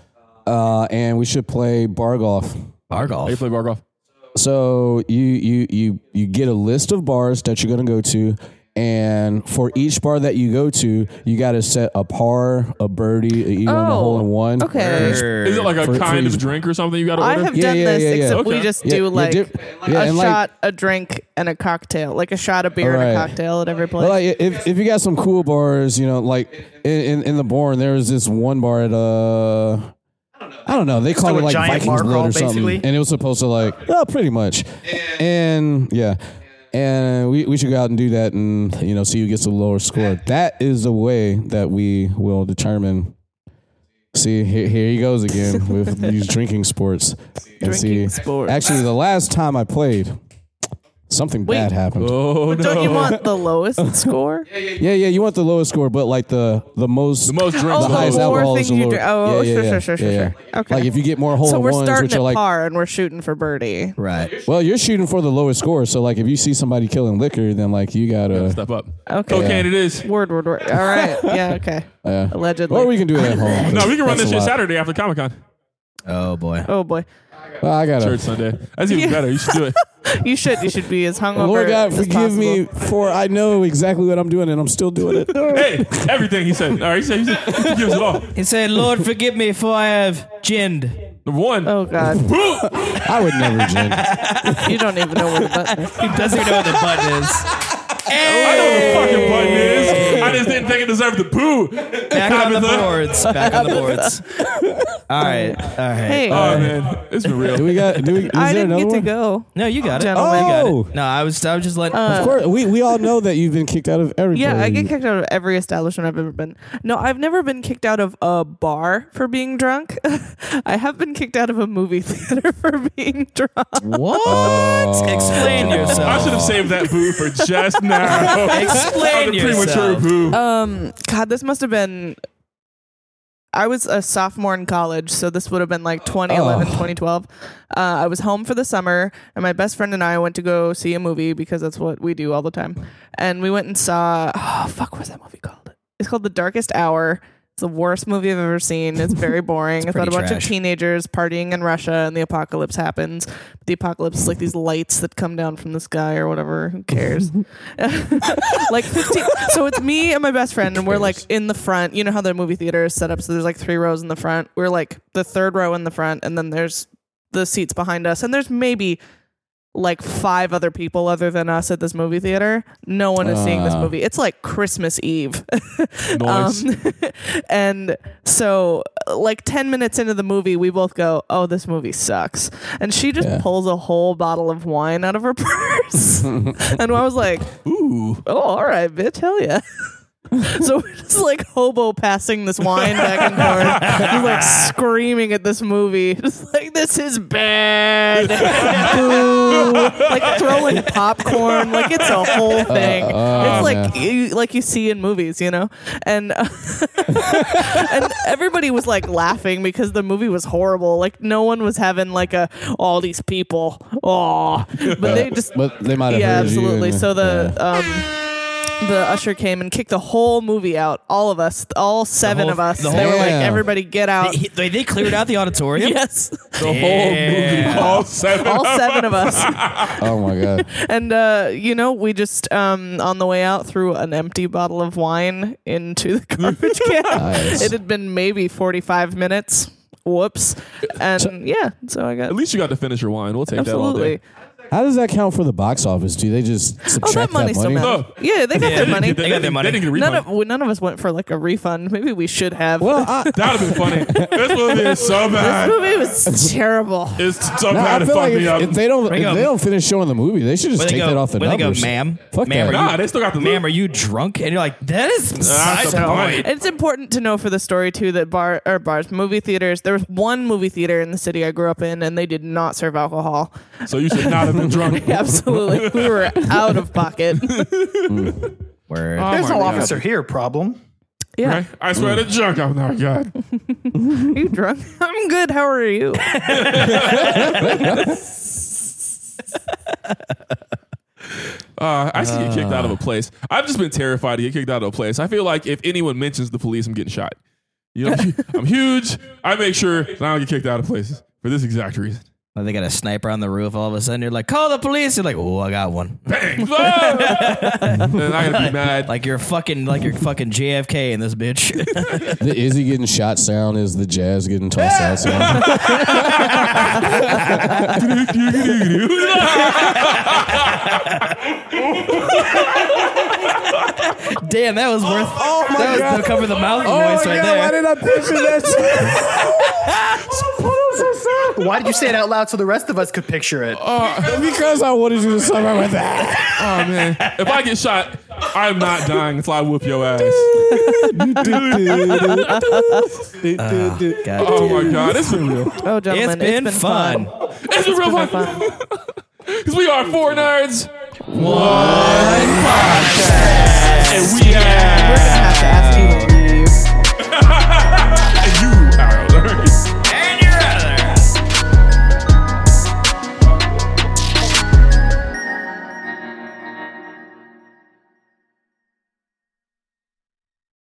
S2: uh, and we should play bar golf.
S1: Bar golf.
S3: They play bar golf.
S2: So you you you you get a list of bars that you're gonna go to, and for each bar that you go to, you got to set a par, a birdie, a eagle, and a
S5: Oh,
S2: hole in one.
S5: okay.
S3: Is it like a
S2: For- for
S3: kind
S2: each-
S3: of drink or something you got to
S5: I
S3: order?
S5: have
S2: Yeah,
S5: done
S2: yeah,
S5: this,
S2: yeah, yeah.
S5: except
S3: Okay.
S5: we just
S2: Yeah,
S5: do
S2: yeah,
S5: like
S2: di- yeah,
S5: a
S2: and, like-
S5: shot, a drink, and a cocktail, like a shot of beer and a
S2: Alright.
S5: cocktail at every place.
S2: But like if, if you got some cool bars, you know, like in, in, in the Bourne, there was this one bar at uh I don't know, they called it
S4: like a
S2: like
S4: giant
S2: Vikings
S4: bar
S2: Blood
S4: crawl,
S2: or something.
S4: basically?
S2: And it was supposed to like oh pretty much. And, yeah. And we, we should go out and do that and you know, see who gets the lower score. That is the way that we will determine See, here, here he goes
S5: (laughs)
S2: again with these drinking sports. And see,
S5: Drinking sports.
S2: Actually, the last time I played, something bad happened.
S3: Oh, no.
S5: Don't you
S2: (laughs)
S5: want the lowest score?
S2: Yeah, yeah, you want the lowest score, but like the the most the
S3: most drinks.
S5: (laughs) Oh,
S3: the
S2: highest
S3: more
S2: alcohol
S5: things
S2: is the
S5: you
S2: lower.
S5: drink. Oh, sure, sure, sure, sure, sure. Okay.
S2: Like if you get more hole
S5: So
S2: in
S5: we're
S2: ones,
S5: starting
S2: which
S5: at
S2: are like,
S5: par and we're shooting for birdie.
S1: Right.
S2: well, you're shooting for the lowest score. So like if you see somebody killing liquor, then like you gotta.
S3: Step up.
S5: Okay.
S3: Cocaine it is.
S5: Word, word, word. All
S2: (laughs)
S5: right. Yeah. Okay. Allegedly.
S2: Or we can do
S5: (laughs)
S2: it at home.
S3: No, we can run
S2: That's
S3: this
S2: a
S3: shit
S2: lot.
S3: Saturday after Comic Con.
S1: Oh (laughs) boy.
S5: oh boy.
S2: Well, I
S3: Church
S2: gotta.
S3: Sunday. That's even better. You should do it.
S5: You should. You should be as
S2: (laughs)
S5: hungover.
S2: Lord God,
S5: as
S2: forgive
S5: possible.
S2: me for I know exactly what I'm doing and I'm still doing it.
S3: (laughs)
S5: (laughs)
S3: hey, everything he said. All right, he said, he said he gives it all.
S1: He said, "Lord, forgive me, for I have ginned."
S3: Number one.
S5: Oh God,
S2: I would never drink.
S5: you don't even know where the
S2: (laughs)
S5: button is.
S1: He doesn't even know what the button is.
S3: I know what the fucking button is. I just didn't think it deserved the poo.
S1: Back on the
S3: Tabitha.
S1: boards. Back on the boards. All right. All right.
S5: Hey,
S3: Oh, man. It's been
S2: Do
S3: real.
S2: we got? Do we? Is
S5: I
S2: Uh, there
S5: didn't
S2: another one?
S5: get to go.
S1: No, you got it.
S5: Gentlemen.
S1: you got it.
S2: Oh. Uh,
S1: No, I was. I was just letting.
S2: Of course, we, we all know that you've been kicked out of every.
S5: Yeah, I
S2: party.
S5: get kicked out of every establishment I've ever been. No, I've never been kicked out of a bar for being drunk. (laughs) I have been kicked out of a movie (laughs) theater for being drunk.
S1: what? Explain
S3: I
S1: yourself.
S3: should have saved that boo for just now.
S1: Explain
S3: On the premature
S1: yourself.
S3: poo.
S5: Um, God, this must have been. I was a sophomore in college, so this would have been like 2011,
S2: Oh.
S5: 2012. Uh, I was home for the summer, and my best friend and I went to go see a movie because that's what we do all the time. And we went and saw, oh, fuck, what's that movie called? It's called The Darkest Hour. It's the worst movie I've ever seen.
S1: (laughs)
S5: It's very boring. it's about a
S1: pretty
S5: bunch
S1: trash.
S5: of teenagers partying in Russia and the apocalypse happens. The apocalypse is like these lights that come down from the sky or
S1: (laughs)
S5: whatever. Who cares? (laughs) like 15 so it's me and my best friend and we're like in the front you know how the movie theater is set up so there's like three rows in the front we're like the third row in the front and then there's the seats behind us and there's maybe like five other people other than us at this movie theater no one is seeing this movie it's like christmas eve (laughs)
S3: Noise.
S5: and so like 10 minutes into the movie we both go oh this movie sucks and she just pulls a whole bottle of wine out of her (laughs) purse and i was like
S3: Ooh.
S5: oh, all right, bitch, hell yeah. (laughs) so we're just like hobo passing this wine back and forth, just like screaming at this movie, (laughs) just like this is bad, (laughs) Boo. like throwing popcorn, like it's a whole thing. it's like you, like you see in movies, you know. And uh, and everybody was like laughing because the movie was horrible. Like no one was having like a all these people, oh, but they just
S2: But they might have
S5: yeah,
S2: heard
S5: absolutely.
S2: You and-
S5: so the um, the usher came and kicked the whole movie out. All of us, all seven
S1: whole-
S5: of us.
S1: the
S5: They
S1: whole-
S5: were like,
S2: Yeah.
S5: "Everybody, get out!"
S1: He- they, they cleared out the auditorium.
S5: (laughs) yes,
S3: The whole movie. All seven.
S5: all seven of us.
S2: (laughs) oh my god.
S5: And uh, you know, we just um, on the way out threw an empty bottle of wine into the garbage can.
S2: Nice.
S5: It had been maybe forty-five minutes. Whoops. And yeah, so I got
S3: At least you got to finish your wine. We'll take
S5: absolutely.
S2: How does that count for the box office? Do they just subtract
S5: Oh, that money still matters. Yeah, they got
S1: Yeah, they
S3: that all
S5: their
S3: day.
S5: money.
S1: They got their money.
S3: They didn't get a
S5: None of
S3: refund.
S5: well, none of us went for like a refund. Maybe we should have. (laughs)
S2: Well, I,
S3: That would have been funny. this movie is so
S5: this
S3: bad.
S5: movie
S2: (laughs)
S5: was terrible.
S3: It's so
S2: no, I
S3: bad to
S2: feel
S3: fuck
S2: like
S3: me
S2: if,
S3: up.
S2: if they don't if
S1: Bring 'em.
S2: they don't finish showing the movie, they should just
S1: Where they
S2: take
S1: go,
S2: that off the
S1: where they go,
S2: numbers.
S1: ma'am,
S2: Fuck
S1: ma'am,
S2: that.
S1: are you-
S3: Nah, they still got the Ah.
S1: Ma'am, are you drunk? And you're like, that is
S3: That's the
S1: so-
S3: point.
S5: It's important to know for the story too that bar or bars, movie theaters. There was one movie theater in the city I grew up in, and they did not serve alcohol.
S3: So you should not have been
S5: (laughs)
S3: drunk.
S5: Absolutely, we were out of pocket.
S1: Word.
S4: There's
S3: Oh my
S4: no
S3: God.
S4: officer here problem.
S5: (laughs) Yeah,
S3: Okay? I swear to junk. Oh my god.
S5: are you drunk? (laughs) I'm good. How are (laughs) you?
S3: Uh, I see get kicked out of
S2: Ah.
S3: a place. I've just been terrified to get kicked out of a place. I feel like if anyone mentions the police, I'm getting shot. You know, (laughs) I'm huge. I make sure that I don't get kicked out of places for this exact reason.
S1: Now Oh, They got a sniper on the roof. All of a sudden, you're like, call the police. You're like, oh, I got one.
S3: Bang! Ah! and I gotta be mad.
S1: Like you're fucking, like you're fucking JFK in this (laughs) bitch.
S2: The Izzy getting shot sound is the jazz getting tossed out sound.
S1: Damn, that was worth. (laughs) Oh my Oh that was the cover the mouth voice right there.
S2: I
S1: (laughs)
S2: picture (laughs) that?
S1: Oh,
S4: Why did you say it out loud so the rest of us could picture it?
S2: (laughs) because I wanted you to summer with that.
S3: (laughs) Oh man! If I get shot, I'm not dying until I whoop your ass.
S1: God
S3: Oh
S1: damn.
S3: my god, it's been real.
S5: Oh,
S1: It's
S5: gentlemen,
S1: been, fun.
S3: It's been real
S5: It's been
S3: fun
S5: fun.
S3: (laughs) because we are four nerds, one podcast, and we are. (laughs)